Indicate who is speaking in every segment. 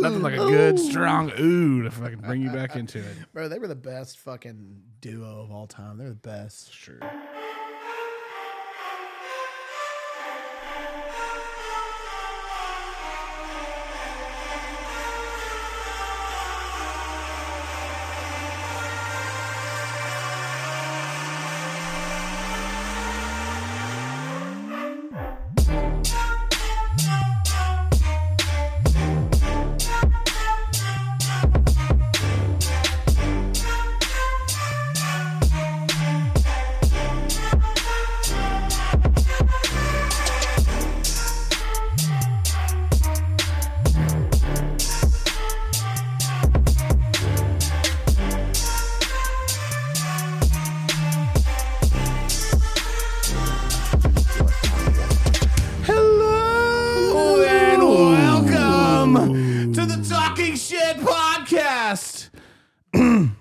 Speaker 1: Nothing like a good, strong ooh to fucking bring you back into it.
Speaker 2: Bro, they were the best fucking duo of all time. They're the best.
Speaker 1: Sure.
Speaker 2: Hello and welcome to the Talking Shit Podcast.
Speaker 3: a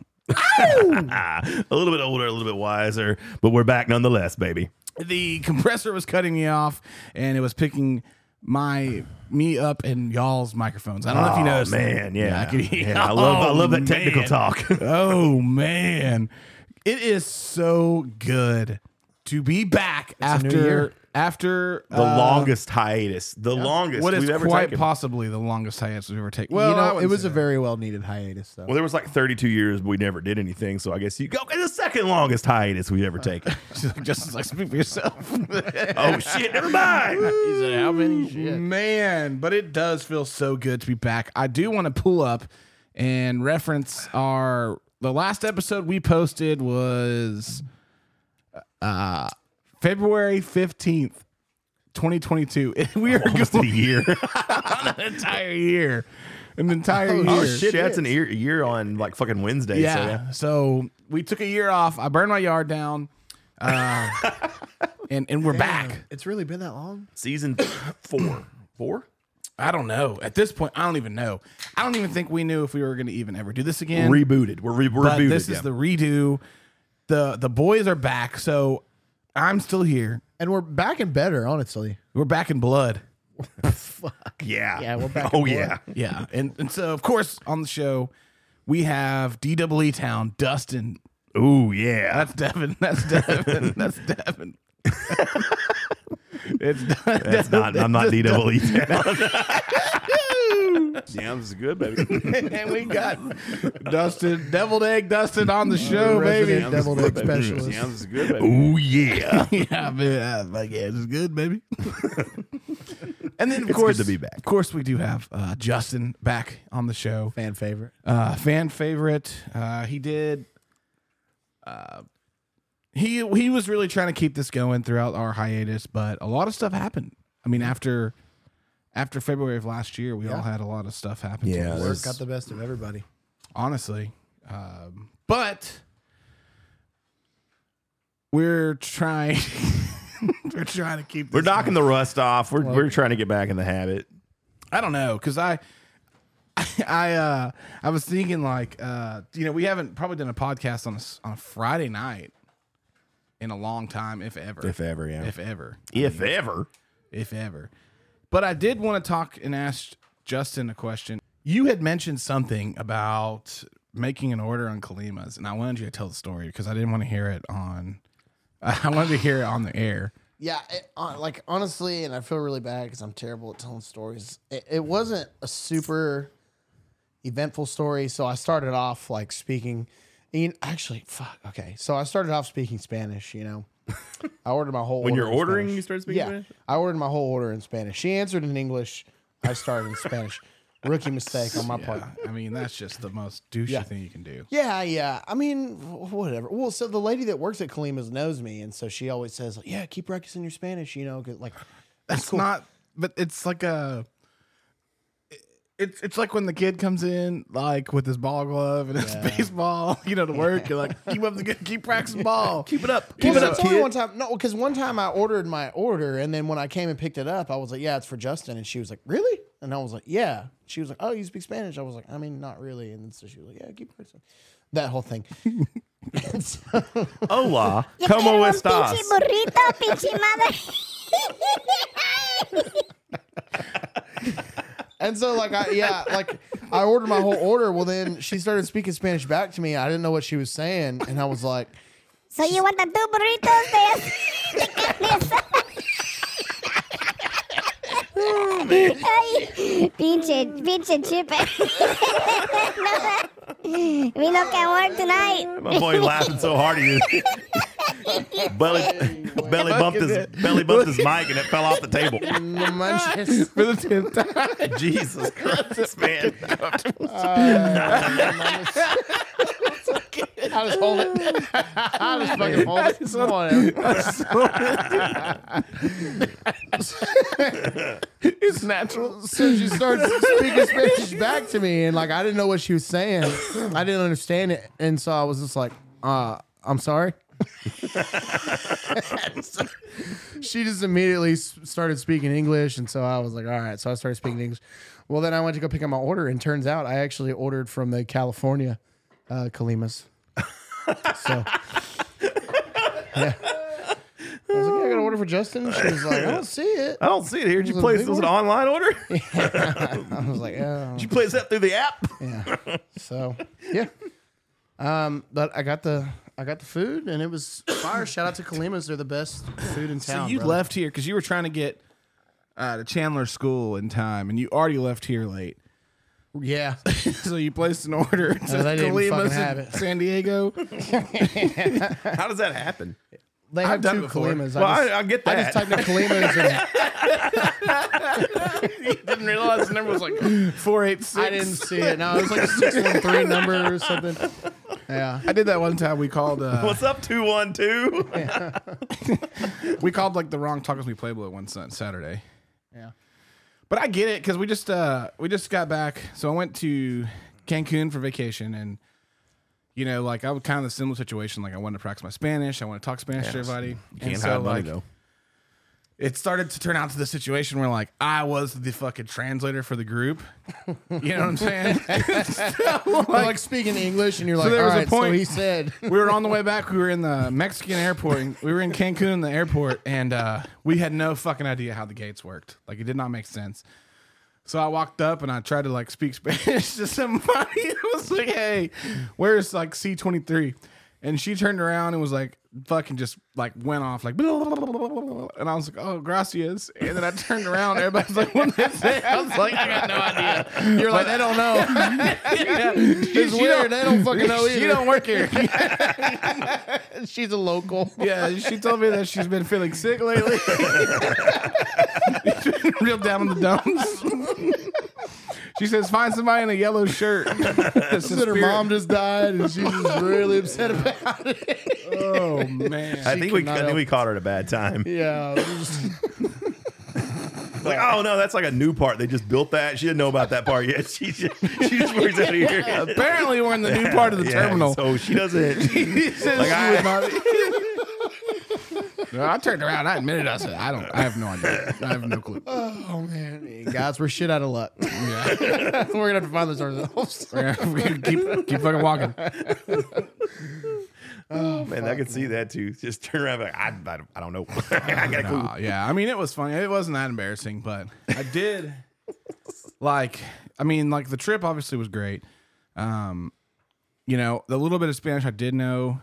Speaker 3: little bit older, a little bit wiser, but we're back nonetheless, baby.
Speaker 1: The compressor was cutting me off, and it was picking my me up and y'all's microphones. I don't know if you
Speaker 3: Oh,
Speaker 1: noticed.
Speaker 3: man, yeah.
Speaker 1: I could hear.
Speaker 3: Yeah, I love- I love that technical
Speaker 1: man.
Speaker 3: talk.
Speaker 1: oh man, it is so good to be back
Speaker 2: new
Speaker 1: after
Speaker 2: year.
Speaker 1: after
Speaker 3: The longest hiatus, the longest
Speaker 1: Uh, What is
Speaker 3: we've ever
Speaker 1: quite
Speaker 3: taken.
Speaker 1: possibly the longest hiatus we've ever taken.
Speaker 2: Well,
Speaker 1: Well,
Speaker 2: you
Speaker 1: I
Speaker 2: know, it
Speaker 1: wouldn't
Speaker 2: was
Speaker 1: say
Speaker 2: a
Speaker 1: that.
Speaker 2: very well needed hiatus, though.
Speaker 3: well, there was like 32 years we never did anything, so I guess you go. It's the second longest hiatus we've ever taken.
Speaker 1: Justin's like speak for yourself.
Speaker 3: oh shit! Never mind.
Speaker 2: He's like, how many shit?
Speaker 1: Man, but it does feel so good to be back. I do want to pull up and reference our the last episode we posted was uh February 15th, 2022. we are
Speaker 3: Almost a
Speaker 1: going
Speaker 3: year.
Speaker 1: on an entire year. An entire year.
Speaker 3: oh shit! That's an year, year on like fucking Wednesday.
Speaker 1: Yeah.
Speaker 3: So,
Speaker 1: So we took a year off. I burned my yard down. Uh, and and we're back.
Speaker 2: It's really been that long?
Speaker 3: Season four, four.
Speaker 1: I don't know. At this point, I don't even know. I don't even think we knew if we were going to even ever do this again.
Speaker 3: Rebooted. We're, re-
Speaker 1: but
Speaker 3: rebooted.
Speaker 1: this
Speaker 3: yeah.
Speaker 1: is the redo. The the boys are back, so I'm still here.
Speaker 2: And we're back and better, honestly.
Speaker 1: We're back in blood.
Speaker 3: yeah.
Speaker 2: Yeah, we're back
Speaker 3: Oh
Speaker 2: and
Speaker 3: yeah.
Speaker 1: Yeah. And and so of course on the show we have DWE Town, Dustin.
Speaker 3: Ooh yeah.
Speaker 1: That's Devin. That's Devin. That's Devin. it's
Speaker 3: That's not. I'm not E. DWE. Damn, this is good, baby.
Speaker 1: and we got Dustin, deviled egg Dustin on the show, baby.
Speaker 2: Resident Deviled Egg Specialist.
Speaker 3: Ooh yeah.
Speaker 1: yeah, man. Like, yeah, it's good, baby. and then, of course,
Speaker 3: to be back.
Speaker 1: Of course, we do have uh, Justin back on the show.
Speaker 2: Fan favorite.
Speaker 1: Uh, fan favorite. Uh, he did. Uh, he he was really trying to keep this going throughout our hiatus, but a lot of stuff happened. I mean, after after February of last year, we all had a lot of stuff happen. to
Speaker 3: Yeah,
Speaker 1: us
Speaker 2: Work got the best of everybody.
Speaker 1: honestly. Um, but we're trying. we're trying to keep.
Speaker 3: We're
Speaker 1: this-
Speaker 3: knocking the rust off. We're we're trying to get back in the habit.
Speaker 1: I don't know because I, I, uh, I was thinking like, uh, you know, we haven't probably done a podcast on a s on a Friday night in a long time, if ever,
Speaker 3: If ever, yeah.
Speaker 1: if ever.
Speaker 3: If ever.
Speaker 1: if ever. But I did want to talk and ask Justin a question. You had mentioned something about making an order on Kalimas, and I wanted you to tell the story because I didn't want to hear it on. I wanted to hear it on the air.
Speaker 4: Yeah, it, uh, like honestly, and I feel really bad because I'm terrible at telling stories. It, it wasn't a super eventful story, so I started off like speaking. And you- actually, fuck. Okay, so I started off speaking Spanish. You know, I ordered my whole.
Speaker 3: When
Speaker 4: order
Speaker 3: you're
Speaker 4: in
Speaker 3: ordering,
Speaker 4: Spanish.
Speaker 3: you start speaking
Speaker 4: Yeah,
Speaker 3: Spanish?
Speaker 4: I ordered my whole order in Spanish. She answered in English. I started in Spanish. Rookie mistake on my part.
Speaker 1: Yeah, I mean, that's just the most douchey thing you can do.
Speaker 4: Yeah, yeah. I mean, wh- whatever. Well, so the lady that works at Kalima's knows me, and so she always says, like, "Yeah, keep practicing your Spanish." You know, 'cause, like
Speaker 1: That's not, but it's like a. It's it's like when the kid comes in like with his ball glove and his baseball, you know, to work. You're like, keep up the good, keep practicing ball, keep it up, keep
Speaker 4: Well,
Speaker 1: it up,
Speaker 4: that's only
Speaker 1: kid.
Speaker 4: one time. No, because one time I ordered my order, and then when I came and picked it up, I was like, "Yeah, it's for Justin," and she was like, "Really?" And I was like, "Yeah." She was like, "Oh, you speak Spanish?" I was like, "I mean, not really." And then so she was like, "Yeah, keep practicing." That whole thing. And so-
Speaker 3: Hola. Como
Speaker 5: Quiero un
Speaker 3: estas?
Speaker 5: Pinche burrito, pinche madre.
Speaker 4: And so, like, I yeah, like I ordered my whole order. Well, then she started speaking Spanish back to me. I didn't know what she was saying, and I was like,
Speaker 5: So you want the two burritos de, de carnes? Ay, pinche, pinche chipe. we no can work tonight.
Speaker 3: My boy laughing so hard he just belly belly bumped his belly bumped his mic and it fell off the table.
Speaker 4: "No manches."
Speaker 1: For the tenth time.
Speaker 3: Jesus Christ, man!
Speaker 4: I just hold it. I just fucking hold it. Come on, Evan.
Speaker 1: It's natural.
Speaker 4: So she starts speaking Spanish back to me, and like I didn't know what she was saying. I didn't understand it, and so I was just like, uh, "I'm sorry." she just immediately s- started speaking English, and so I was like, "All right." So I started speaking English. Well, then I went to go pick up my order, and turns out I actually ordered from the California uh, Kalimas. So. Yeah. I was like, yeah, I got an order for Justin. She was like, I don't see it.
Speaker 3: I don't see it here. Did you
Speaker 4: Was it a
Speaker 3: place
Speaker 4: big
Speaker 3: this an
Speaker 4: one?
Speaker 3: online order? Did
Speaker 4: I was like, oh.
Speaker 3: you place that through the app?
Speaker 4: Yeah. So yeah. Um, but I got the I got the food and it was fire. Shout out to Kalimas, they're the best food in
Speaker 1: So
Speaker 4: town.
Speaker 1: you
Speaker 4: brother.
Speaker 1: left here because you were trying to get uh, to Chandler School in time, and you already left here late.
Speaker 4: Yeah.
Speaker 1: So you placed an order to
Speaker 4: they didn't
Speaker 1: Colimas
Speaker 4: fucking
Speaker 1: in
Speaker 4: have it.
Speaker 1: San Diego.
Speaker 3: How does that happen?
Speaker 4: They
Speaker 1: I've
Speaker 4: have
Speaker 1: done it
Speaker 4: two
Speaker 1: before.
Speaker 4: Kalimas.
Speaker 3: Well,
Speaker 4: I,
Speaker 3: I,
Speaker 4: just,
Speaker 3: I get
Speaker 4: I, just
Speaker 3: that.
Speaker 4: typed in Kalimas and
Speaker 1: Didn't realize the number was like four eight six.
Speaker 4: I didn't see it. No, it was like a six one three number or something. Yeah.
Speaker 1: I did that one time. We called. Uh,
Speaker 3: What's up, two one two?
Speaker 1: we called like the wrong tacos we Pueblo one Sun Saturday.
Speaker 4: Yeah.
Speaker 1: But I get it because we just uh we just got back. So I went to Cancun for vacation, and you know, like I was kind of in a similar situation. Like I wanted to practice my Spanish. I want to talk Spanish to everybody. and so like it started to turn out to the situation where like I was the fucking translator for the group. You know what I'm saying?
Speaker 4: Like, like speaking English and you're like,
Speaker 1: there
Speaker 4: all
Speaker 1: was a
Speaker 4: right, so
Speaker 1: point-
Speaker 4: he said
Speaker 1: we were on the way back. We were in the Mexican airport. And we were in Cancun in the airport, and uh, we had no fucking idea how the gates worked. Like it did not make sense. So I walked up and I tried to like speak Spanish to somebody. I was like, "Hey, where's like C twenty three? And she turned around and was like, "Fucking just like went off like," blah, blah, blah, blah, blah, blah. and I was like, "Oh, gracias." And then I turned around. Everybody's like, "What did they say?" I was like, "I got no idea."
Speaker 4: You're like, they don't know. It's
Speaker 1: She
Speaker 4: weird,
Speaker 1: don't-
Speaker 4: they don't fucking know
Speaker 1: She
Speaker 4: either.
Speaker 1: don't work here.
Speaker 4: She's a local.
Speaker 1: Yeah, she told me that she's been feeling sick lately. Real down in the dumps. she says, find somebody in a yellow shirt. This
Speaker 4: That her mom just died and she's just really upset about it.
Speaker 1: Oh man.
Speaker 3: I think we
Speaker 4: cannot
Speaker 3: I think
Speaker 4: help
Speaker 3: we caught her at a bad time.
Speaker 4: Yeah. it was just-
Speaker 3: Like, oh no, that's like a new part. They just built that. She didn't know about that part yet. She just she just works out of here.
Speaker 1: Apparently, we're in the new part of the
Speaker 3: Yeah,
Speaker 1: terminal.
Speaker 3: So she doesn't.
Speaker 1: He says
Speaker 3: Like,
Speaker 1: she
Speaker 3: I-
Speaker 1: would not- No, I turned around. I admitted. I said, "I don't. I have no idea. I have no clue."
Speaker 4: Oh man, guys, we're shit out of luck.
Speaker 1: Yeah.
Speaker 4: we're gonna have to find this ourselves.
Speaker 1: we could keep keep fucking walking.
Speaker 3: Man, I could see that too. Just turn around, and be like I, I, don't- I don't know. I got a clue.
Speaker 1: Nah, yeah, I mean it was funny. It wasn't that embarrassing, but I did like I mean like the trip obviously was great. Um you know, the little bit of Spanish I did know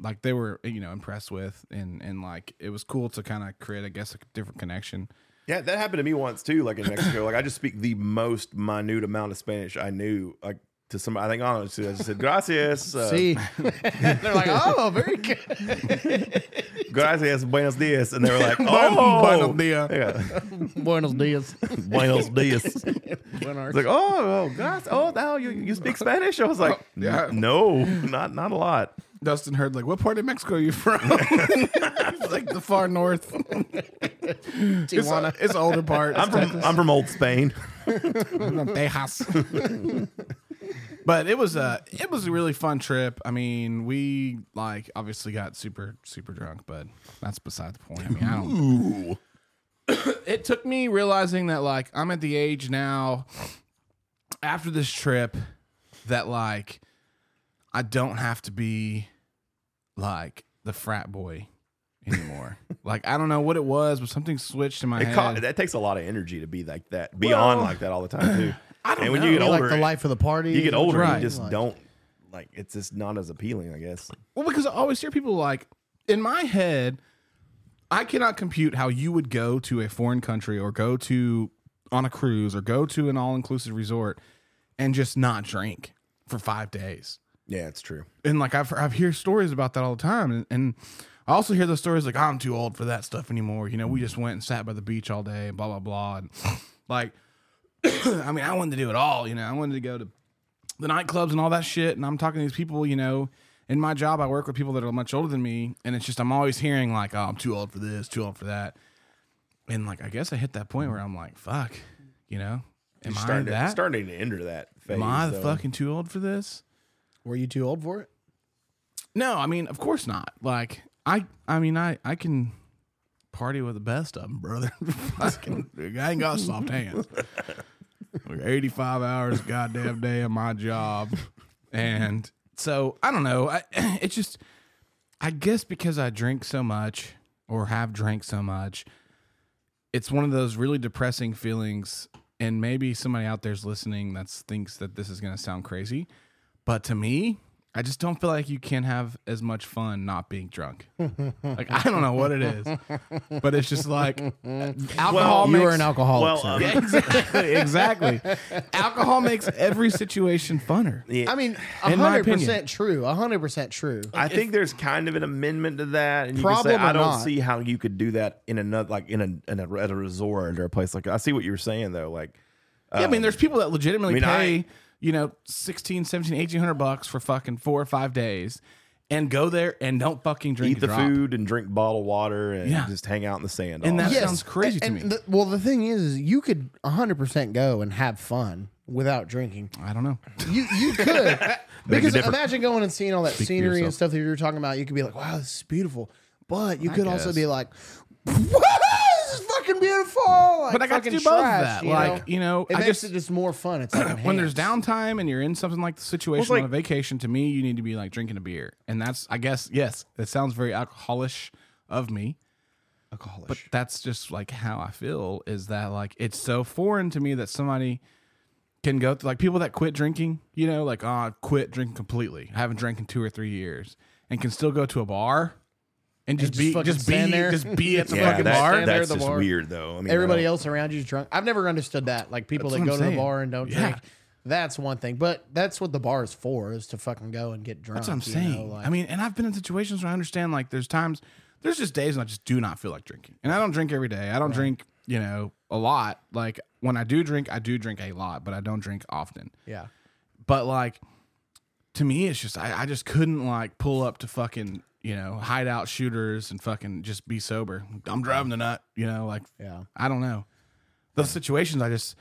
Speaker 1: like they were you know impressed with and and like it was cool to kind of create I guess a different connection.
Speaker 3: Yeah, that happened to me once too. Like in Mexico, like I just speak the most minute amount of Spanish I knew. Like to somebody, I think honestly, I just said gracias, uh,
Speaker 4: See, they're like, oh, very good.
Speaker 3: gracias, buenos dias, and they were like,
Speaker 1: Buen-
Speaker 3: oh,
Speaker 1: buenos dias.
Speaker 3: Yeah,
Speaker 4: Buenos dias.
Speaker 3: buenos dias. It's like oh, oh, gracias, oh, now you, you speak Spanish? I was like,
Speaker 1: yeah.
Speaker 3: no, not not a lot.
Speaker 1: Dustin heard like what part of Mexico are you from? It's like the far north. It's,
Speaker 4: Tijuana.
Speaker 1: it's an older part.
Speaker 3: I'm from I'm from old Spain.
Speaker 1: Tejas. but it was a it was a really fun trip. I mean, we like obviously got super super drunk, but that's beside the point. I mean, I don't. it took me realizing that like I'm at the age now after this trip that like I don't have to be like the frat boy anymore. like I don't know what it was, but something switched in my
Speaker 3: It
Speaker 1: head.
Speaker 3: co- that takes a lot of energy to be like that, be on like that all the time too. I
Speaker 1: don't
Speaker 3: and when
Speaker 1: know.
Speaker 3: you get
Speaker 4: You're
Speaker 3: older,
Speaker 4: like the life of the party.
Speaker 3: you get older,
Speaker 1: Right.
Speaker 3: you just
Speaker 4: Like-
Speaker 3: don't like. It's just not as appealing, I guess.
Speaker 1: Well, because I always hear people like, in my head, I cannot compute how you would go to a foreign country or go to on a cruise or go to an all inclusive resort and just not drink for five days.
Speaker 3: Yeah, it's true.
Speaker 1: And like I've I've hear stories about that all the time, and, and I also hear those stories like I'm too old for that stuff anymore. You know, we just went and sat by the beach all day and blah blah blah, and like I mean, I wanted to do it all. You know, I wanted to go to the nightclubs and all that shit. And I'm talking to these people, you know, in my job, I work with people that are much older than me. And it's just, I'm always hearing, like, oh, I'm too old for this, too old for that. And like, I guess I hit that point where I'm like, fuck, you know, am I
Speaker 3: Starting to,
Speaker 1: that?
Speaker 3: starting to enter that phase.
Speaker 1: am I the
Speaker 3: though.
Speaker 1: fucking too old for this?
Speaker 4: Were you too old for it?
Speaker 1: No, I mean, of course not. Like, I, I mean, I, I can party with the best of them, brother. Fucking, I ain't got soft hands. Like, Eighty-five hours, a goddamn day of my job, and so I don't know. I, it's just, I guess, because I drink so much or have drank so much, it's one of those really depressing feelings. And maybe somebody out there's listening that thinks that this is going to sound crazy, but to me, I just don't feel like you can have as much fun not being drunk. like I don't know what it is, but it's just like alcohol.
Speaker 4: you were
Speaker 1: makes-
Speaker 4: an alcoholic.
Speaker 3: Well,
Speaker 4: sir.
Speaker 3: um,
Speaker 1: Yeah, exactly. exactly. Alcohol makes every situation funner.
Speaker 3: yeah.
Speaker 4: I mean,
Speaker 1: in my
Speaker 4: hundred
Speaker 1: opinion.
Speaker 4: percent true. hundred percent true.
Speaker 3: I think there's kind of an amendment to that, and you
Speaker 4: Problem
Speaker 3: can say I
Speaker 4: or
Speaker 3: don't
Speaker 4: not.
Speaker 3: see how you could do that in another, like in a, in a at a resort or a place like. I see what you're saying though, like
Speaker 1: yeah, I mean, there's people that legitimately
Speaker 3: I mean,
Speaker 1: pay, you know, 16, 17, 1800 bucks for fucking four or five days and go there and don't fucking drink
Speaker 3: eat
Speaker 1: a
Speaker 3: the
Speaker 1: drop.
Speaker 3: food and drink bottled water and
Speaker 1: Yeah.
Speaker 3: just hang out in the sand.
Speaker 1: And
Speaker 3: all
Speaker 1: that
Speaker 3: day.
Speaker 1: sounds crazy to
Speaker 4: and-
Speaker 1: me.
Speaker 4: and the- well, the thing is, is you could hundred percent go and have fun without drinking.
Speaker 1: I don't know.
Speaker 4: You you could because
Speaker 3: difference.
Speaker 4: imagine going and seeing all that
Speaker 1: for
Speaker 4: scenery and
Speaker 1: yourself.
Speaker 4: stuff that you were talking about. You could be like, "Wow, this is beautiful," but you could also
Speaker 1: guess.
Speaker 4: be like, "What? This is fucking beautiful!" Like,
Speaker 1: But I got to
Speaker 4: fucking
Speaker 1: do both of
Speaker 4: trash,
Speaker 1: that. Like, you know,
Speaker 4: it
Speaker 1: I
Speaker 4: makes
Speaker 1: just-
Speaker 4: it just more fun. It's like
Speaker 1: When there's downtime and you're in something like the situation
Speaker 3: like-
Speaker 1: on a vacation, to me, you need to be like drinking a beer. And that's, I guess, yes, that sounds very alcoholish of me.
Speaker 4: alcoholic.
Speaker 1: but that's just like how I feel is that like it's so foreign to me that somebody can go through like people that quit drinking, you know, like oh, I quit drinking completely. I haven't drank in two or three years and can still go to a bar and just
Speaker 4: just
Speaker 1: be
Speaker 4: fucking
Speaker 1: just, be
Speaker 4: stand there.
Speaker 1: just be at the
Speaker 3: Yeah,
Speaker 1: fucking
Speaker 3: that-
Speaker 1: bar.
Speaker 4: stand there at
Speaker 3: that's
Speaker 4: the
Speaker 3: just
Speaker 4: bar.
Speaker 3: weird though. I mean,
Speaker 4: Everybody
Speaker 3: I don't-
Speaker 4: else around you's drunk. I've never understood that. Like people
Speaker 1: That's
Speaker 4: that go
Speaker 1: what I'm
Speaker 4: to the
Speaker 1: saying.
Speaker 4: bar and don't
Speaker 1: Yeah.
Speaker 4: drink. That's one thing, but that's what the bar is for is to fucking go and get drunk.
Speaker 1: That's what I'm
Speaker 4: you know,
Speaker 1: saying.
Speaker 4: like-
Speaker 1: I mean, and I've been in situations where I understand like there's times there's just days when I just do not feel like drinking. And I don't drink every day. I don't drink, you know, a lot. Like when I do drink, I do drink a lot, but I don't drink often.
Speaker 4: yeah.
Speaker 1: But like to me, it's just I, I just couldn't like pull up to fucking you know hideout shooters and fucking just be sober. I'm driving the nut, you know. Like
Speaker 4: Yeah.
Speaker 1: I don't know those situations. I just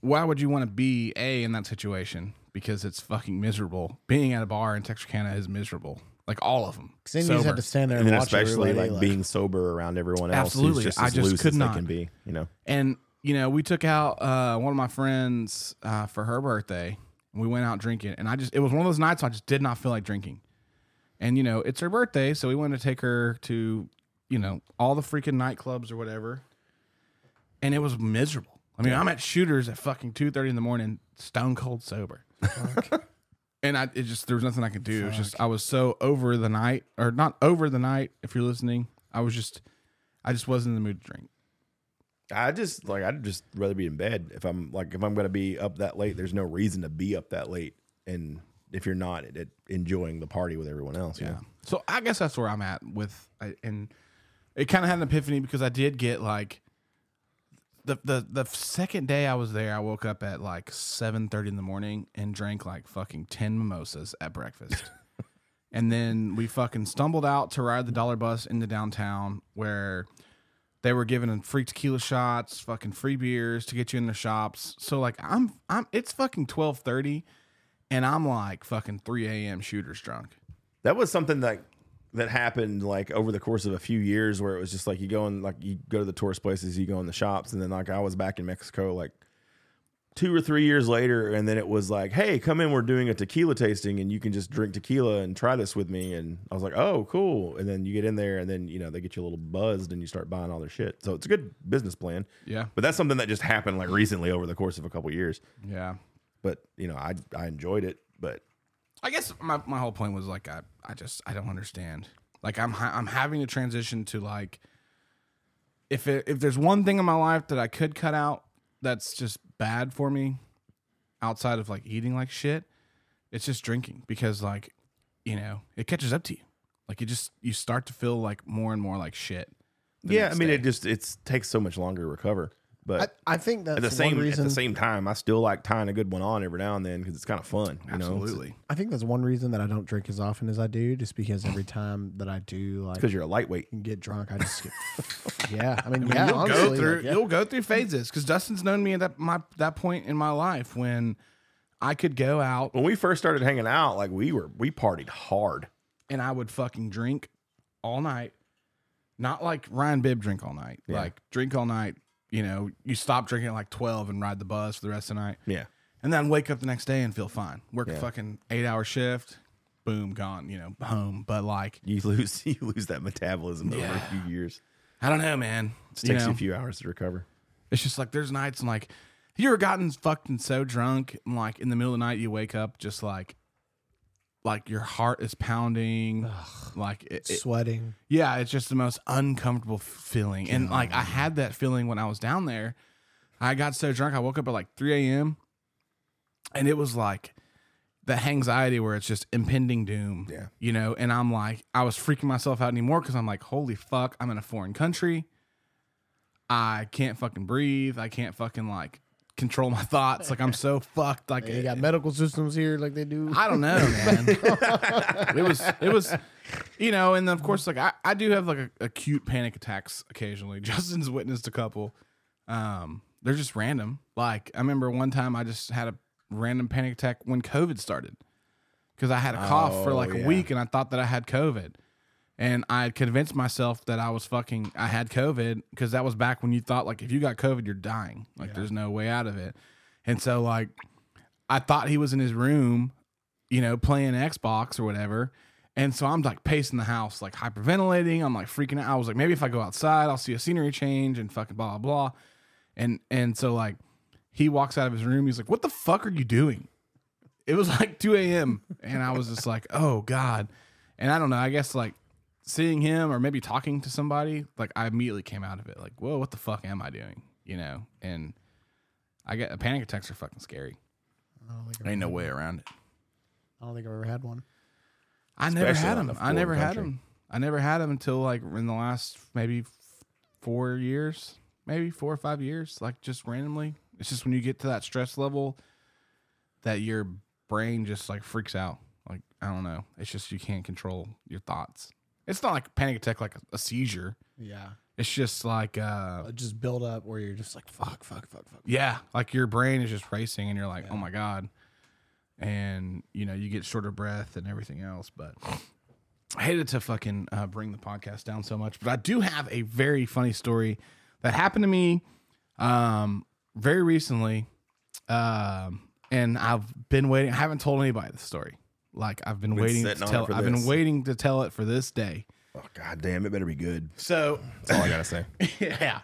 Speaker 1: why would you want to be a in that situation because it's fucking miserable. Being at a bar in Texarkana is miserable. Like all of them.
Speaker 4: Then you just have to stand there and,
Speaker 3: and then
Speaker 4: watch
Speaker 3: especially
Speaker 4: everybody,
Speaker 3: like, being sober around everyone else. who's
Speaker 1: Absolutely.
Speaker 3: just
Speaker 1: I
Speaker 3: as
Speaker 1: just
Speaker 3: loose
Speaker 1: could
Speaker 3: as
Speaker 1: not.
Speaker 3: They can be, you know.
Speaker 1: And you know, we took out uh, one of my friends uh, for her birthday. and We went out drinking, and I just it was one of those nights I just did not feel like drinking. And you know, it's her birthday, so we wanted to take her to you know all the freaking nightclubs or whatever. And it was miserable. I mean, I'm at shooters at fucking two thirty in the morning, stone cold sober. and I it just there was nothing I could do. It was just I was so over the night, or not over the night. If you're listening, I was just I just wasn't in the mood to drink.
Speaker 3: I just like I'd just rather be in bed if I'm like if I'm gonna be up that late. There's no reason to be up that late, and if you're not it, it- enjoying the party with everyone else, yeah.
Speaker 1: So I guess that's where I'm at with, I, and it kind of had an epiphany because I did get like the the the second day I was there, I woke up at like seven thirty in the morning and drank like fucking ten mimosas at breakfast. And then we fucking stumbled out to ride the dollar bus into downtown where they were giving them free tequila shots, fucking free beers to get you in their shops. So like I'm I'm it's fucking twelve thirty and I'm like fucking three AM shooters drunk.
Speaker 3: That was something that that happened like over the course of a few years, where it was just like you go and like you go to the tourist places, you go in the shops, and then like I was back in Mexico like two or three years later, and then it was like, "Hey, come in. We're doing a tequila tasting, and you can just drink tequila and try this with me." And I was like, "Oh, cool!" And then you get in there, and then you know they get you a little buzzed, and you start buying all their shit. So it's a good business plan.
Speaker 1: Yeah.
Speaker 3: but that's something that just happened like recently over the course of a couple years.
Speaker 1: Yeah.
Speaker 3: But you know, I I enjoyed it, but
Speaker 1: I guess my, my whole point was like I, I just I don't understand. Like I'm ha- I'm having to transition to like if it, if there's one thing in my life that I could cut out that's just bad for me outside of like eating like shit, it's just drinking because like you know, it catches up to you. Like you just you start to feel like more and more like shit. the
Speaker 3: yeah, I
Speaker 1: next
Speaker 3: mean,
Speaker 1: day.
Speaker 3: it just it's takes so much longer to recover. But
Speaker 4: I, I think that's
Speaker 3: at the
Speaker 4: one
Speaker 3: same at
Speaker 4: reason.
Speaker 3: the same time, I still like tying a good one on every now and then because it's kind of fun. You know,
Speaker 1: Absolutely.
Speaker 4: I think that's one reason that I don't drink as often as I do, just because every time that I do, like,
Speaker 3: because you're a lightweight.
Speaker 4: and get drunk, I just get. yeah, I mean,
Speaker 1: I mean,
Speaker 4: yeah,
Speaker 1: you'll
Speaker 4: honestly,
Speaker 1: go
Speaker 4: like,
Speaker 1: through
Speaker 4: yeah.
Speaker 1: you'll go through phases because Dustin's known me at that my that point in my life when I could go out
Speaker 3: When we first started hanging out, like we were we partied hard.
Speaker 1: and I would fucking drink all night. Not like Ryan Bibb drink all night. Like drink all night. You know, you stop drinking at like twelve and ride the bus for the rest of the night,
Speaker 3: Yeah,
Speaker 1: and then wake up the next day and feel fine. Work a fucking eight hour shift, boom, gone. You know, home. But like,
Speaker 3: you lose you lose that metabolism over a few years.
Speaker 1: I don't know, man.
Speaker 3: It
Speaker 1: You
Speaker 3: takes you
Speaker 1: know?
Speaker 3: a few hours to recover.
Speaker 1: It's just like there's nights and like you ever gotten fucking so drunk and like in the middle of the night you wake up just like like your heart is pounding like it, it-
Speaker 4: sweating.
Speaker 1: yeah it's just the most uncomfortable f- feeling and like I had that feeling when I was down there I got so drunk I woke up at like 3 a.m and it was like the anxiety where it's just impending doom
Speaker 3: Yeah.
Speaker 1: you know and I'm like I was freaking myself out anymore because I'm like holy fuck I'm in a foreign country I can't fucking breathe. I can't fucking like control my thoughts. Like I'm so fucked. Like
Speaker 4: They got medical systems here, like they do.
Speaker 1: I don't know, man. it was it was you know, and of course like I, I do have like a, acute panic attacks occasionally. Justin's witnessed a couple. Um they're just random. Like I remember one time I just had a random panic attack when COVID started. Cuz I had a cough for
Speaker 3: Oh,
Speaker 1: like a
Speaker 3: yeah.
Speaker 1: week and I thought that I had COVID. And I had convinced myself that I was fucking I had COVID cuz that was back when you thought like if you got COVID you're dying. Like there's no way out of it. And so like I thought he was in his room, you know, playing Xbox or whatever. And so I'm like pacing the house, like hyperventilating. I'm like freaking out. I was like, maybe if I go outside, I'll see a scenery change and fucking blah blah blah. And and so like he walks out of his room. He's like, "What the fuck are you doing?" It was like 2 a.m. and I was just like, "Oh God." And I don't know. I guess like seeing him or maybe talking to somebody, like I immediately came out of it like, "Whoa, what the fuck am I doing?" You know. And I get panic attacks are fucking scary.
Speaker 4: I don't think I've,
Speaker 1: Ain't no way around it.
Speaker 4: I don't think I've ever had one.
Speaker 1: I never
Speaker 3: Especially
Speaker 1: had
Speaker 3: on
Speaker 1: him.
Speaker 3: a
Speaker 1: I never
Speaker 3: foreign
Speaker 1: had
Speaker 3: country.
Speaker 1: him. I never had him until like in the last maybe f- four years, maybe four or five years, like just randomly. It's just when you get to that stress level that your brain just like freaks out. Like, I don't know. It's just you can't control your thoughts. It's not like a panic attack, like a, a seizure.
Speaker 4: Yeah,
Speaker 1: It's just like, uh,
Speaker 4: It just build up where you're just like fuck, fuck, fuck, fuck.
Speaker 1: yeah, like your brain is just racing and you're like, oh my God. And, you know, you get short of breath and everything else. But I hated to fucking uh, bring the podcast down so much. But I do have a very funny story that happened to me um, very recently. Um, and I've been waiting, I haven't told anybody this story. Like I've been, waiting to
Speaker 3: sitting on it
Speaker 1: tell
Speaker 3: for
Speaker 1: I've been
Speaker 3: this.
Speaker 1: waiting to tell it for this day.
Speaker 3: Oh god damn, it better be good.
Speaker 1: So
Speaker 3: That's all I gotta say.
Speaker 1: yeah.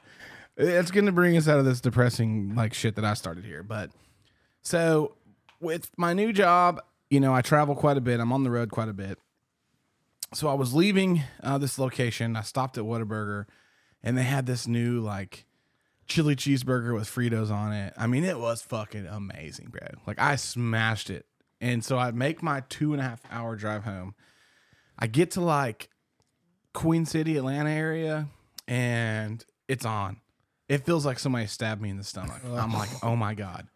Speaker 1: It's going to bring us out of this depressing like shit that I started here, but so with my new job, you know, I travel quite a bit. I'm on the road quite a bit. So I was leaving uh, this location. I stopped at Whataburger and they had this new like chili cheeseburger with Fritos on it. I mean, it was fucking amazing, bro. Like I smashed it. And so I make my two and a half hour drive home. I get to like Queen City, Atlanta area, and it's on. It feels like somebody stabbed me in the stomach. I'm like, oh my God.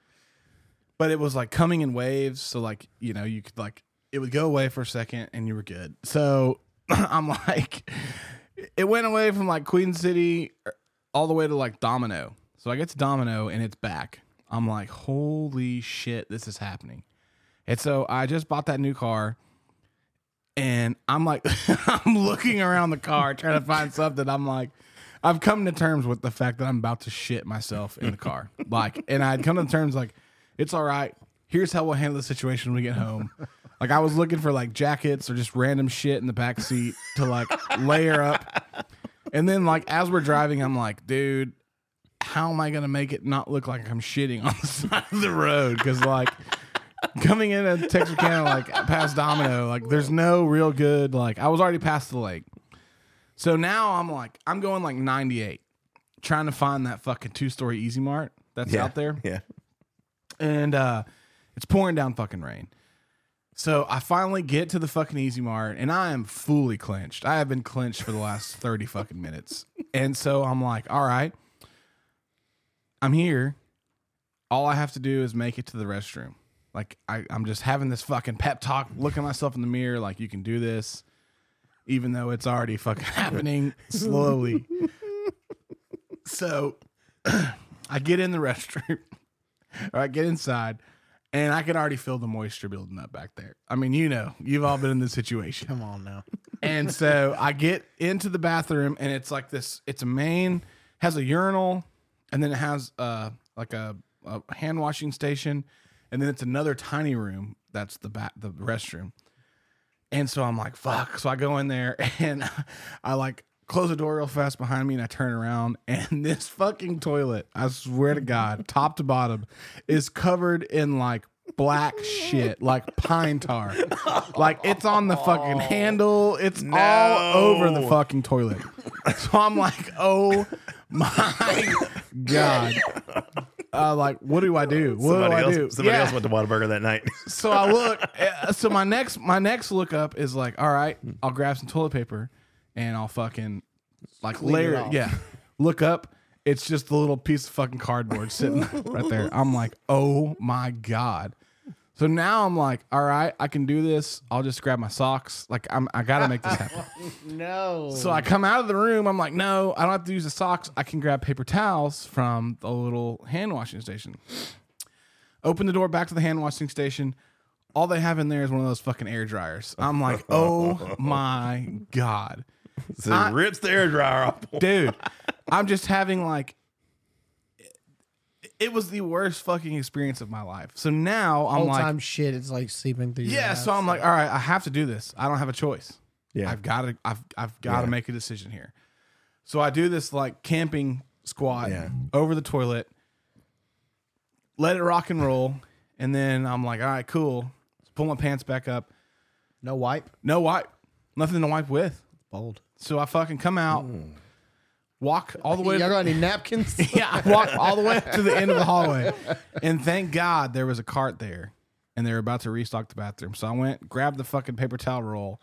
Speaker 1: But it was like coming in waves. So, like, you know, you could like, it would go away for a second and you were good. So I'm like, it went away from like Queen City uh, all the way to like Domino. So I get to Domino and it's back. I'm like, holy shit, this is happening. And so I just bought that new car and I'm like, I'm looking around the car trying to find something. I'm like, I've come to terms with the fact that I'm about to shit myself in the car. Like, and I had come to terms like, it's all right. Here's how we'll handle the situation when we get home. Like I was looking for like jackets or just random shit in the back seat to like layer up. And then like as we're driving, I'm like, dude, how am I gonna make it not look like I'm shitting on the side of the road? Because like coming in at Texarkana, like past Domino, like there's no real good. Like I was already past the lake, so now I'm like I'm going like 98, trying to find that fucking two story Easy Mart that's out there
Speaker 3: Yeah.
Speaker 1: and uh, it's pouring down fucking rain. So I finally get to the fucking Easy Mart, and I am fully clenched. I have been clenched for the last thirty fucking minutes, and so I'm like, all right, I'm here. All I have to do is make it to the restroom. Like I, I'm just having this fucking pep talk, looking myself in the mirror, like you can do this, even though it's already fucking happening slowly. so I get in the restroom. All right, get inside. And I can already feel the moisture building up back there. I mean, you know, you've all been in this situation.
Speaker 4: Come on now.
Speaker 1: And so I get into the bathroom and it's like this it's a main has a urinal and then it has uh like a, a hand washing station and then it's another tiny room that's the bat the restroom. And so I'm like, fuck. So I go in there and I like close the door real fast behind me and I turn around and this fucking toilet, I swear to God, top to bottom, is covered in like black shit, like pine tar. Like it's on the
Speaker 3: Oh.
Speaker 1: fucking handle. It's all over the fucking toilet. So I'm like, oh my God. Uh, like, what do I do? What
Speaker 3: somebody
Speaker 1: do Oh, I
Speaker 3: else,
Speaker 1: do?
Speaker 3: somebody
Speaker 1: Yeah
Speaker 3: else went to Whataburger that night.
Speaker 1: so I look. uh, So my next my next look up is like, all right, I'll grab some toilet paper, and I'll fucking like layer.
Speaker 4: off.
Speaker 1: yeah, look up. It's just a little piece of fucking cardboard sitting right there. I'm like, oh my god. So now I'm like, all right, I can do this. I'll just grab my socks. Like I'm, I gotta make this happen.
Speaker 4: No.
Speaker 1: So I come out of the room. I'm like, no, I don't have to use the socks. I can grab paper towels from the little hand washing station. Open the door back to the hand washing station. All they have in there is one of those fucking air dryers. I'm like, oh my God.
Speaker 3: so he rips the air dryer off.
Speaker 1: Dude, I'm just having like, it was the worst fucking experience of my life. So now I'm
Speaker 4: Whole
Speaker 1: like,
Speaker 4: time shit, it's like sleeping through. your
Speaker 1: yeah. So
Speaker 4: ass.
Speaker 1: I'm like, all right, I have to do this. I don't have a choice.
Speaker 3: Yeah.
Speaker 1: I've got to I've I've got to make a decision here. So I do this like camping squat
Speaker 3: Yeah.
Speaker 1: over the toilet, let it rock and roll, and then I'm like, all right, cool. Pull my pants back up.
Speaker 4: no wipe.
Speaker 1: No wipe, nothing to wipe with.
Speaker 4: Bold.
Speaker 1: So I fucking come out,
Speaker 3: Mm.
Speaker 1: walk all the way.
Speaker 4: Y'all got any napkins?
Speaker 1: yeah, I walked all the way up to the end of the hallway. And thank God there was a cart there and they were about to restock the bathroom. So I went, grabbed the fucking paper towel roll,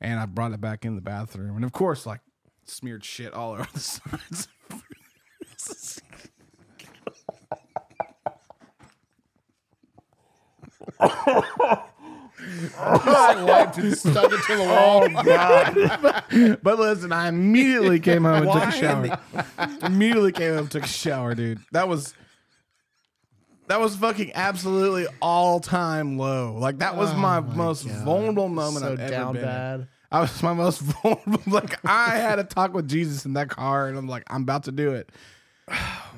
Speaker 1: and I brought it back in the bathroom. And of course, like smeared shit all over the sides.
Speaker 4: wiped and stuck it to the wall.
Speaker 1: But listen, I immediately came home and took a shower. immediately came home and took a shower, dude. That was that was fucking absolutely all time low. Like that was my, most vulnerable moment
Speaker 4: Oh so
Speaker 1: I've ever
Speaker 4: down
Speaker 1: been. in.
Speaker 4: bad.
Speaker 1: I was my most vulnerable. Like I had a talk with Jesus in that car, and I'm like, I'm about to do it.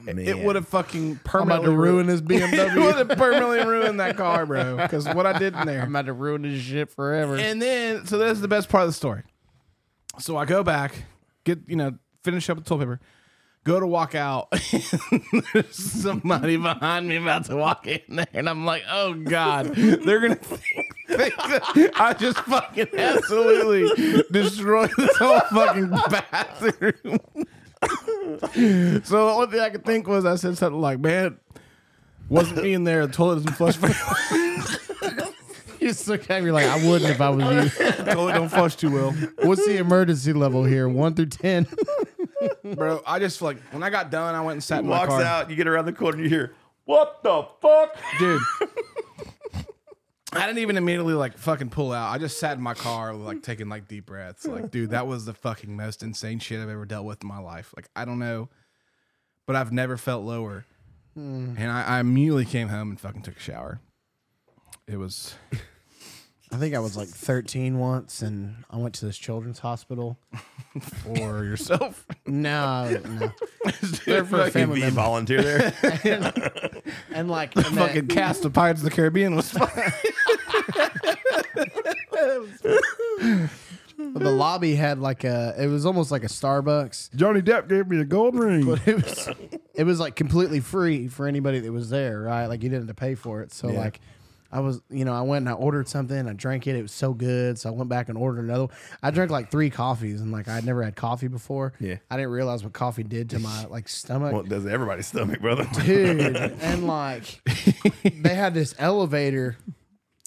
Speaker 1: It would have fucking
Speaker 4: I'm about
Speaker 1: permanently
Speaker 4: to ruin
Speaker 1: ru-
Speaker 4: this
Speaker 1: it
Speaker 4: BMW.
Speaker 1: would have permanently ruined that car, bro. Because what I did in there.
Speaker 4: I'm about to ruin this shit forever.
Speaker 1: And then, so that's the best part of the story. So I go back, get you know, finish up the toilet paper, go to walk out. There's somebody behind me about to walk in there, and I'm like, oh god, they're gonna think, think that I just fucking absolutely destroyed this whole fucking bathroom. so the only thing I could think was I said something like, man. Wasn't me in there. The toilet doesn't flush.
Speaker 4: you just look at me like I wouldn't if I was you.
Speaker 1: toilet don't flush too well.
Speaker 4: What's the emergency level here? One through ten.
Speaker 1: Bro, I just like when I got done, I went and sat in my
Speaker 3: Walks
Speaker 1: car.
Speaker 3: out. You get around the corner. You hear, "What the fuck?"
Speaker 1: Dude. I didn't even immediately like fucking pull out. I just sat in my car, like taking like deep breaths. Like, dude, that was the fucking most insane shit I've ever dealt with in my life. Like, I don't know, but I've never felt lower.
Speaker 3: Hmm.
Speaker 1: And I, I immediately came home and fucking took a shower. It was
Speaker 4: I think I was like 13 once, and I went to this children's hospital.
Speaker 1: for yourself.
Speaker 4: No, no.
Speaker 1: They're
Speaker 4: for a
Speaker 1: fucking-
Speaker 4: family
Speaker 3: Be a
Speaker 4: member.
Speaker 3: volunteer there.
Speaker 4: and, and like and the-
Speaker 1: fucking cast of Pirates of the Caribbean was fun.
Speaker 4: the lobby had like a it was almost like a Starbucks.
Speaker 6: Johnny Depp gave me a gold ring.
Speaker 4: It was it was like completely free for anybody that was there, right? Like you didn't have to pay for it. So like I was, you know, I went and I ordered something. I drank it. It was so good. So I went back and ordered another. one. I drank like three coffees, and like I'd never had coffee before.
Speaker 3: Yeah.
Speaker 4: I didn't realize what coffee did to my like stomach.
Speaker 3: Well, it does everybody's stomach, brother.
Speaker 4: dude. and like, they had this elevator,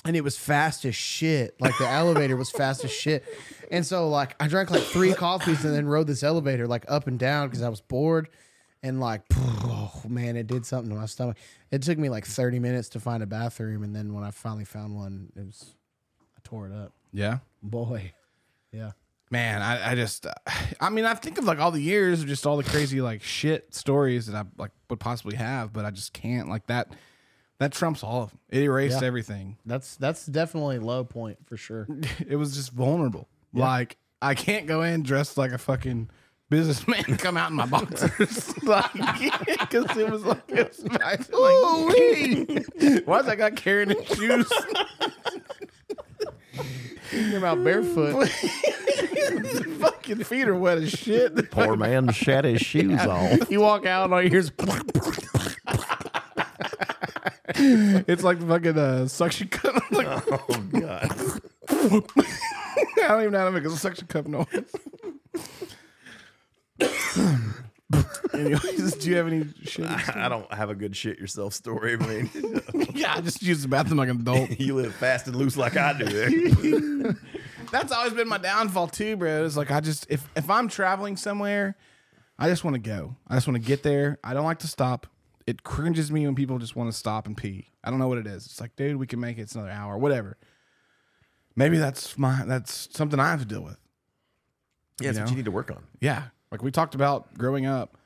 Speaker 4: and it was fast as shit. Like the elevator was fast as shit, and so like I drank like three coffees and then rode this elevator like up and down because I was bored, and like, oh, man, it did something to my stomach. It took me like thirty minutes to find a bathroom, and then when I finally found one, it was I tore it up.
Speaker 1: yeah.
Speaker 4: Boy, yeah.
Speaker 1: Man, I, I just, I mean, I think of like all the years of just all the crazy like shit stories that I like would possibly have, but I just can't like that. That trumps all of them. It erased
Speaker 4: Yeah.
Speaker 1: everything.
Speaker 4: That's that's definitely a low point for sure.
Speaker 1: It was just vulnerable. Like I can't go in dressed like a fucking businessman and come out in my boxers. like, because it was like, it was my, like why is that guy carrying his shoes?
Speaker 4: You're about barefoot.
Speaker 1: fucking feet are wet as shit.
Speaker 3: Poor man shed his shoes off.
Speaker 4: You walk out and all you hear is
Speaker 1: It's like fucking uh, suction cup. like,
Speaker 3: Oh god.
Speaker 1: I don't even know how to make a suction cup noise. Anyways, do you have any shit?
Speaker 3: I don't have a good shit yourself story. I mean,
Speaker 1: Yeah, I just use the bathroom like an adult.
Speaker 3: you live fast and loose like I do.
Speaker 1: That's always been my downfall too, bro. It's like I just if if I'm traveling somewhere, I just want to go. I just want to get there. I don't like to stop. It cringes me when people just want to stop and pee. I don't know what it is. It's like, dude, we can make it. It's another hour, whatever. Maybe that's my that's something I have to deal with.
Speaker 3: Yeah, that's
Speaker 1: know?
Speaker 3: what you need to work on.
Speaker 1: Yeah. Like we talked about growing up.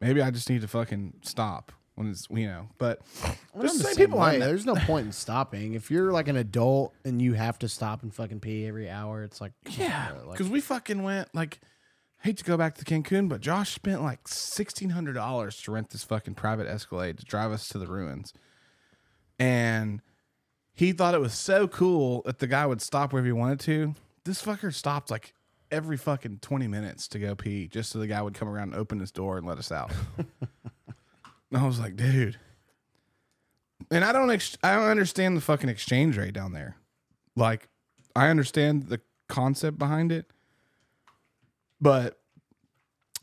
Speaker 1: Maybe I just need to fucking stop when it's you know, but there's
Speaker 4: I'm
Speaker 1: the
Speaker 4: the
Speaker 1: same
Speaker 4: same
Speaker 1: people
Speaker 4: way.
Speaker 1: I know.
Speaker 4: There's no point in stopping. If you're like an adult and you have to stop and fucking pee every hour, it's like
Speaker 1: Yeah.
Speaker 4: bro, like,
Speaker 1: Because we fucking went like hate to go back to Cancun, but Josh spent like sixteen hundred dollars to rent this fucking private escalade to drive us to the ruins. And he thought it was so cool that the guy would stop wherever he wanted to. This fucker stopped like every fucking 20 minutes to go pee just so the guy would come around and open his door and let us out. and I was like, dude. And I don't ex- I don't understand the fucking exchange rate down there. Like I understand the concept behind it, but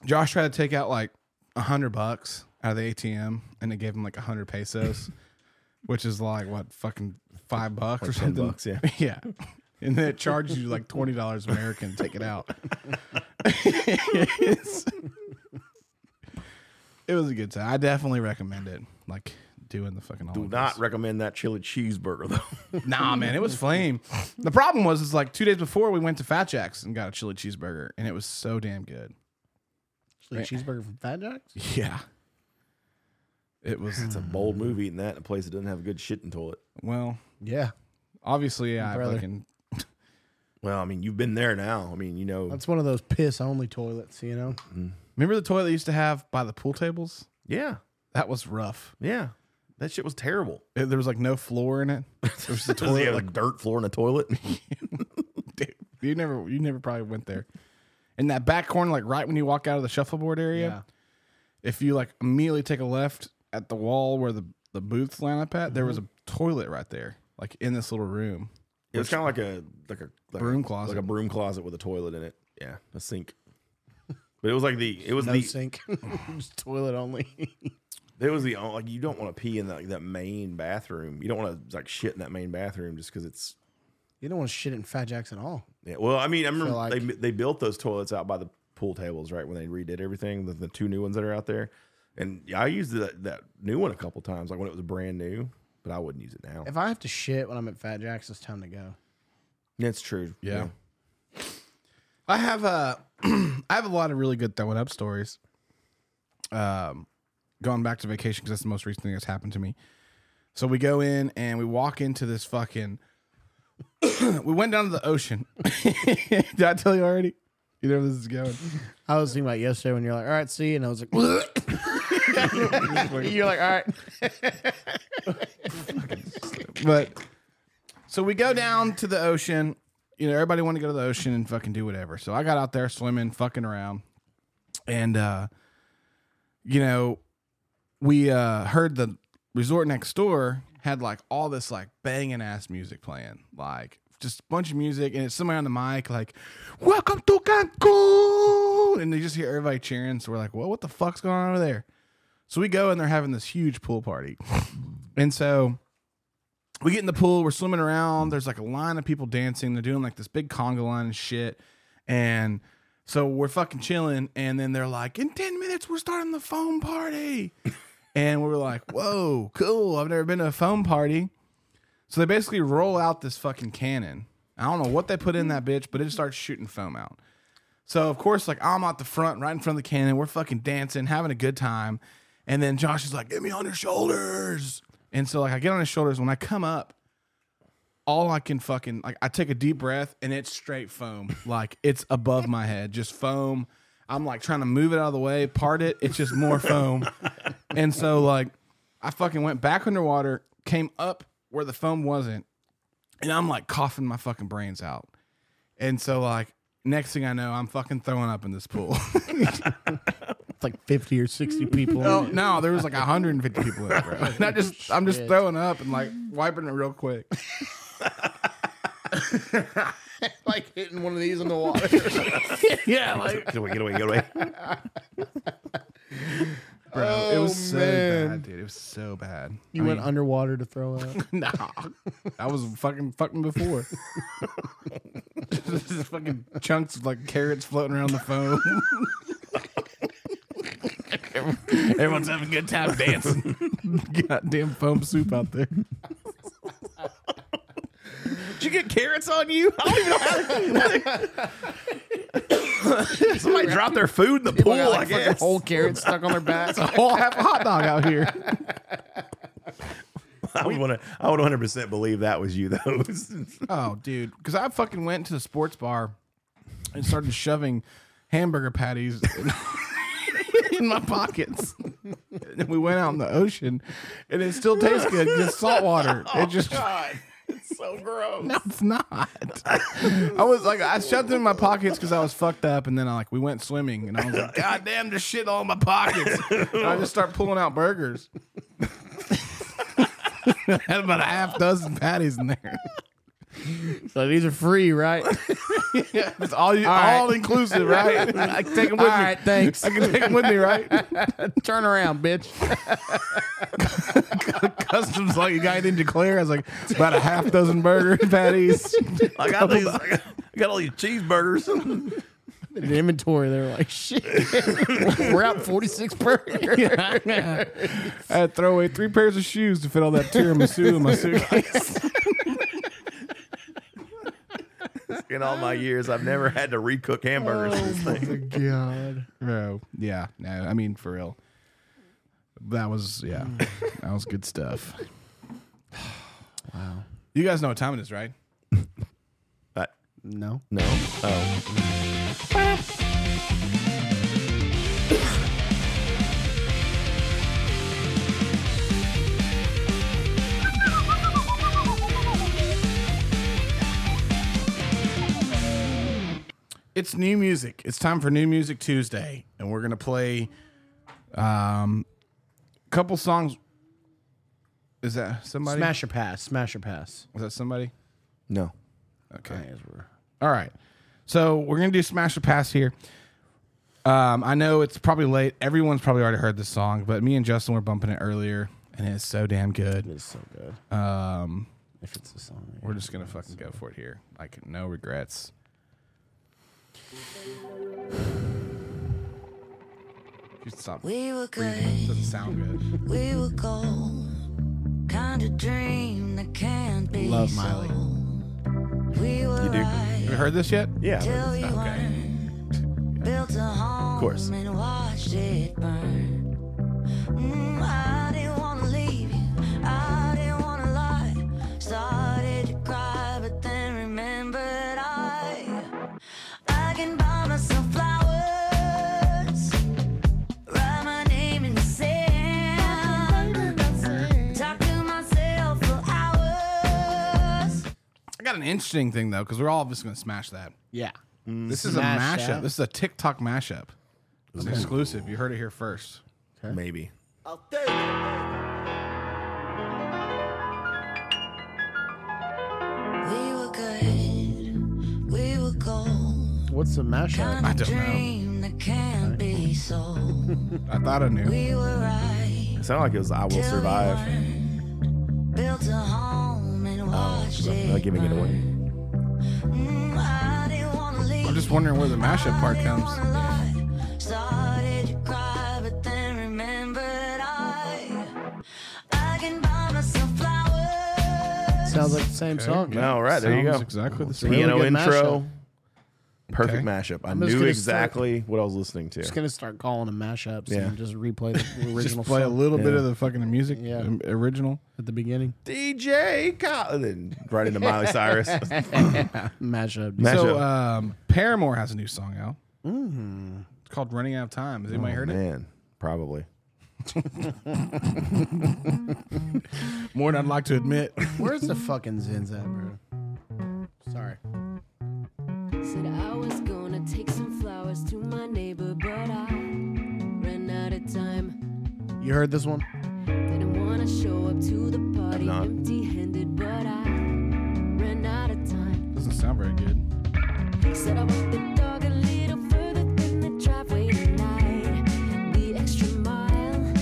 Speaker 1: Josh tried to take out like a hundred bucks out of the ATM, and it gave him like a hundred pesos, which is like what fucking five bucks
Speaker 3: 10
Speaker 1: or something.
Speaker 3: bucks, yeah.
Speaker 1: yeah. And then it charges you like twenty dollars American to take it out. It's- it was a good time. I definitely recommend it. Like doing the fucking.
Speaker 3: Do not recommend that chili cheeseburger though.
Speaker 1: Nah, man, it was flame. The problem was, is like two days before we went to Fat Jack's and got a chili cheeseburger, and it was so damn good.
Speaker 4: actually, cheeseburger from Fat Jacks.
Speaker 1: Yeah, it was.
Speaker 3: it's a bold move eating that in a place that doesn't have a good shitting toilet.
Speaker 1: well,
Speaker 4: Yeah,
Speaker 1: obviously, I
Speaker 4: Brother.
Speaker 1: fucking
Speaker 3: Well, I mean, you've been there now. I mean, you know.
Speaker 4: that's one of those piss only toilets. You know,
Speaker 1: remember the toilet they used to have by the pool tables.
Speaker 3: yeah,
Speaker 1: That was rough.
Speaker 3: yeah. That shit was terrible.
Speaker 1: It- there was like no floor in it. It was the
Speaker 3: Does he
Speaker 1: toilet.
Speaker 3: have
Speaker 1: like,
Speaker 3: like dirt floor in a toilet?
Speaker 1: dude, you never, you never probably went there. In that back corner, like right when you walk out of the shuffleboard area,
Speaker 4: yeah,
Speaker 1: if you like immediately take a left at the wall where the the booths line up at, there was a toilet right there, like in this little room.
Speaker 3: It was kind of like a like a like
Speaker 1: Broom
Speaker 3: a,
Speaker 1: closet.
Speaker 3: like a broom closet with a toilet in it. Yeah, a sink. But it was like the it was
Speaker 4: no
Speaker 3: the
Speaker 4: sink, just toilet only.
Speaker 3: it was the on- like you don't want to pee in like that main bathroom. You don't want to like shit in that main bathroom just because it's.
Speaker 4: you don't want to shit in Fat Jacks at all.
Speaker 3: Yeah, well, I mean, I remember
Speaker 4: like-
Speaker 3: they they built those toilets out by the pool tables right when they redid everything. The, the two new ones that are out there, and yeah, I used that that new one a couple times, like when it was brand new. But I wouldn't use it now.
Speaker 4: If I have to shit when I'm at Fat Jacks, it's time to go.
Speaker 3: That's true.
Speaker 1: Yeah. I have a I have a lot of really good throwing up stories. Um, going back to vacation because that's the most recent thing that's happened to me. So we go in and we walk into this fucking. we went down to the ocean. Did I tell you already? You know where this is going.
Speaker 4: I was thinking about yesterday when you're like, "All right, see," and I was like, You're like, all right.
Speaker 1: but so we go down to the ocean. You know, everybody wanted to go to the ocean and fucking do whatever. So I got out there swimming, fucking around, and uh, you know, we uh heard the resort next door had like all this like banging ass music playing, like just a bunch of music, and it's somebody on the mic like, "Welcome to Cancun," and they just hear everybody cheering. So we're like, "Well, what the fuck's going on over there?" So we go and they're having this huge pool party, and so we get in the pool, we're swimming around. There's like a line of people dancing. They're doing like this big conga line and shit. And so we're fucking chilling. And then they're like, in 10 minutes, we're starting the foam party. and we were like, whoa, cool. I've never been to a foam party. So they basically roll out this fucking cannon. I don't know what they put in that bitch, but it just starts shooting foam out. So of course, like I'm out the front, right in front of the cannon. We're fucking dancing, having a good time. And then Josh is like, "Get me on your shoulders." And so like I get on his shoulders. When I come up, all I can fucking like I take a deep breath and it's straight foam. Like it's above my head, just foam. I'm like trying to move it out of the way, part it. It's just more foam. And so like I fucking went back underwater, came up where the foam wasn't, and I'm like coughing my fucking brains out. And so like next thing I know, I'm fucking throwing up in this pool.
Speaker 7: It's like 50 or 60 people.
Speaker 1: no, no, there was like 150 people in it, bro. And I just I'm just throwing up and like wiping it real quick.
Speaker 4: Like hitting one of these in the water.
Speaker 1: Yeah, like
Speaker 3: Get away, get away, get away.
Speaker 1: bro, it was so
Speaker 4: man.
Speaker 1: bad, dude. It was so bad.
Speaker 7: Oh, You went underwater to throw up.
Speaker 1: Nah, I was fucking fucking before. Just fucking chunks of like carrots floating around the foam. Everyone's having a good time dancing. Goddamn foam soup out there.
Speaker 2: Did you get carrots on you? I don't even know how
Speaker 3: Somebody dropped their food in the pool,
Speaker 4: Got,
Speaker 3: I
Speaker 4: like, fucking
Speaker 3: guess.
Speaker 4: whole carrot stuck on their back.
Speaker 1: Oh, I have a hot dog out here.
Speaker 3: I would want to. I would 100 percent believe that was you, though.
Speaker 1: Oh, dude, because I fucking went to the sports bar and started shoving hamburger patties in, in my pockets. And then we went out in the ocean, and it still tastes good. Just salt water. It just
Speaker 3: Oh, it's so gross.
Speaker 1: no, it's not. I was like, I shoved it in my pockets because I was fucked up, and then I like we went swimming, and I was like, God damn, this shit all in my pockets. And I just start pulling out burgers. Had about a half dozen patties in there.
Speaker 4: So these are free, right?
Speaker 1: It's all you, all,
Speaker 4: right.
Speaker 1: inclusive, right? I can take them with
Speaker 4: All
Speaker 1: me.
Speaker 4: right, thanks.
Speaker 1: I can take them with me, right?
Speaker 4: Turn around, bitch.
Speaker 1: Customs like the guy didn't declare. I was like about a half dozen burger patties.
Speaker 3: I got these. I got, I got all these cheeseburgers.
Speaker 7: Did inventory. They're like,
Speaker 4: Shit. We're out 46 burgers.
Speaker 1: I had to throw away three pairs of shoes to fit all that tiramisu in my suitcase.
Speaker 3: In all my years, I've never had to recook hamburgers.
Speaker 4: Oh
Speaker 3: for this thing.
Speaker 7: God.
Speaker 1: Bro, yeah, no, I mean for real. That was yeah, that was good stuff. wow, you guys know what time it is, right?
Speaker 3: But
Speaker 7: No.
Speaker 3: no. Oh,
Speaker 1: It's new music. It's time for New Music Tuesday, and we're gonna play um, a couple songs. Is that somebody?
Speaker 7: Smash or pass. Smash or pass.
Speaker 1: Was that somebody?
Speaker 3: no.
Speaker 1: Okay. All right. So we're gonna do Smash or Pass here. Um, I know it's probably late. Everyone's probably already heard this song, but me and Justin were bumping it earlier, and it's so damn good.
Speaker 7: It's so good.
Speaker 1: Um,
Speaker 7: If it's a song.
Speaker 1: we're just gonna fucking go for it here. Like no regrets. Just stop
Speaker 8: We were
Speaker 1: breathing.
Speaker 8: good,
Speaker 1: Doesn't sound good.
Speaker 8: we were gold. Kind of dream that can't be
Speaker 1: Love Miley.
Speaker 8: sold. We were
Speaker 3: do.
Speaker 1: Have you
Speaker 8: right
Speaker 1: heard this yet?
Speaker 3: Yeah.
Speaker 8: till we weren't. Built a home
Speaker 3: course.
Speaker 8: and watched it burn. Mm, I didn't want to leave you. I didn't want to lie. Started to cry, but then remembered I. I can buy myself flowers. Write my name in the sand.
Speaker 1: got an interesting thing though, because we're all just gonna smash that.
Speaker 4: Yeah.
Speaker 1: This is
Speaker 9: Smash
Speaker 1: a mashup.
Speaker 9: that.
Speaker 1: This is a TikTok mashup. It's an exclusive. You heard it here first.
Speaker 3: Maybe.
Speaker 7: We were good, we were gold.
Speaker 4: What's the mashup?
Speaker 7: Kind of
Speaker 1: don't know.
Speaker 7: dream that can't be sold.
Speaker 1: I thought I knew.
Speaker 7: We were right
Speaker 3: It sounded like it was I Will
Speaker 7: till we
Speaker 3: Survive.
Speaker 7: weren't. Built a home
Speaker 1: Oh,
Speaker 7: and watched it.
Speaker 3: Not giving it
Speaker 7: burn.
Speaker 3: away.
Speaker 7: Mm, I didn't wanna leave.
Speaker 1: I'm just wondering where the mashup part
Speaker 7: I didn't
Speaker 1: comes.
Speaker 7: wanna lie. Started to cry, but then remembered I- I can buy myself flowers.
Speaker 4: Sounds like the same song.
Speaker 1: Okay.
Speaker 3: All right, there you
Speaker 1: Sounds
Speaker 3: go.
Speaker 1: Exactly the same.
Speaker 4: Really
Speaker 3: Piano
Speaker 4: good
Speaker 3: intro.
Speaker 4: mashup.
Speaker 3: Perfect
Speaker 1: Okay.
Speaker 3: mashup. I
Speaker 4: just gonna
Speaker 3: knew
Speaker 4: start-
Speaker 3: exactly what I was listening to.
Speaker 4: Just gonna start calling them mashups
Speaker 3: Yeah.
Speaker 4: and just replay the original
Speaker 1: Just play a
Speaker 4: song
Speaker 1: little bit
Speaker 3: Yeah.
Speaker 1: of the fucking music
Speaker 4: Yeah.
Speaker 1: um, original.
Speaker 4: at the beginning.
Speaker 3: DJ Kyle. and Then right into Miley Cyrus.
Speaker 4: Mashup.
Speaker 3: Mashup.
Speaker 1: So um, Paramore has a new song out.
Speaker 4: Mm-hmm.
Speaker 1: It's called "Running Out of Time."
Speaker 4: Oh,
Speaker 1: Has anybody heard it?
Speaker 3: Man, probably.
Speaker 1: More than I'd like to admit.
Speaker 4: Where's the fucking Zins at, bro? Sorry.
Speaker 8: Said I was gonna take some flowers to my neighbor, but I ran out of time.
Speaker 4: You heard this one?
Speaker 8: Didn't wanna show up to the party
Speaker 3: not.
Speaker 8: empty handed, but I ran out of time.
Speaker 1: Doesn't sound very good.
Speaker 8: Said I walked the dog a little further than the driveway tonight, the extra mile.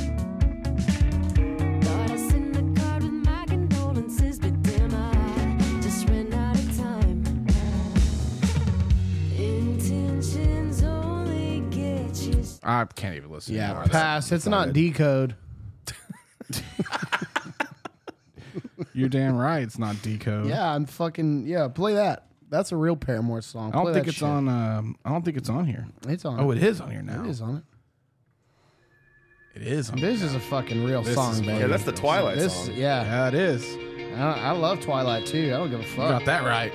Speaker 8: Thought I sent the card with my condolences, but damn, I just ran out of time. Intentions only get you.
Speaker 1: I can't even listen.
Speaker 4: Yeah.
Speaker 1: anymore.
Speaker 4: pass. It's not decode.
Speaker 1: You're damn right. It's not decode.
Speaker 4: Yeah, I'm fucking yeah. Play that. That's a real Paramore song.
Speaker 1: I don't
Speaker 4: Play
Speaker 1: think
Speaker 4: that
Speaker 1: it's
Speaker 4: shit.
Speaker 1: on. Um, I don't think it's on here.
Speaker 4: It's on.
Speaker 1: Oh, it is on here now.
Speaker 4: It is on it.
Speaker 1: It is on.
Speaker 4: This is a fucking real song, baby.
Speaker 3: Yeah, that's the Twilight
Speaker 4: this,
Speaker 3: song.
Speaker 4: yeah.
Speaker 1: Yeah, it is.
Speaker 4: I, I love Twilight too. I don't give a
Speaker 1: You got
Speaker 4: fuck.
Speaker 1: that right.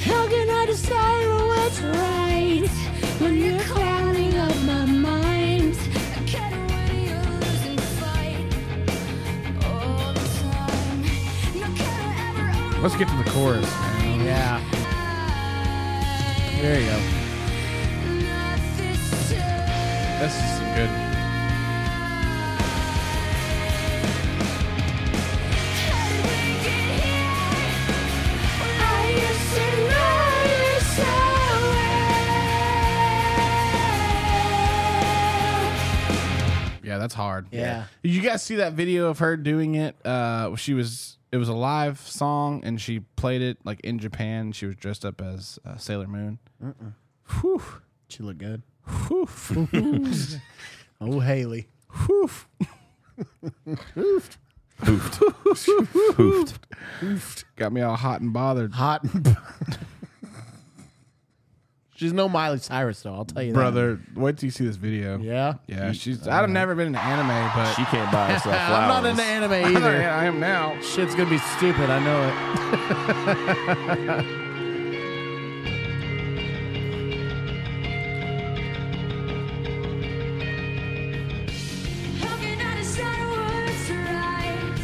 Speaker 8: How can I decide what's right when you're clouding up my mind? I can't win your losing fight all the time. No, can I ever own
Speaker 1: Let's get to the chorus. Man.
Speaker 4: Yeah. There you go.
Speaker 8: not this time?
Speaker 1: This is some good.
Speaker 8: How did we get here? I used to know you so well.
Speaker 1: Yeah, that's hard.
Speaker 4: Yeah.
Speaker 1: Did you guys see that video of her doing it? Uh, she was. It was a live song, and she played it like in Japan. She was dressed up as uh, Sailor Moon. Whew.
Speaker 4: She looked good.
Speaker 1: Whew.
Speaker 4: Oh, Haley.
Speaker 1: Whew.
Speaker 3: Hoofed. Hoofed.
Speaker 1: Got me all hot and bothered,
Speaker 4: Hot. and- She's no Miley Cyrus though. I'll tell you, that.
Speaker 1: brother. Wait till you see this video.
Speaker 4: Yeah.
Speaker 1: Yeah, she's. I've never been into anime, but
Speaker 3: She can't buy herself flowers.
Speaker 4: I'm not into anime
Speaker 1: I,
Speaker 4: either.
Speaker 1: am now.
Speaker 4: Shit's gonna be stupid. I know it.
Speaker 8: How can I decide what's right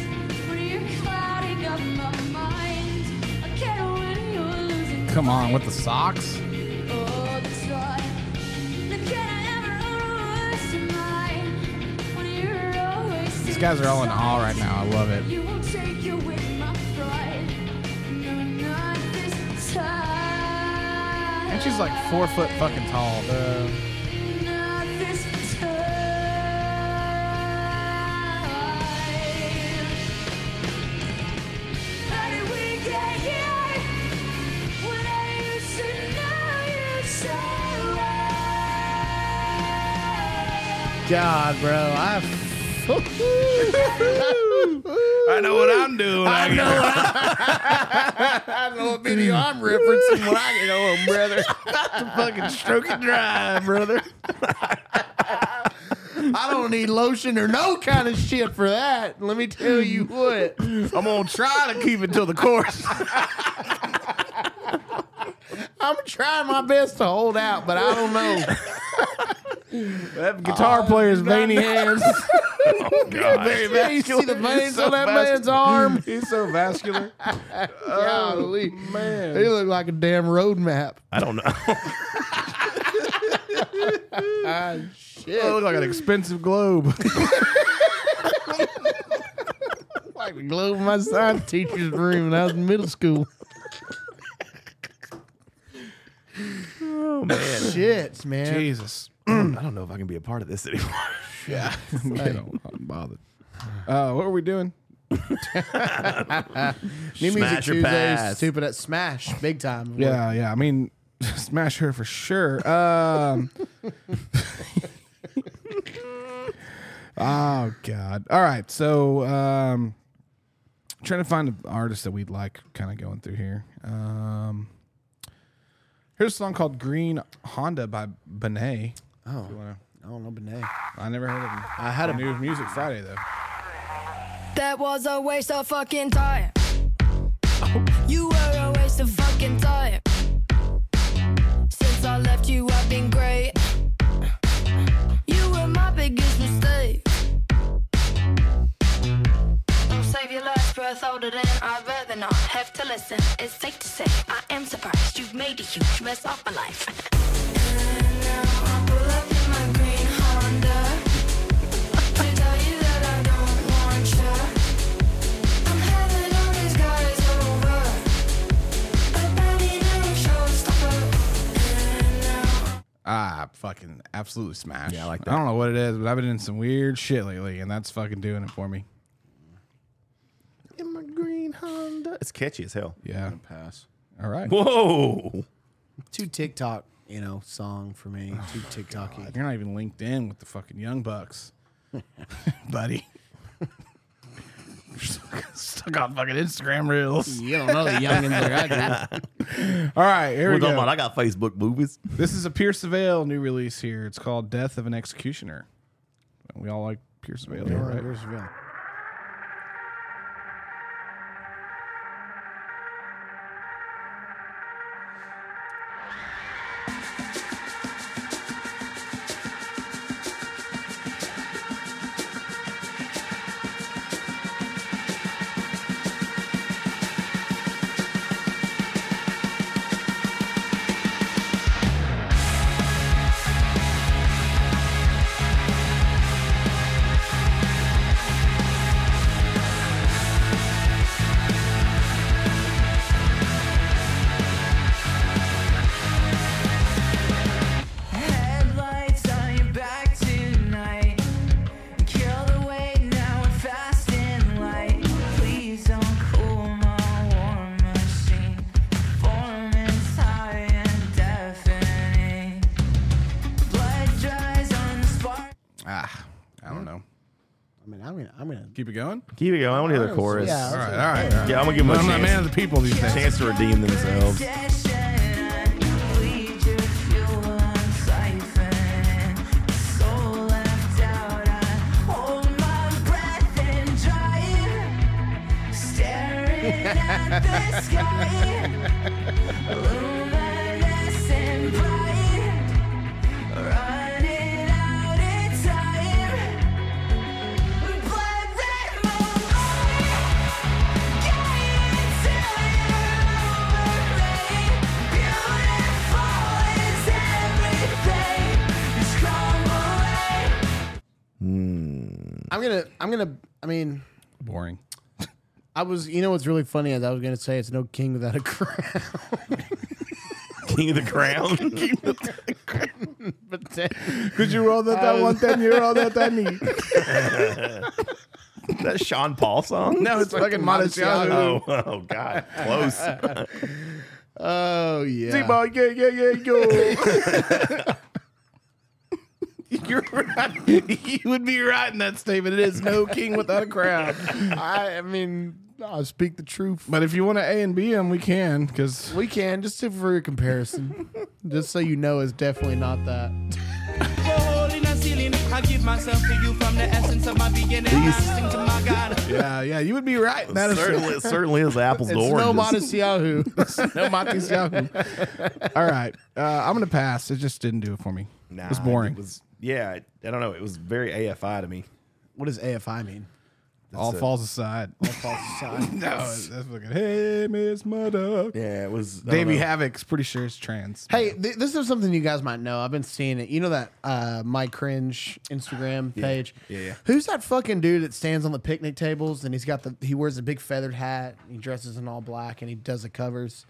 Speaker 8: when you're clouding up my mind? I can't win, you're losing
Speaker 1: Come on, with the socks.
Speaker 8: all the time. Now can I ever own what's mine when you're always
Speaker 1: These guys are all in awe right now. I love it.
Speaker 8: You won't take away my pride. No, not this time.
Speaker 1: And she's like four foot fucking tall.
Speaker 8: Not this time. How did we get here? When I used to know you so well.
Speaker 4: God, bro. I.
Speaker 3: I know what I'm doing. I know.
Speaker 4: I know what video I'm referencing when I get home, brother. to fucking stroke it dry, brother. I don't need lotion or no kind of shit for that. Let me tell you what.
Speaker 1: I'm gonna try to keep it till the chorus.
Speaker 4: I'm trying my best to hold out, but I don't know. Uh,
Speaker 1: that guitar player's veiny hands.
Speaker 3: God.
Speaker 4: Yeah, you see the veins on that man's arm. He's so vascular.
Speaker 1: Oh,
Speaker 4: Golly, man, he looked like a damn road map.
Speaker 3: I don't know.
Speaker 4: Shit,
Speaker 1: I look like an expensive globe.
Speaker 4: like the globe in my science teacher's room when I was in middle school.
Speaker 3: Oh man.
Speaker 4: Shits, man.
Speaker 1: Jesus.
Speaker 3: I don't know if I can be a part of this anymore.
Speaker 1: Yeah. I don't, I'm bothered. Uh, what were we doing?
Speaker 4: New Music
Speaker 3: Smash or
Speaker 4: Tuesdays,
Speaker 3: pass.
Speaker 4: stupid at Smash, big time.
Speaker 1: Yeah, yeah. I mean, smash her for sure. Um, oh God. All right. So, um, trying to find an artist that we'd like. Kind of going through here. Um, here's a song called "Green Honda" by Benet.
Speaker 4: Oh,
Speaker 1: wanna-
Speaker 4: I don't know, Benet.
Speaker 1: I never heard of him. I had a new music Friday though.
Speaker 8: That was a waste of fucking time. You were a waste of fucking time. Since I left you, I've been great. You were my biggest mistake. Don't save your last breath older than I'd rather not have to listen. It's safe to say I am surprised you've made a huge mess of my life. And now I pull up in my green Honda. To tell you that I don't want ya. I'm having all these guys over. A party never shows up.
Speaker 1: Ah, fucking absolutely smash. Yeah, I like that. I don't know what it is, but I've been in some weird shit lately, and that's fucking doing it for me.
Speaker 3: In my green Honda. It's catchy as hell.
Speaker 1: Yeah.
Speaker 4: Pass.
Speaker 1: All right.
Speaker 3: Whoa.
Speaker 4: Too TikTok, you know, song for me.
Speaker 1: Oh,
Speaker 4: Too TikToky.
Speaker 1: You're not even linked in with the fucking Young Bucks, buddy. You're stuck- Stuck on fucking Instagram reels.
Speaker 4: You don't know the youngins like I do.
Speaker 1: All right, here we
Speaker 3: Well, don't
Speaker 1: go.
Speaker 3: mind. I got Facebook movies.
Speaker 1: This is a Pierce the Veil new release here. It's called "Death of an Executioner." We all like Pierce the Veil, right?
Speaker 4: Where's the villain?
Speaker 8: Headlights on your back tonight. Kill the weight now we're fast and light. Please don't cool my war machine. Form is high and deafening. Blood dries on the spark.
Speaker 1: Ah, I don't know.
Speaker 4: I mean, I'm gonna, I'm gonna.
Speaker 1: Keep it going.
Speaker 3: Keep it going. I want to hear the chorus.
Speaker 4: Yeah.
Speaker 1: All right, all right. All right.
Speaker 3: Yeah, I'm gonna give them a
Speaker 1: I'm not a
Speaker 3: chance.
Speaker 1: man of the people these days.
Speaker 3: chance to redeem themselves.
Speaker 8: Running out of time, blood red moonlight.
Speaker 4: I'm gonna, I'm gonna. I mean,
Speaker 1: Boring.
Speaker 4: I was. You know what's really funny is I was gonna say it's no king without a crown.
Speaker 3: King of the Crown.
Speaker 4: but then,
Speaker 1: Could you roll that, that one thing? You roll that that knee.
Speaker 3: that Sean Paul song?
Speaker 1: No, it's fucking Monticello.
Speaker 3: Oh, oh God. Close.
Speaker 4: oh yeah.
Speaker 1: yeah, yeah, yeah, yo. You're right. You would be right in that statement. It is no king without a crown.
Speaker 4: I, I mean, I speak the truth.
Speaker 1: But if you want to A and B him, we can. Because
Speaker 4: We can just to- for a comparison, just so you know, it's definitely not that.
Speaker 1: yeah, yeah, you would be right. in That is
Speaker 3: certainly, certainly is apples to
Speaker 4: It's no
Speaker 3: oranges.
Speaker 4: modest Yahoo.
Speaker 1: no Matis Yahoo. All right, uh, I'm gonna pass. It just didn't do it for me.
Speaker 3: Nah,
Speaker 1: it was boring.
Speaker 3: It was, yeah, I don't know. It was very AFI to me.
Speaker 4: What does AFI mean?
Speaker 1: All falls aside.
Speaker 4: False sign.
Speaker 1: no, Oh, that's fucking. Hey, Miss Mother.
Speaker 3: Yeah, it was I don't
Speaker 1: Davey
Speaker 3: know.
Speaker 1: Havoc's pretty sure it's trans.
Speaker 4: Hey, th- this is something you guys might know. I've been seeing it. You know that uh, my cringe Instagram page.
Speaker 3: Yeah, yeah.
Speaker 4: Who's that fucking dude that stands on the picnic tables and he's got the he wears a big feathered hat. And he dresses in all black and he does the covers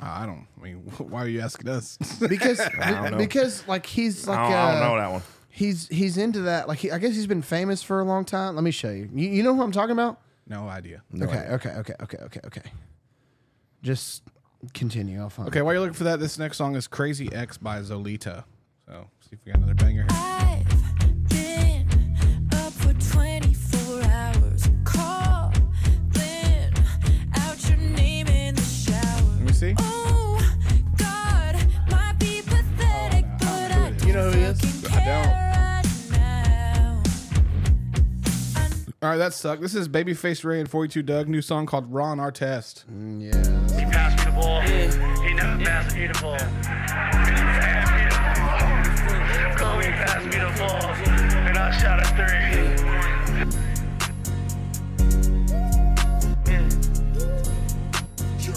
Speaker 1: Oh, I don't. I mean, wh- why are you asking us?
Speaker 4: because
Speaker 3: don't know.
Speaker 4: because like he's like
Speaker 3: I don't, I don't
Speaker 4: uh,
Speaker 3: know that one.
Speaker 4: he's he's into that. Like he, I guess he's been famous for a long time. Let me show you. You, you know who I'm talking about?
Speaker 1: no idea.
Speaker 4: okay, okay, okay, okay, okay, okay. Just continue. I'll find.
Speaker 1: Okay, while you're looking for that, this next song is "Crazy X" by Zolita. So see if we got another banger here.
Speaker 8: I've been up for 24 hours, calling out your name in the shower.
Speaker 1: Let me see.
Speaker 8: Oh God, might be pathetic, but I
Speaker 4: You know who he is?
Speaker 8: don't care now.
Speaker 1: All right, that sucked. This is Babyface Ray and 42 Doug, new song called "Raw on Our Test."
Speaker 4: Yeah.
Speaker 10: Pass me the ball. He never passed me the ball. Kobe passed me the ball, and I shot a three.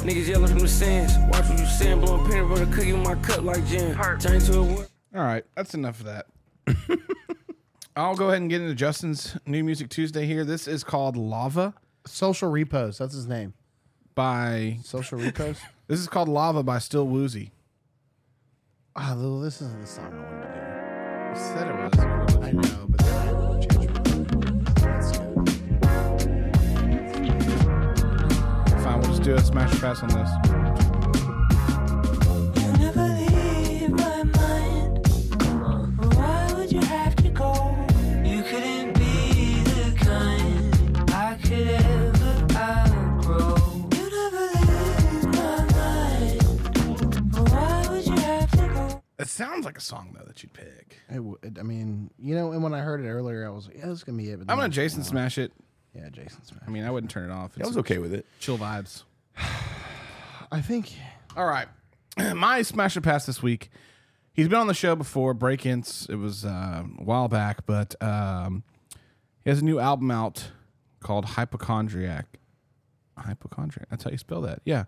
Speaker 7: Niggas yelling from the sands. Watch what you saying. Blowing peanut butter cookie in my cup like jam. Turn to a wood.
Speaker 1: All right, that's enough of that. I'll go ahead and get into Justin's new music Tuesday here. This is called "Lava"
Speaker 4: Social repos. That's his name.
Speaker 1: by.
Speaker 4: Social repos.
Speaker 1: This is called "Lava" by Still Woozy.
Speaker 4: Ah, Lil, this isn't the song I wanted to do.
Speaker 1: Said it was.
Speaker 4: I know, but then I would change it. That's good.
Speaker 1: Fine, we'll just do a smash or pass on this.
Speaker 8: You'll never leave my mind. Why would you have to go? You couldn't be the kind I could ever outgrow. You never leave my mind. Why would you have to go?
Speaker 1: It sounds like a song though that you'd pick.
Speaker 4: It w- it- I mean, you know, and when I heard it earlier, I was like, yeah, this is going to be it. But
Speaker 1: I'm
Speaker 4: then-
Speaker 1: gonna Jason smash it.
Speaker 4: Yeah, Jason Smash.
Speaker 1: I mean, I wouldn't turn it off. It's
Speaker 3: I was okay with it.
Speaker 1: Chill vibes.
Speaker 4: I think
Speaker 1: All right. My smasher pass this week. He's been on the show before, Break Ins. It was uh, a while back, but um, he has a new album out called Hypochondriac. Hypochondriac. That's how you spell that. Yeah.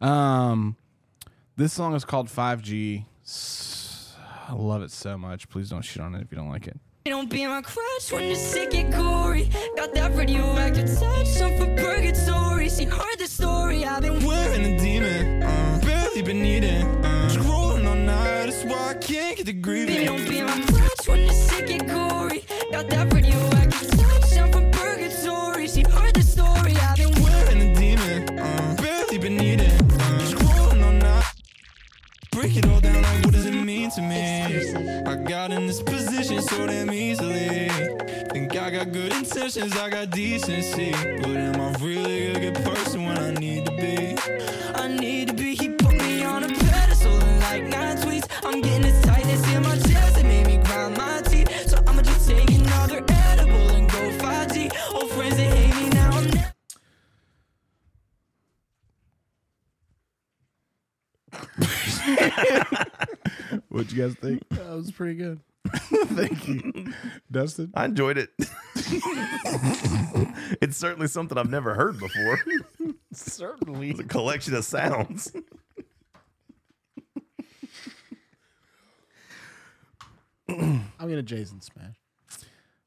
Speaker 1: Um, this song is called 5G. S- I love it so much. Please don't shit on it if you don't like it.
Speaker 8: Don't be my crush when you're sick and gory. Got that radioactive touch, some for purgatory. She heard the story. I've been wearing a demon, uh, barely been eating, uh, scrolling all night. That's why I can't get the grieving. Don't be my crush when you're sick and gory. Got that radioactive touch, some for purgatory. She heard the story. I've been wearing a demon, uh, barely been eating, uh, scrolling all night. Break it all down like what does it mean to me? I got in this position so damn easily. Think I got good intentions, I got decency. But am I really a good person when I need to be? I need to be. He put me on a pedestal and like nine tweets. I'm getting this tightness in my chest that made me grind my teeth. So I'ma just take another edible and go 5G. Old friends that hate me now. I'm never
Speaker 1: What'd you guys think?
Speaker 4: that was pretty good.
Speaker 1: Thank you. Dustin?
Speaker 3: I enjoyed it. it's certainly something I've never heard before.
Speaker 4: Certainly.
Speaker 3: It's a collection of sounds.
Speaker 4: I'm going to Jason Smash.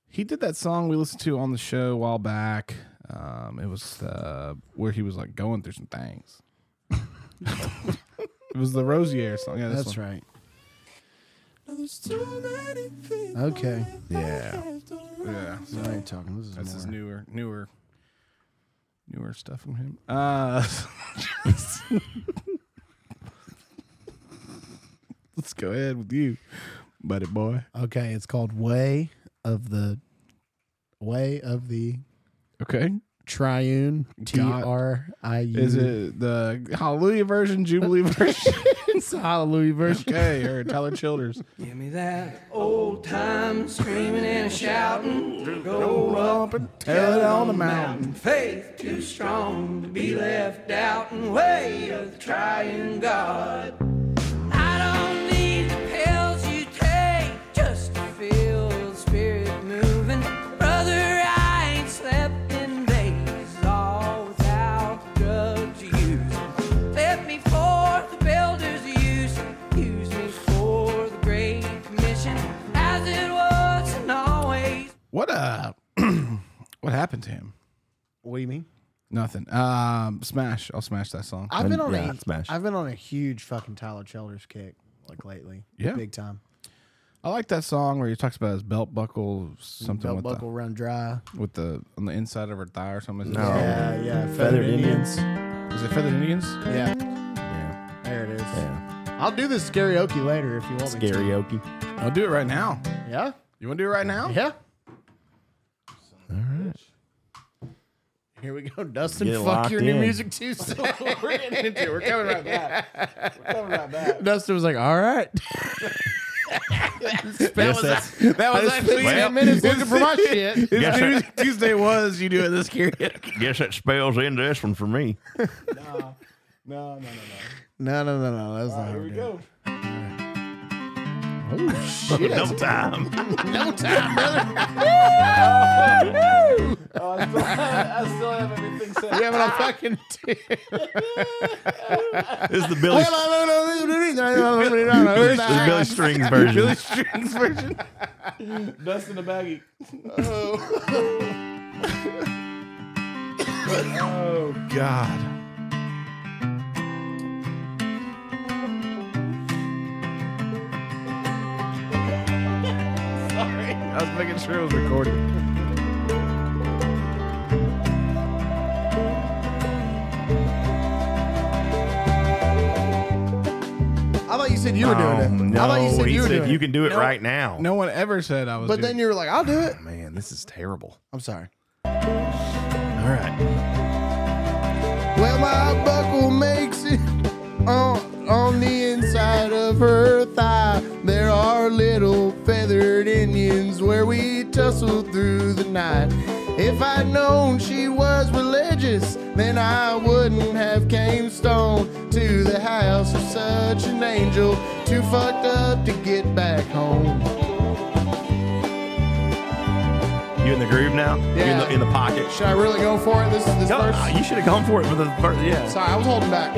Speaker 1: He did that song we listened to on the show a while back. Um, it was uh, where he was like going through some things. it was the Rosier song. Yeah,
Speaker 4: That's right. Okay.
Speaker 3: Yeah.
Speaker 1: right. Yeah, so
Speaker 4: I ain't talking. This is
Speaker 1: that's his
Speaker 4: more-
Speaker 1: newer, newer, newer stuff from him. Uh, let's go ahead with you, buddy boy.
Speaker 4: Okay, it's called Way of the Way of the
Speaker 1: Okay,
Speaker 4: Triune. T R I U.
Speaker 1: is it the Hallelujah version, Jubilee version?
Speaker 4: It's the Hallelujah version.
Speaker 1: okay, or Tyler Childers?
Speaker 7: Give me that old time screaming and shouting. Go up and
Speaker 1: Tell it on the mountain.
Speaker 7: faith too strong to be left out and way of trying God. I don't need the pills you take just to feel the spirit moving. Brother,
Speaker 1: uh, happened to him?
Speaker 4: What do you mean?
Speaker 1: Nothing. Um, smash. I'll smash that song.
Speaker 4: I've been on
Speaker 3: yeah,
Speaker 4: a
Speaker 3: smash.
Speaker 4: have been on a huge fucking Tyler Childers kick like lately.
Speaker 1: Yeah.
Speaker 4: big time.
Speaker 1: I like that song where he talks about his belt buckle, something
Speaker 4: Belt
Speaker 1: with
Speaker 4: buckle run dry.
Speaker 1: the with the on the inside of her thigh or something.
Speaker 3: No. Oh.
Speaker 4: Yeah, yeah.
Speaker 3: Feathered Indians.
Speaker 1: Is it Feathered Indians?
Speaker 4: Yeah,
Speaker 3: Yeah.
Speaker 4: there it is.
Speaker 3: Yeah.
Speaker 4: I'll do this karaoke later if you want me to.
Speaker 3: Karaoke.
Speaker 1: I'll do it right now.
Speaker 4: Yeah,
Speaker 1: You want to do it right now?
Speaker 4: yeah. All right. Here we go, Dustin.
Speaker 3: Get
Speaker 4: fuck
Speaker 3: locked
Speaker 4: your new
Speaker 3: in.
Speaker 4: music Tuesday. We're getting into it. We're coming right back.
Speaker 7: Dustin was like, all right.
Speaker 3: Yes, that's,
Speaker 4: That was actually
Speaker 10: well-
Speaker 4: ten minutes looking for my shit.
Speaker 10: Guess that,
Speaker 1: Tuesday was you doing this karaoke.
Speaker 10: guess that spells into this one for me.
Speaker 4: No, no, no, no. That's not. Here we go. Oh shit!
Speaker 10: No time.
Speaker 4: no time, brother.
Speaker 1: I still have everything set.
Speaker 4: We having a fucking.
Speaker 10: This is the Billy, this is Billy Strings version.
Speaker 1: Strings version. Dust in a baggie. Oh. God. Sorry, I was making sure it was recording.
Speaker 4: I thought you said you were doing
Speaker 3: Oh,
Speaker 4: it.
Speaker 3: no,
Speaker 4: I thought you said
Speaker 3: he
Speaker 4: you were
Speaker 3: said
Speaker 4: doing
Speaker 3: you
Speaker 4: it.
Speaker 3: can do it right now.
Speaker 1: No one ever said I was.
Speaker 4: But then you were like, I'll do it.
Speaker 3: man, this is terrible.
Speaker 4: I'm sorry.
Speaker 3: All right,
Speaker 4: Well, my buckle makes it on, on the inside of her thigh. There are little feathered Indians where we tussle through the night. If I'd known she was religious, then I wouldn't have came stone to the house of such an angel. Too fucked up to get back home.
Speaker 3: you in the groove now? You in
Speaker 4: Yeah.
Speaker 3: the, in the pocket.
Speaker 4: Should I really go for it? This is this
Speaker 3: No,
Speaker 4: first.
Speaker 3: uh, you should have gone for it for the first. Yeah.
Speaker 4: Sorry, I was holding back.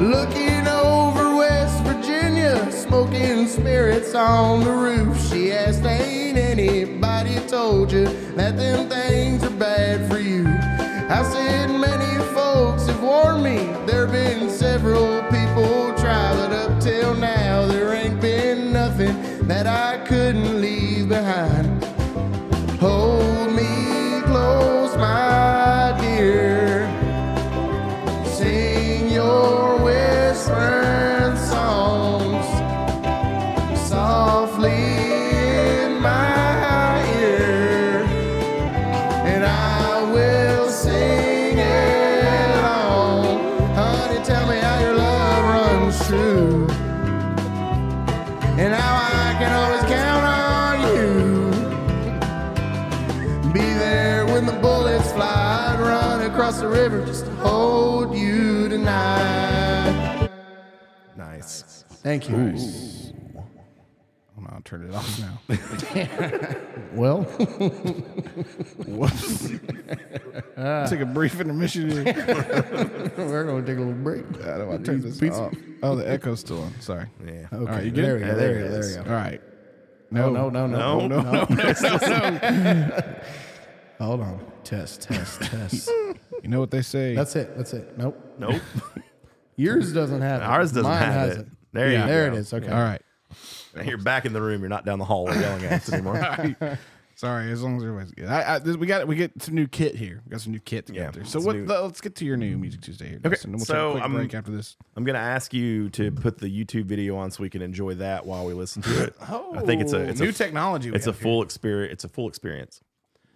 Speaker 4: Looking over West Virginia, smoking spirits on the roof. She asked, Ain't anybody told you that them things are bad for you? I said, Many folks have warned me. There been several people try, but up till now, there ain't been nothing that I couldn't leave behind. Hold me close, my dear. Sing your whispering songs softly in my ear, and I will sing it along. Honey, tell me how your love runs true, and how I can always count on you. Be there when the bullets fly and run across the river just to hold you tonight.
Speaker 3: Nice.
Speaker 4: Thank you.
Speaker 1: Hold on, I'll turn it off now.
Speaker 4: Well,
Speaker 1: Take a brief intermission. here.
Speaker 4: we're going to take a little break.
Speaker 1: How do I turn this off? Oh, the echo's still on. Sorry.
Speaker 3: Yeah.
Speaker 1: All right, you good?
Speaker 4: There we go.
Speaker 3: Yeah,
Speaker 4: There
Speaker 3: there
Speaker 4: we go.
Speaker 3: it
Speaker 4: There we
Speaker 3: is.
Speaker 4: go.
Speaker 1: All right. No,
Speaker 4: No, no, no.
Speaker 3: No, no, no.
Speaker 4: Hold on. Test, test, test.
Speaker 1: You know what they say?
Speaker 4: That's it. That's it. Nope.
Speaker 3: Nope.
Speaker 4: Yours doesn't have it.
Speaker 3: Ours doesn't
Speaker 4: Mine
Speaker 3: have
Speaker 4: has
Speaker 3: it. There you
Speaker 4: There
Speaker 3: go.
Speaker 4: it is. Okay.
Speaker 1: all right.
Speaker 3: Now You're back in the room. You're not down the hall yelling at us anymore.
Speaker 1: Sorry, as long as everybody's good. I, I, this, we got we get some new kit here. We got some new kit to
Speaker 3: Yeah,
Speaker 1: get through. So
Speaker 3: it's
Speaker 1: what?
Speaker 3: new.
Speaker 1: the- let's get to your new music Tuesday here. Dustin, and we'll
Speaker 3: so
Speaker 1: take a quick
Speaker 3: I'm-
Speaker 1: break after this.
Speaker 3: I'm gonna ask you to put the YouTube video on so we can enjoy that while we listen to it.
Speaker 4: Oh,
Speaker 3: I think it's a it's
Speaker 1: new
Speaker 3: a,
Speaker 1: technology. we
Speaker 3: It's a
Speaker 1: have
Speaker 3: full experience. It's a full experience.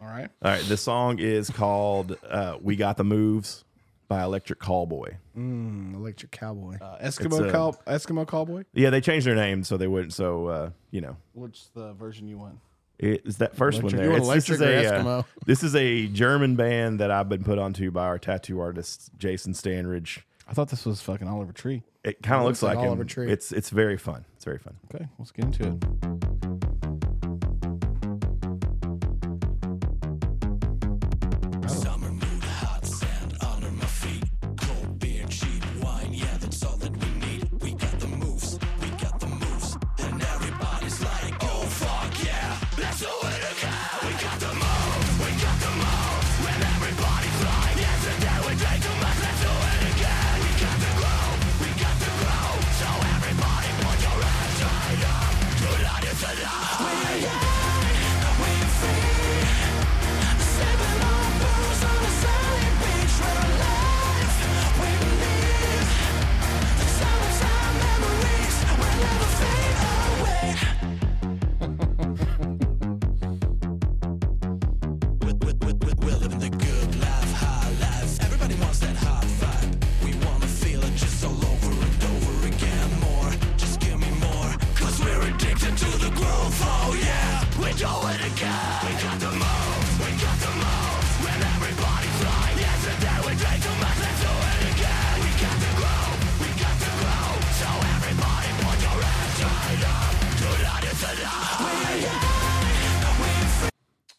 Speaker 1: here. All right.
Speaker 3: All right, this song is called uh, "We Got the Moves" by Electric Callboy.
Speaker 4: Electric Cowboy.
Speaker 1: Uh, Eskimo
Speaker 3: a-
Speaker 1: cow. Eskimo cowboy.
Speaker 3: Yeah, they changed their name so they wouldn't. So uh, you know,
Speaker 1: Which the version you want?
Speaker 3: It- It's that first
Speaker 4: Electric-
Speaker 3: one
Speaker 4: you
Speaker 3: there.
Speaker 4: want
Speaker 3: It's- this, is
Speaker 4: electric
Speaker 3: a,
Speaker 4: or
Speaker 3: uh,
Speaker 4: Eskimo?
Speaker 3: this is a German band that I've been put onto by our tattoo artist Jason Stanridge.
Speaker 1: I thought this was fucking Oliver Tree.
Speaker 3: It kind of looks,
Speaker 4: like
Speaker 3: like him.
Speaker 4: Oliver Tree.
Speaker 3: It's it's very fun. It's very fun.
Speaker 1: Okay, let's get into it.
Speaker 11: Let's do it again. We got the moves. We got the moves. And everybody's like, oh fuck yeah. Let's do it again. We got the moves. We got the moves.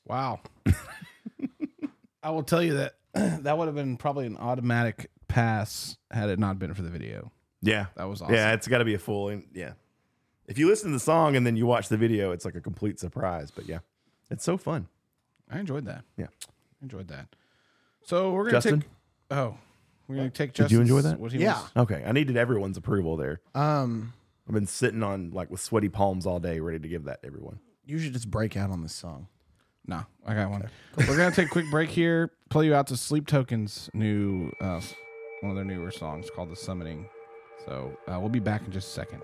Speaker 8: I will tell you that that would have been probably an automatic pass had it not been for the video.
Speaker 3: Yeah,
Speaker 8: That was
Speaker 3: Yeah,
Speaker 8: awesome.
Speaker 3: it's got to be a full. in- Yeah, if you listen to the song and then you watch the video, it's like a complete surprise. But yeah, it's so fun.
Speaker 8: I enjoyed that.
Speaker 3: Yeah.
Speaker 8: I enjoyed that. So we're gonna
Speaker 3: Justin?
Speaker 8: take. Oh, we're gonna take.
Speaker 3: Did you enjoy
Speaker 8: Justin's-
Speaker 3: that?
Speaker 8: What he
Speaker 1: Yeah.
Speaker 8: wants-
Speaker 3: Okay, I needed everyone's approval there.
Speaker 1: Um,
Speaker 3: I've been sitting on like with sweaty palms all day, ready to give that to everyone.
Speaker 1: you should just break out on this song.
Speaker 8: No, I got one. We're gonna take a quick break here. Play you out to Sleep Tokens' new uh, s- one of their newer songs called "The Summoning." So uh, we'll be back in just a second.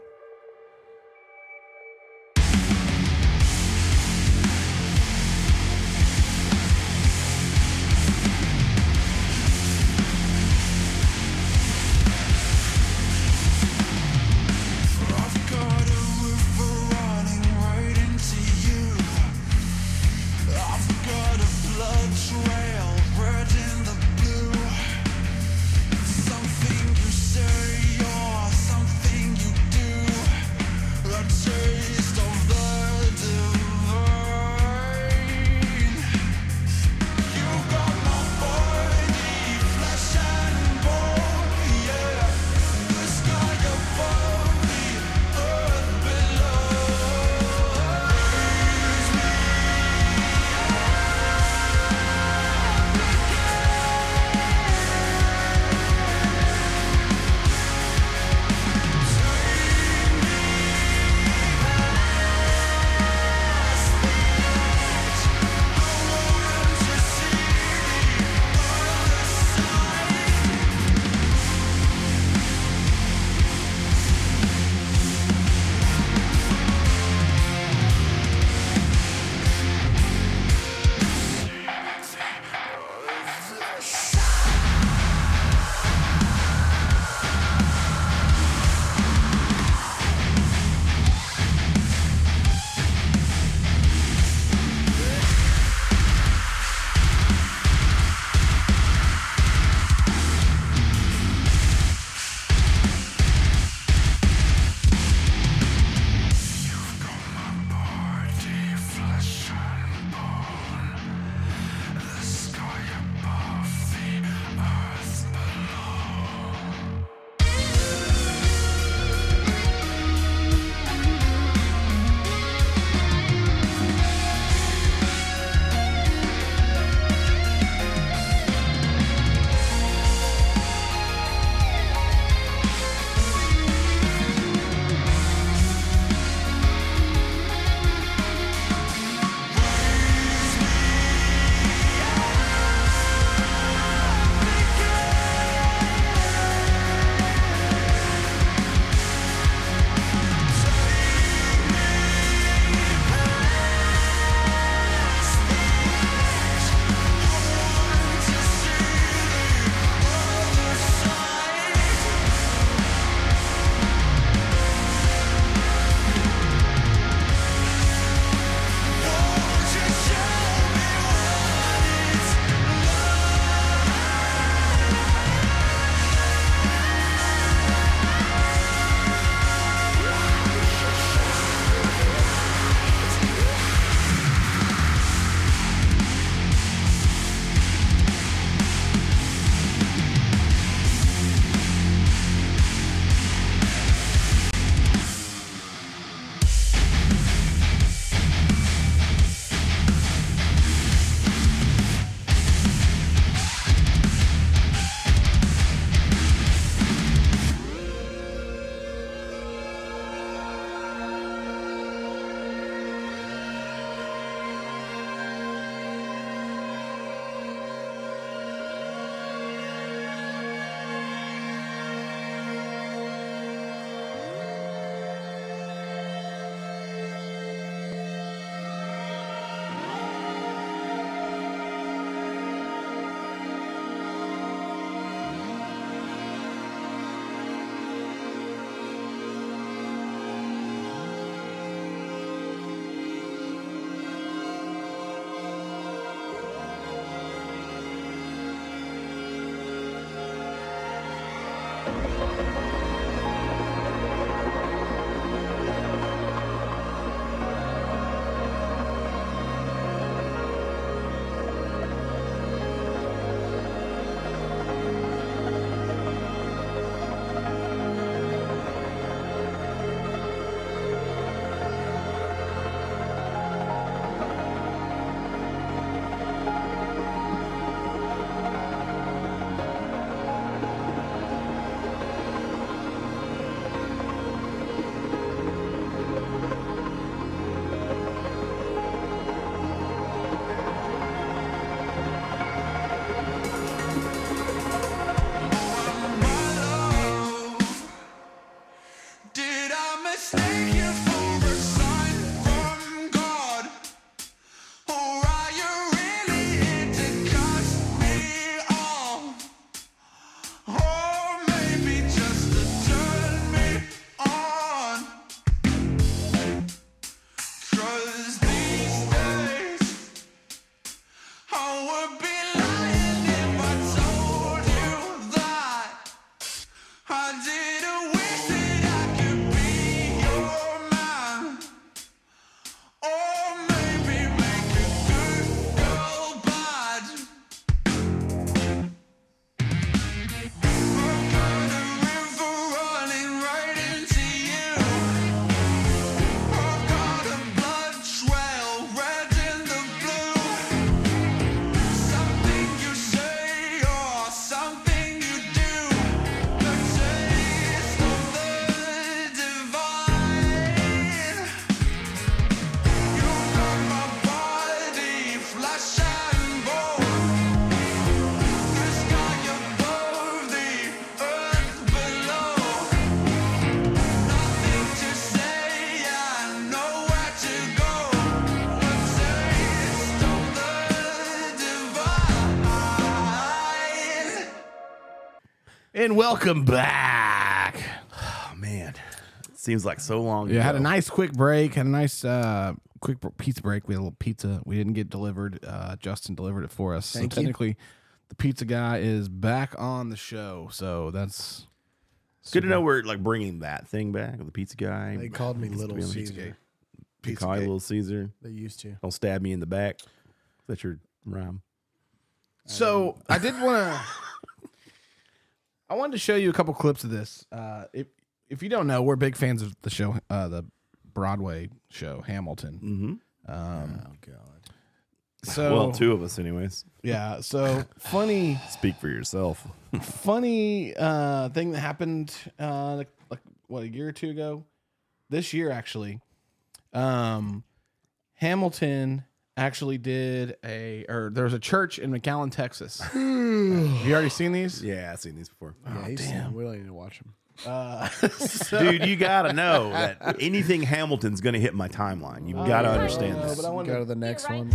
Speaker 1: And welcome back.
Speaker 3: Oh man, seems like so long.
Speaker 1: Yeah,
Speaker 3: ago.
Speaker 1: had a nice quick break. Had a nice uh, quick br- pizza break. We had a little pizza. We didn't get delivered. Uh, Justin delivered it for us.
Speaker 4: Thank
Speaker 1: so
Speaker 4: you.
Speaker 1: technically, the pizza guy is back on the show. So that's
Speaker 3: Good to know we're like bringing that thing back. The pizza guy.
Speaker 4: They called me Little
Speaker 3: Pizza
Speaker 4: Caesar.
Speaker 3: They call you Little Caesar.
Speaker 4: They used to.
Speaker 3: Don't stab me in the back. Is that your rhyme?
Speaker 4: Um,
Speaker 1: So I did want to. I wanted to show you a couple clips of this. Uh, if if you don't know, we're big fans of the show, uh, the Broadway show Hamilton.
Speaker 3: Mm-hmm.
Speaker 1: Um,
Speaker 4: Oh god.
Speaker 1: so
Speaker 3: well, two of us, anyways.
Speaker 1: yeah. So funny,
Speaker 3: Speak for yourself.
Speaker 1: funny uh, thing that happened uh, like, like what a year or two ago, this year actually. Um, Hamilton actually did a or there was a church in McAllen, Texas. you already seen these?
Speaker 3: Yeah, I've seen these before.
Speaker 4: Yeah, he's We don't need to watch him.
Speaker 1: Uh,
Speaker 3: Dude, you gotta know that anything Hamilton's gonna hit my timeline. You gotta understand
Speaker 1: no,
Speaker 3: this.
Speaker 1: but I want
Speaker 4: Go to
Speaker 1: to
Speaker 4: the next one.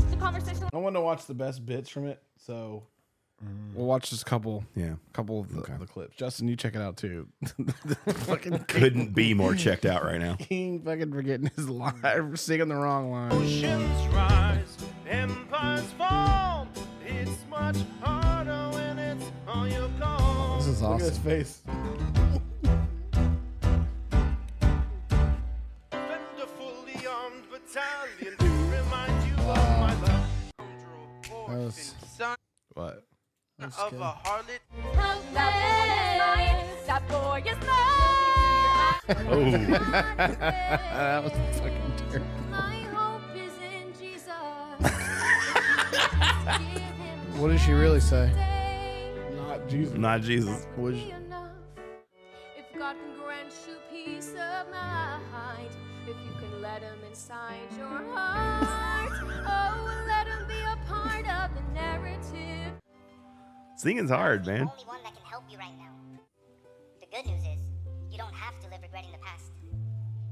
Speaker 1: I want to watch the best bits from it, so we'll watch just a couple
Speaker 3: Yeah.
Speaker 1: couple of the, the clips. Justin, you check it out too. fucking
Speaker 3: Couldn't be more checked out right now.
Speaker 1: King, fucking forgetting his line, singing the wrong line.
Speaker 2: Oceans rise, empires fall. It's much harder when it's all your
Speaker 4: This
Speaker 2: goal.
Speaker 4: is
Speaker 1: Look at his
Speaker 4: awesome.
Speaker 1: face.
Speaker 2: Send a fully armed battalion to remind you of my love.
Speaker 4: That was-
Speaker 2: Son
Speaker 1: What?
Speaker 4: That's
Speaker 2: of
Speaker 4: good.
Speaker 2: a harlot.
Speaker 1: Oh.
Speaker 4: that was fucking terrible. What did she really say?
Speaker 1: Not Jesus.
Speaker 3: Not Jesus.
Speaker 4: Was
Speaker 11: If God can grant you peace of mind, if you can let him inside your heart, oh, let him be a part of the narrative.
Speaker 3: Singing's hard,
Speaker 5: There's
Speaker 3: man.
Speaker 5: only one that can help you right now. The good news is, you don't have to live regretting the past.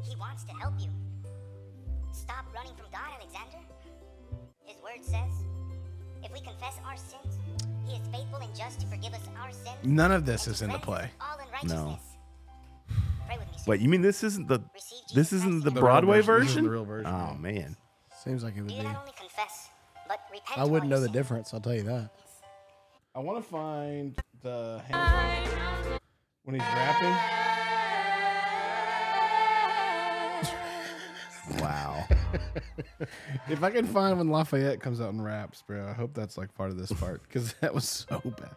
Speaker 5: He wants to help you. Stop running from God, Alexander. His word says, if we confess our sins, he is faithful and just to forgive us our sins.
Speaker 1: None of this
Speaker 5: and
Speaker 1: is
Speaker 5: to
Speaker 1: in the
Speaker 5: cleanse us
Speaker 1: play.
Speaker 5: of All unrighteousness. Pray with me, sir.
Speaker 3: Wait, you mean this isn't the
Speaker 5: Receive Jesus
Speaker 3: this isn't
Speaker 5: Christ
Speaker 3: the
Speaker 5: into
Speaker 3: Broadway
Speaker 1: real version. This is
Speaker 3: version?
Speaker 1: the real version,
Speaker 3: Oh man.
Speaker 4: Seems like it would
Speaker 5: Do you
Speaker 4: be.
Speaker 5: not only confess, but repent
Speaker 4: I wouldn't
Speaker 5: of all
Speaker 4: know
Speaker 5: your
Speaker 4: the
Speaker 5: sins?
Speaker 4: difference. I'll tell you that.
Speaker 1: I want to find the Hamilton when he's rapping.
Speaker 3: Wow.
Speaker 1: If I can find when Lafayette comes out and raps, bro, I hope that's like part of this part because that was so bad.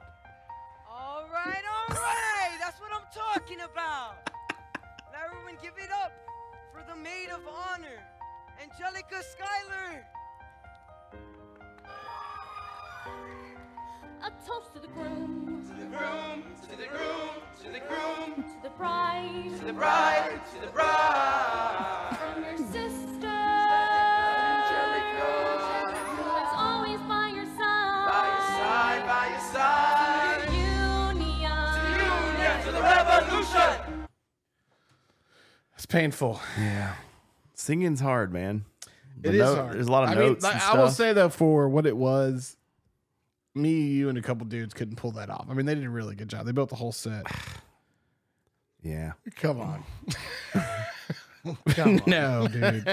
Speaker 12: All right, all right. That's what I'm talking about. Now, everyone, give it up for the maid of honor, Angelica Schuyler.
Speaker 11: A toast to the groom,
Speaker 2: To the groom, to the groom, to the groom,
Speaker 11: to the bride,
Speaker 2: to the bride, to the bride.
Speaker 11: from your sister.
Speaker 2: Angelica,
Speaker 11: That's always by your
Speaker 2: by your
Speaker 11: side.
Speaker 2: side, by your side.
Speaker 11: Union.
Speaker 2: Union to the revolution.
Speaker 1: It's painful.
Speaker 3: Singing's hard, man. The
Speaker 1: It is
Speaker 3: note-
Speaker 1: hard.
Speaker 3: There's a lot of
Speaker 1: I mean,
Speaker 3: notes.
Speaker 1: like,
Speaker 3: and
Speaker 1: I will
Speaker 3: stuff.
Speaker 1: say though, for what it was, me, you, and a couple dudes couldn't pull that off. I mean, they did a really good job. They built the whole set.
Speaker 3: Yeah.
Speaker 4: Come on. Come on.
Speaker 1: no, dude.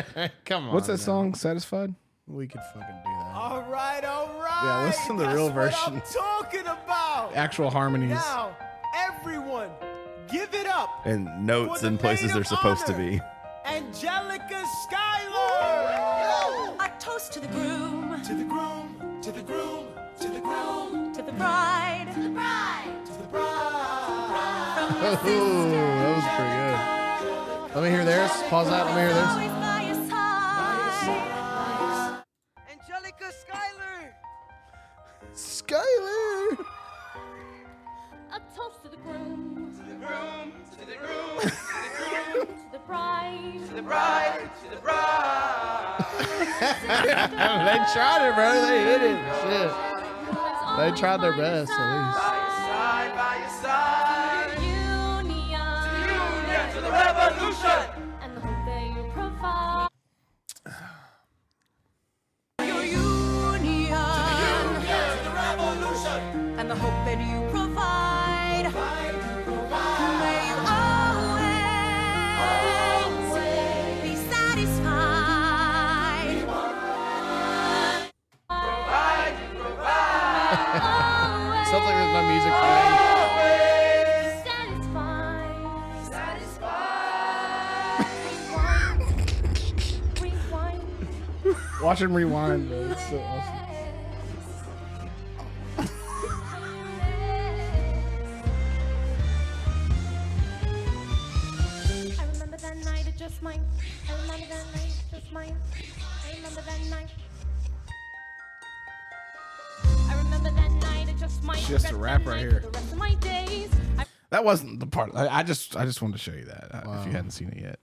Speaker 4: Come on.
Speaker 1: What's that
Speaker 4: now.
Speaker 1: song? Satisfied?
Speaker 4: We could fucking do that.
Speaker 2: All right, all right.
Speaker 1: Yeah, listen to the real version.
Speaker 13: talking about.
Speaker 1: Actual harmonies.
Speaker 13: Now, everyone, give it up
Speaker 3: and notes in places they're supposed to be.
Speaker 13: Angelica Schuyler. A toast to the groom. To the groom. To the groom. To the groom. To the bride. To the bride. To the bride.
Speaker 4: Oh, that was pretty good. Let me hear theirs. Pause that. Let me hear theirs.
Speaker 12: Angelica Schuyler.
Speaker 4: Skyler.
Speaker 11: A toast to the groom. To the groom. To the groom. To the groom. to the bride. To the bride. To the bride.
Speaker 4: they tried it, bro. They hit it. Shit. They tried their best, at least.
Speaker 2: Side by your side.
Speaker 11: Union.
Speaker 2: To the revolution.
Speaker 11: And the hope they provide.
Speaker 8: And the hope that you provide, may you always, be satisfied.
Speaker 4: Sounds like there's no music playing. Watch him rewind, bro. It's uh, so awesome.
Speaker 11: I remember that night, it just mine. I remember that night, it just mine. I remember that night. I remember that night, it just mine.
Speaker 1: Just a rap right here.
Speaker 11: The rest of my days. I
Speaker 1: That wasn't the part. I, I just I just wanted to show you that uh, if you hadn't seen it yet.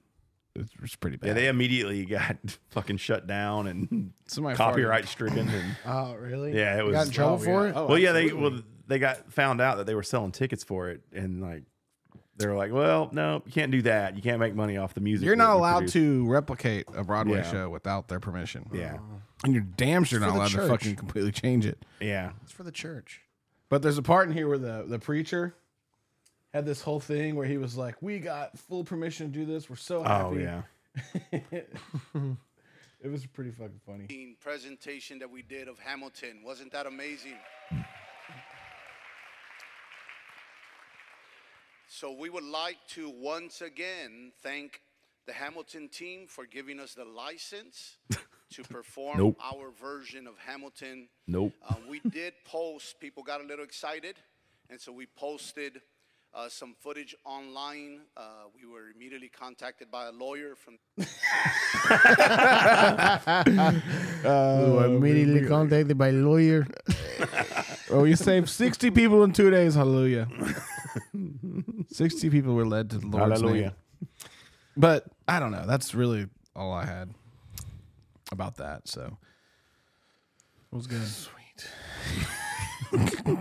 Speaker 1: It's, it's pretty bad.
Speaker 3: Yeah, they immediately got fucking shut down and
Speaker 1: Somebody
Speaker 3: copyright
Speaker 1: farted.
Speaker 3: stricken. And,
Speaker 4: Oh, really?
Speaker 3: yeah, it
Speaker 4: You
Speaker 3: was
Speaker 4: Got in
Speaker 1: Oh,
Speaker 4: trouble for it?
Speaker 3: well, yeah, they well they got found out that they were selling tickets for it, and like they were like, well, no, you can't do that. You can't make money off the music.
Speaker 1: You're
Speaker 3: that
Speaker 1: not
Speaker 3: we
Speaker 1: allowed
Speaker 3: produce."
Speaker 1: to replicate a Broadway
Speaker 3: Yeah.
Speaker 1: show without their permission.
Speaker 3: Yeah.
Speaker 1: And you're damn sure
Speaker 4: For
Speaker 1: not
Speaker 4: the
Speaker 1: allowed to
Speaker 4: church.
Speaker 1: fucking completely change it.
Speaker 3: Yeah.
Speaker 4: It's for the church.
Speaker 1: But there's a part in here where the, the preacher had this whole thing where he was like, We got full permission to do this. We're so happy.
Speaker 3: Oh yeah.
Speaker 1: it was pretty fucking funny.
Speaker 14: presentation that we did of Hamilton. Wasn't that amazing? So we would like to once again thank the Hamilton team for giving us the license to perform
Speaker 3: Nope.
Speaker 14: our version of Hamilton.
Speaker 3: Nope.
Speaker 14: Uh, we did post, people got a little excited, and so we posted uh, some footage online. Uh, we were immediately contacted by a lawyer from
Speaker 4: Oh, immediately contacted by lawyer.
Speaker 1: Oh, we saved 60 people in two days. Hallelujah. 60 people were led to the Lord's name.
Speaker 3: Hallelujah.
Speaker 1: But I don't know. That's really all I had about that. So it was good. Sweet.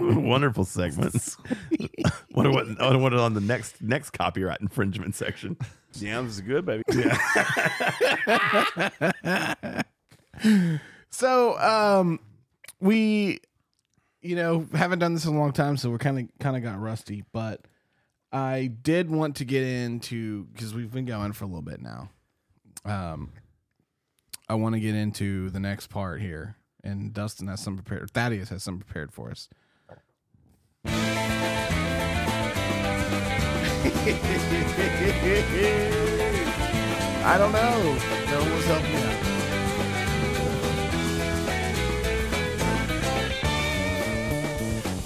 Speaker 3: Wonderful segments. what what what are on the next next copyright infringement section? Yeah, this is good, baby. Yeah.
Speaker 1: So um we you know haven't done this in a long time so we're kind of kind of got rusty but I did want to get into cuz we've been going for a little bit now. Um I want to get into the next part here and Dustin has some prepared Thaddeus has some prepared for us. I don't know. No one's helping me out.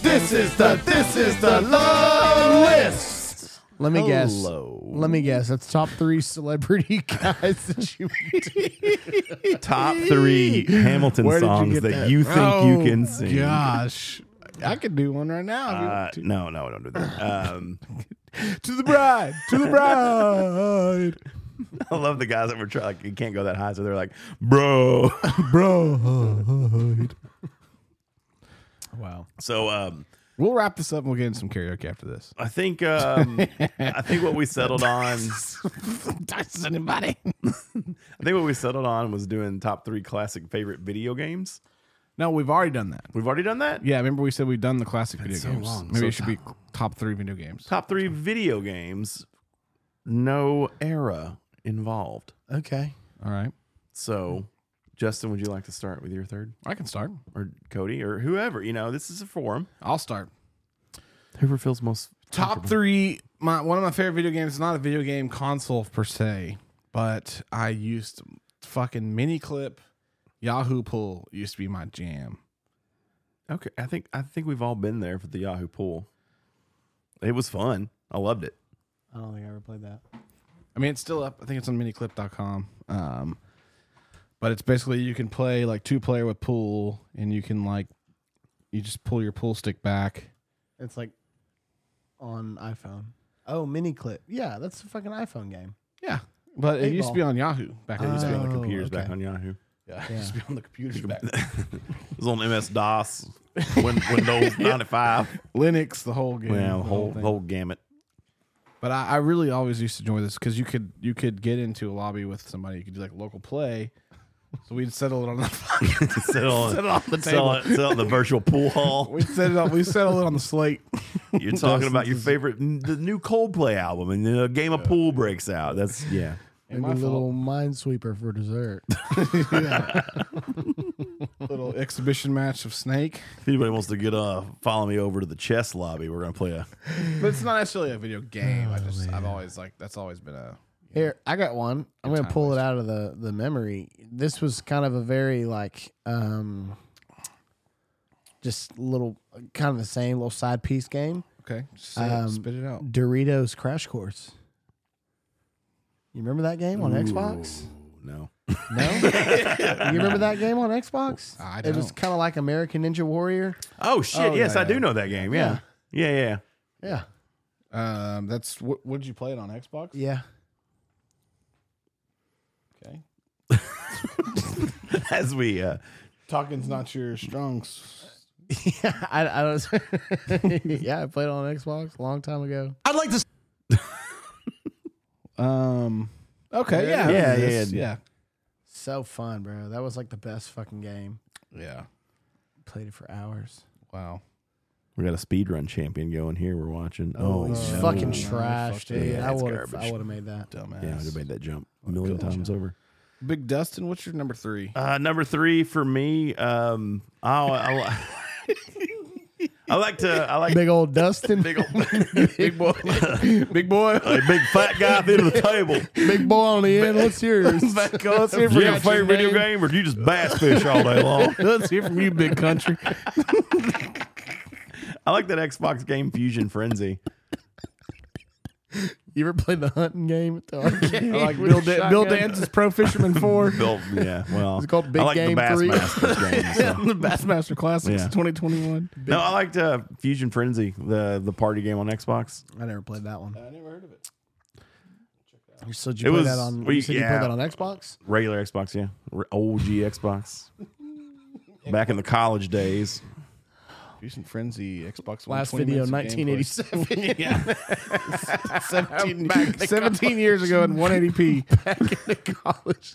Speaker 7: This is the this is the love list.
Speaker 4: Let me guess.
Speaker 7: Hello.
Speaker 4: Let me guess. That's top three celebrity guys that you would
Speaker 3: Top three Hamilton
Speaker 4: Where did you
Speaker 3: songs
Speaker 4: get
Speaker 3: that,
Speaker 4: that?
Speaker 3: you think
Speaker 4: Oh,
Speaker 3: you can sing.
Speaker 1: Gosh. I could do one right now. if you
Speaker 3: Uh, no, no, don't do that. Um,
Speaker 1: to the bride, to the bride.
Speaker 3: I love the guys that were trying. Like, you can't go that high, so they're like, "Bro,
Speaker 1: bro." Wow.
Speaker 3: So um,
Speaker 1: we'll wrap this up and we'll get in some karaoke after this.
Speaker 3: I think um, I think what we settled on.
Speaker 1: Does anybody?
Speaker 3: I think what we settled on was doing top three classic favorite video games.
Speaker 1: No, we've already done that.
Speaker 3: We've already done that.
Speaker 1: Yeah, remember we said we've done the classic video
Speaker 3: so
Speaker 1: games.
Speaker 3: long.
Speaker 1: Maybe
Speaker 3: So
Speaker 1: it should be top three video games.
Speaker 3: Top three video games, no era involved.
Speaker 4: Okay.
Speaker 1: All right.
Speaker 3: So Justin, would you like to start with your third?
Speaker 1: I can start.
Speaker 3: Or Cody, or whoever. You know, this is a forum.
Speaker 1: I'll start.
Speaker 3: Whoever feels most
Speaker 1: Top three. My one of my favorite video games. Not a video game console per se, but I used fucking mini clip. Yahoo pool used to be my jam.
Speaker 3: Okay, I think I think we've all been there for the Yahoo pool. It was fun. I loved it.
Speaker 4: I don't think I ever played that.
Speaker 1: I mean, it's still up. I think it's on miniclip.com. Um, but it's basically you can play like two player with pool, and you can like you just pull your pool stick back.
Speaker 4: It's like on iPhone. Oh, mini clip. Yeah, that's a fucking iPhone game.
Speaker 1: Yeah, but it
Speaker 4: Eight
Speaker 1: used to
Speaker 4: ball.
Speaker 1: be on Yahoo back.
Speaker 3: It
Speaker 1: in
Speaker 3: used to be on
Speaker 1: day.
Speaker 3: the computers back
Speaker 4: okay.
Speaker 3: on Yahoo.
Speaker 1: Yeah,
Speaker 4: Yeah.
Speaker 1: it used to be on the computers back.
Speaker 3: It was on MS DOS, Win- Windows ninety five.
Speaker 1: Linux, the whole game,
Speaker 3: Yeah,
Speaker 1: the
Speaker 3: whole
Speaker 1: thing.
Speaker 3: whole gamut.
Speaker 1: But I, I really always used to enjoy this because you could you could get into a lobby with somebody. You could do like local play. So we'd settle it on the
Speaker 3: Sit on,
Speaker 1: Sit on the
Speaker 3: sit on-
Speaker 1: table.
Speaker 3: sit on the virtual pool hall.
Speaker 1: we set it up. We settle it on the slate.
Speaker 3: You're talking about your favorite, the new Coldplay album, and the game of pool breaks out. That's yeah.
Speaker 4: Maybe a little minesweeper for dessert.
Speaker 1: little exhibition match of Snake.
Speaker 3: If anybody wants to get uh follow me over to the chess lobby, we're gonna play a.
Speaker 1: But it's not necessarily a video game. I just I've always like that's always been a
Speaker 4: Here, I got one. I'm gonna pull it out of the the memory. This was kind of a very like um just little kind of the same little side piece game.
Speaker 1: Okay. just say it, spit it
Speaker 3: Oh.
Speaker 1: out.
Speaker 4: Doritos Crash Course. You remember that game on Xbox?
Speaker 3: No.
Speaker 4: No. you remember that game on Xbox?
Speaker 3: I
Speaker 4: It was
Speaker 3: don't.
Speaker 4: kind of like American Ninja Warrior.
Speaker 3: Oh shit!
Speaker 4: Oh,
Speaker 3: yes,
Speaker 4: yeah,
Speaker 3: I do know that game. Yeah, yeah, yeah.
Speaker 4: Yeah.
Speaker 1: Um, that's wh- would you play it on Xbox?
Speaker 4: Yeah.
Speaker 1: Okay.
Speaker 3: As we uh,
Speaker 1: Talking's not your strong. s-
Speaker 4: yeah, I, I was. yeah, I played it on Xbox a long time ago.
Speaker 1: I'd like to. um. Okay. Yeah.
Speaker 4: There it
Speaker 1: yeah,
Speaker 4: is.
Speaker 1: yeah. Yeah.
Speaker 4: So fun, bro. That was like the best fucking game.
Speaker 1: Yeah.
Speaker 4: Played it for hours.
Speaker 1: Wow.
Speaker 3: we got a speedrun champion going here. We're watching.
Speaker 4: Oh,
Speaker 3: Oh,
Speaker 4: he's
Speaker 3: no.
Speaker 4: fucking trash,
Speaker 1: Yeah,
Speaker 4: dude. I
Speaker 1: it's
Speaker 4: would
Speaker 1: garbage.
Speaker 4: I would have made that.
Speaker 1: Dumbass.
Speaker 3: Yeah, I would have made that jump a million times over.
Speaker 1: Big Dustin, what's your number three?
Speaker 3: Uh, number three for me. Um, I, I, I like to. I like
Speaker 4: big old Dustin.
Speaker 3: big old
Speaker 1: big boy. big boy.
Speaker 3: a big fat guy at the end of the table.
Speaker 4: Big boy on the end. What's yours?
Speaker 1: let's hear
Speaker 3: Do
Speaker 1: from
Speaker 3: you have a favorite video game, or do you just bass fish all day long?
Speaker 1: Let's hear from you, big country.
Speaker 3: I like that Xbox game Fusion Frenzy.
Speaker 4: You ever played the hunting game at the arcade?
Speaker 1: like
Speaker 4: with
Speaker 1: Bill,
Speaker 4: the
Speaker 1: Dan- Bill
Speaker 4: shotgun?
Speaker 1: Dance's Pro Fisherman Four.
Speaker 3: Built, yeah. Well,
Speaker 4: It's called Big
Speaker 3: I like
Speaker 4: Game
Speaker 3: the
Speaker 4: Three.
Speaker 3: Bassmasters game.
Speaker 1: yeah, the Bassmaster Classics
Speaker 3: Yeah.
Speaker 1: 2021.
Speaker 3: No, I liked uh, Fusion Frenzy, the the party game on Xbox.
Speaker 4: I never played that one.
Speaker 1: I never heard of it.
Speaker 4: So did
Speaker 3: It
Speaker 4: you play
Speaker 3: was-
Speaker 4: that on?
Speaker 3: we-
Speaker 4: you said you
Speaker 3: yeah.
Speaker 4: played that on Xbox.
Speaker 3: Regular Xbox, yeah. Re- OG Xbox. Back in the college days.
Speaker 1: Fusion Frenzy Xbox One
Speaker 4: Last
Speaker 1: 20
Speaker 4: video,
Speaker 1: minutes of gameplay.
Speaker 4: 1987.
Speaker 1: Yeah. 17,
Speaker 4: Back in the
Speaker 1: 17 years ago in 180p.
Speaker 4: Back in the college.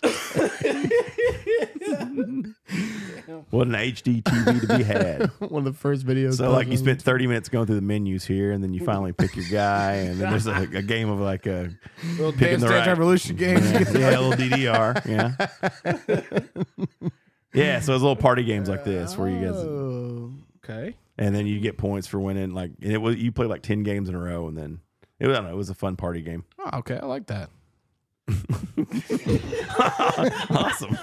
Speaker 3: What an HD TV to be had.
Speaker 4: one of the first videos.
Speaker 3: So, like, you
Speaker 4: puzzles.
Speaker 3: spent 30 minutes going through the menus here, and then you finally pick your guy, and then there's a, a game of like a
Speaker 1: Little
Speaker 3: Picking
Speaker 1: Dance
Speaker 3: the
Speaker 1: Dance
Speaker 3: right-
Speaker 1: Revolution games.
Speaker 3: yeah, yeah, a little DDR. Yeah. Yeah, so it's little party games like this where you guys
Speaker 4: Oh,
Speaker 1: Okay.
Speaker 3: and then you get points for winning. Like, and it was you play like ten games in a row, and then it was, I don't know, it was a fun party game.
Speaker 1: Oh, okay. I like that.
Speaker 3: Awesome.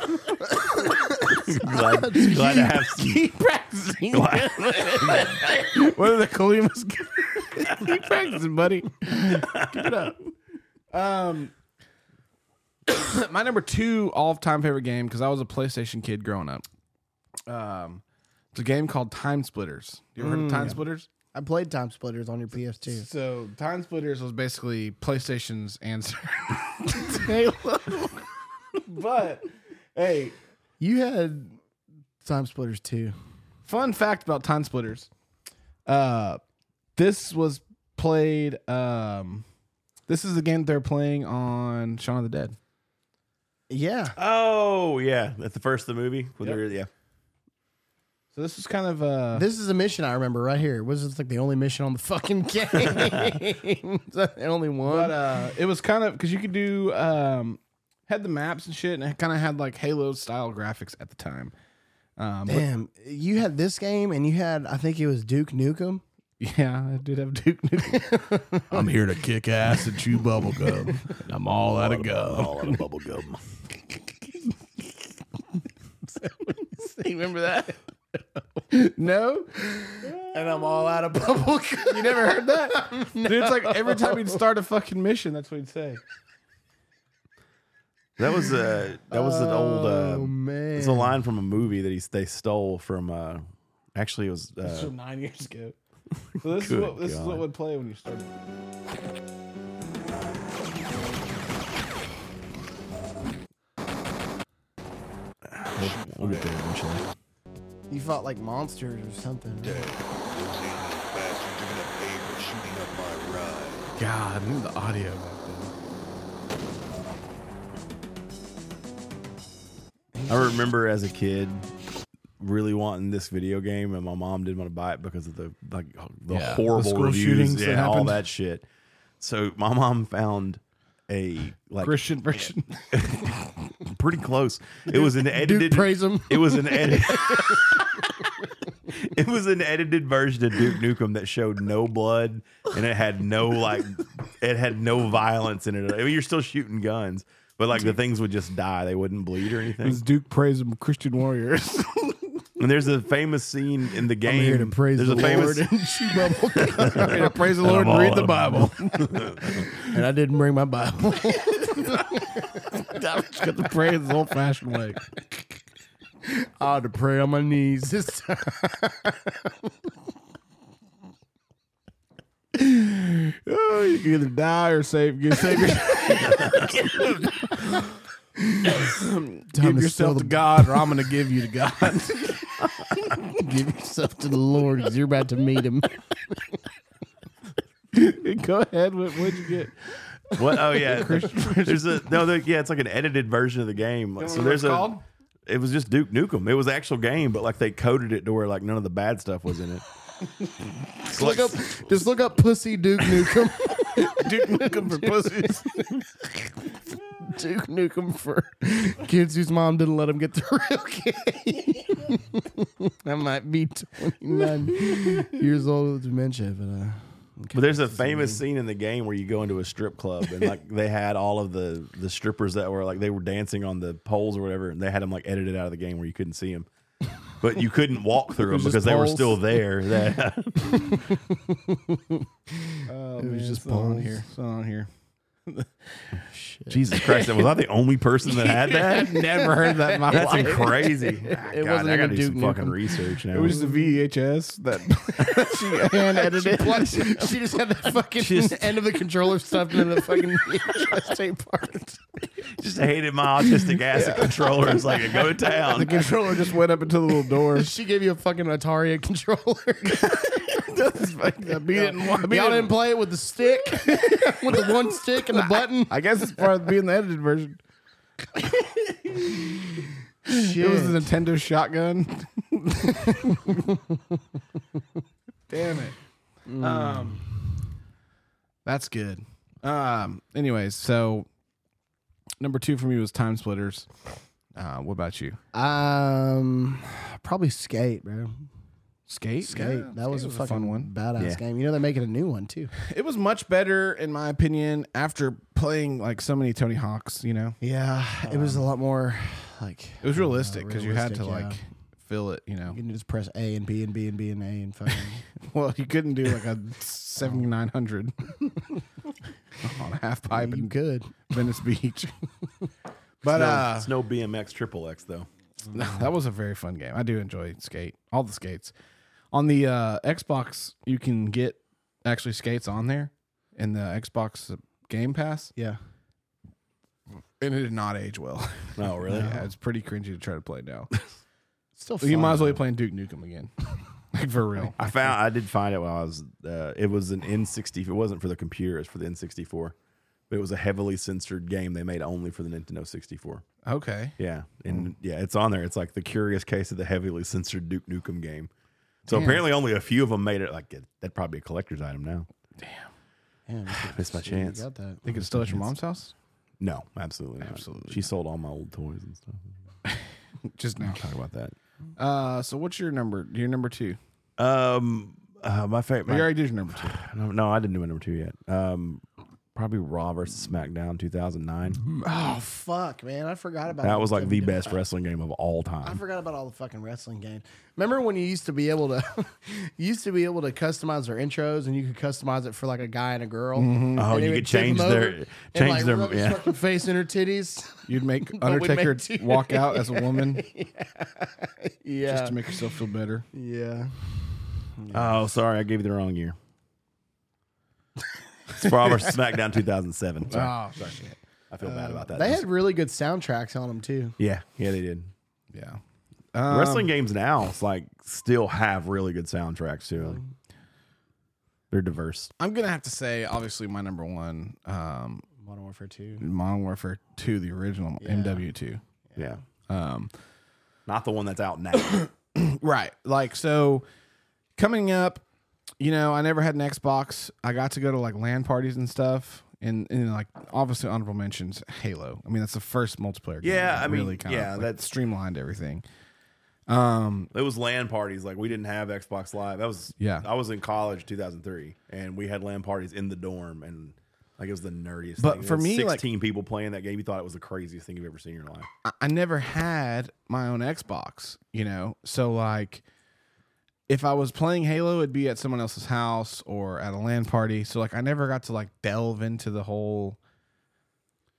Speaker 3: glad, glad to have some.
Speaker 1: Keep practicing.
Speaker 3: Glad,
Speaker 1: What are the Colimas? Keep practicing, buddy. Keep it up. Um, my number two all-time favorite game because I was a PlayStation kid growing up. Um, it's a game called Time Splitters. You ever heard of Time Splitters?
Speaker 4: I played Time Splitters on your PS2.
Speaker 1: Mm, So Time Splitters was basically PlayStation's answer. but hey,
Speaker 4: You had Time Splitters too.
Speaker 1: fun fact about Time Splitters. Uh, this was played. Um, this is the game they're playing on Shaun of the Dead.
Speaker 4: Yeah.
Speaker 3: oh yeah, at the first of the movie. Well, there- yeah.
Speaker 1: So this is kind of uh
Speaker 4: This is a mission I remember right here. Was this like the only mission on the fucking game? Is that the only one?
Speaker 1: but uh, it was kind of because you could do um, had the maps and shit, and it kind of had like Halo style graphics at the time. Um, but-
Speaker 4: Damn, you had this game, and you had I think it was Duke Nukem.
Speaker 1: Yeah, I did have Duke Nukem. I'm here to kick ass and chew bubble gum. And I'm all out of gum. all out of bubble gum.
Speaker 4: you remember that?
Speaker 1: no.
Speaker 4: And I'm all out of bubble gum.
Speaker 1: You never heard that?
Speaker 4: No.
Speaker 1: Dude, it's like every time he'd start a fucking mission, that's what he'd say.
Speaker 3: That was uh that was an old uh,
Speaker 1: Oh, man.
Speaker 3: it's a line from a movie that he they stole from uh actually it was
Speaker 1: This is
Speaker 3: uh,
Speaker 1: from nine years ago. So this is
Speaker 3: Good
Speaker 1: what this is
Speaker 3: God.
Speaker 1: what would play when you started.
Speaker 3: we'll, we'll get there eventually.
Speaker 4: You fought like monsters or something.
Speaker 1: God, look at the audio back
Speaker 3: I remember as a kid really wanting this video game, and my mom didn't want to buy it because of the like the
Speaker 1: Yeah, the
Speaker 3: horrible
Speaker 1: school
Speaker 3: reviews,
Speaker 1: shootings that
Speaker 3: yeah, all
Speaker 1: happened.
Speaker 3: that shit. So my mom found a like
Speaker 1: Christian version.
Speaker 3: pretty close. It was an edited.
Speaker 4: praise him.
Speaker 3: It was an edit. it was an edited version of Duke Nukem that showed no blood and it had no like, it had no violence in it. I mean, you're still shooting guns, but like the things would just die. They wouldn't bleed or
Speaker 1: It was
Speaker 3: anything.
Speaker 1: Duke praise him Christian warriors.
Speaker 3: And there's a famous scene in the game.
Speaker 1: here to praise
Speaker 3: there's
Speaker 1: the
Speaker 3: a famous,
Speaker 1: Lord and chew bubble gum. I'm here to praise the Lord
Speaker 3: I'm
Speaker 1: and read
Speaker 3: all
Speaker 1: the
Speaker 3: out of
Speaker 4: and I didn't bring my Bible.
Speaker 1: I'm just gonna pray in the old fashioned way.
Speaker 4: I had to pray on my knees this time.
Speaker 1: Oh, you can either die or save, you save your,
Speaker 4: Time to
Speaker 1: give yourself
Speaker 4: sell
Speaker 1: to
Speaker 4: the-
Speaker 1: God, or I'm gonna give you to God.
Speaker 4: Give yourself to the Lord because you're about to meet him.
Speaker 1: Go ahead. What, what'd you get?
Speaker 3: What? Oh yeah,
Speaker 1: Christian version.
Speaker 3: there's a no. there- yeah, it's like an edited version of the game.
Speaker 1: know
Speaker 3: so
Speaker 1: what
Speaker 3: there's
Speaker 1: it's
Speaker 3: a.
Speaker 1: called?
Speaker 3: It was just Duke Nukem. It was the actual game, but like they coded it to where like none of the bad stuff was in it. It's like-
Speaker 4: Look up, just look up "pussy Duke Nukem."
Speaker 1: Duke Nukem for pussies.
Speaker 4: Duke Nukem for kids whose mom didn't let them get the real game. I might be 29 years old with dementia, but uh,
Speaker 3: But there's a famous scene in the game where you go into a strip club and like they had all of the the strippers that were like they were dancing on the poles or whatever, and they had them like edited out of the game where you couldn't see them, but you couldn't walk through
Speaker 1: It
Speaker 3: them
Speaker 1: was
Speaker 3: because
Speaker 1: just
Speaker 3: they were
Speaker 1: poles.
Speaker 3: still there. That-
Speaker 1: Oh,
Speaker 4: It was
Speaker 1: man,
Speaker 4: just
Speaker 1: it's not on
Speaker 4: balls.
Speaker 1: here. It's not on here.
Speaker 3: Jesus Christ, was I the only person that had that?
Speaker 1: I've never heard that in my
Speaker 3: That's
Speaker 1: life.
Speaker 3: crazy.
Speaker 4: It
Speaker 3: God,
Speaker 4: wasn't
Speaker 3: I
Speaker 4: even
Speaker 3: gotta do some
Speaker 4: Duke
Speaker 3: fucking
Speaker 4: Nukem.
Speaker 3: research now.
Speaker 1: It was just a VHS that she
Speaker 4: hand
Speaker 1: hand
Speaker 4: edited.
Speaker 1: edited.
Speaker 4: She, she just had the fucking
Speaker 3: Just-
Speaker 4: end of the controller stuffed into the fucking VHS tape part.
Speaker 3: just hated my autistic ass at controllers like it go to
Speaker 1: The
Speaker 3: town.
Speaker 1: controller just went up into the little door.
Speaker 4: She gave you a fucking Atari controller.
Speaker 1: I beat it in one. I beat
Speaker 4: Y'all
Speaker 1: it in-
Speaker 4: didn't play it with the stick, with the one stick and the button.
Speaker 1: I guess it's part of being the edited version. It was a Nintendo shotgun. Damn it.
Speaker 4: Mm.
Speaker 1: Um, that's good. Um, anyways, so number two for me was Time Splitters. Uh, what about you?
Speaker 4: Um, probably skate, bro.
Speaker 1: Skate.
Speaker 4: Skate.
Speaker 1: Yeah,
Speaker 4: that was a
Speaker 1: Skate
Speaker 4: fucking
Speaker 1: fun one.
Speaker 4: badass
Speaker 3: Yeah.
Speaker 4: game. You know they're making a new one too.
Speaker 1: It was much better, in my opinion, after playing like so many Tony Hawks. You know,
Speaker 4: Yeah, it was a lot more like
Speaker 1: Um, it was realistic because you had to
Speaker 4: realistic,
Speaker 1: like
Speaker 4: yeah.
Speaker 1: fill it. You know,
Speaker 4: you can just press A and B and B and B and A and fucking.
Speaker 1: Well, you couldn't do like a 7900 on a half pipe
Speaker 4: Oh. you
Speaker 1: in
Speaker 4: could.
Speaker 1: Venice Beach. But
Speaker 3: no,
Speaker 1: uh,
Speaker 3: it's no BMX triple X though.
Speaker 1: that was a very fun game. I do enjoy skate, all the skates. On the uh, Xbox, you can get actually skates on there in the Xbox Game Pass,
Speaker 4: Yeah.
Speaker 1: and it did not age well.
Speaker 3: Oh really?
Speaker 1: yeah, it's pretty cringy to try to play now.
Speaker 4: Still
Speaker 1: you
Speaker 4: fun,
Speaker 1: might as well
Speaker 4: though.
Speaker 1: be playing Duke Nukem again, like for real.
Speaker 3: I found I did find it while I was. Uh, it was an N60. It wasn't for the computer. It's for the N64. But it was a heavily censored game they made only for the Nintendo 64.
Speaker 1: Okay,
Speaker 3: Yeah, and yeah, it's on there. It's like the curious case of the heavily censored Duke Nukem game. So apparently, only a few of them made it. Like that'd probably be a collector's item now.
Speaker 4: Yeah, you could-
Speaker 3: Missed my
Speaker 4: shit, you
Speaker 3: chance.
Speaker 4: Got that.
Speaker 1: I think it's still at your mom's house.
Speaker 3: No, absolutely not. Absolutely. She sold all my old toys and stuff.
Speaker 1: Just now.
Speaker 3: Talk about that.
Speaker 1: Uh, so what's your number? Your number two.
Speaker 3: Um, uh, my favorite.
Speaker 1: You already did your number two.
Speaker 3: No, no, I didn't do my number two yet. Um, probably Raw versus SmackDown 2009.
Speaker 4: Oh fuck, man! I forgot about
Speaker 3: that was like the
Speaker 4: WWE.
Speaker 3: best wrestling game of all
Speaker 4: I
Speaker 3: time.
Speaker 4: forgot about all the fucking wrestling games. Remember when you used to be able to, you used to be able to customize their intros, and you could customize it for like a guy and a girl.
Speaker 1: Mm-hmm.
Speaker 3: Mhm. Oh,
Speaker 4: And they
Speaker 3: you
Speaker 4: would
Speaker 3: could
Speaker 4: tip
Speaker 3: change
Speaker 4: them
Speaker 3: their-
Speaker 4: over and,
Speaker 3: change
Speaker 4: like,
Speaker 3: their-
Speaker 4: rub his
Speaker 3: yeah.
Speaker 4: fucking face in her titties.
Speaker 1: You'd make
Speaker 4: But we'd
Speaker 1: Undertaker
Speaker 4: make two-
Speaker 1: walk out as a woman.
Speaker 4: yeah,
Speaker 1: Just to make yourself feel better.
Speaker 4: yeah.
Speaker 3: Oh, sorry, I gave you the wrong year. It's Raw versus SmackDown 2007. Sorry.
Speaker 1: Oh,
Speaker 3: Sorry. I feel bad about that.
Speaker 4: They had really good soundtracks on them too.
Speaker 3: yeah, yeah, they did.
Speaker 1: Yeah. Um,
Speaker 3: Wrestling games now it's like still have really good soundtracks to them. They're diverse.
Speaker 1: I'm gonna have to say, obviously, my number one, um,
Speaker 4: Modern Warfare Two.
Speaker 1: Modern Warfare Two, the original MW Two.
Speaker 3: Yeah.
Speaker 1: Um,
Speaker 3: Not the one that's out now.
Speaker 1: right. Like so, coming up, you know, I never had an Xbox. I got to go to like LAN parties and stuff, and and like obviously honorable mentions, Halo. I mean, that's the first multiplayer. game
Speaker 3: Yeah,
Speaker 1: that
Speaker 3: I mean, yeah,
Speaker 1: like,
Speaker 3: that's-
Speaker 1: streamlined everything. Um,
Speaker 3: it was LAN parties. Like we didn't have Xbox Live. That was
Speaker 1: Yeah.
Speaker 3: I was in college 2003, and we had LAN parties in the dorm, and like it was the nerdiest.
Speaker 1: But
Speaker 3: thing. There
Speaker 1: for
Speaker 3: was
Speaker 1: me, like-
Speaker 3: 16 people playing that game. You thought it was the craziest thing you've ever seen in your life.
Speaker 1: I, I never had my own Xbox, you know? So, like, if I was playing Halo, it'd be at someone else's house or at a LAN party. So, like, I never got to, like, delve into the whole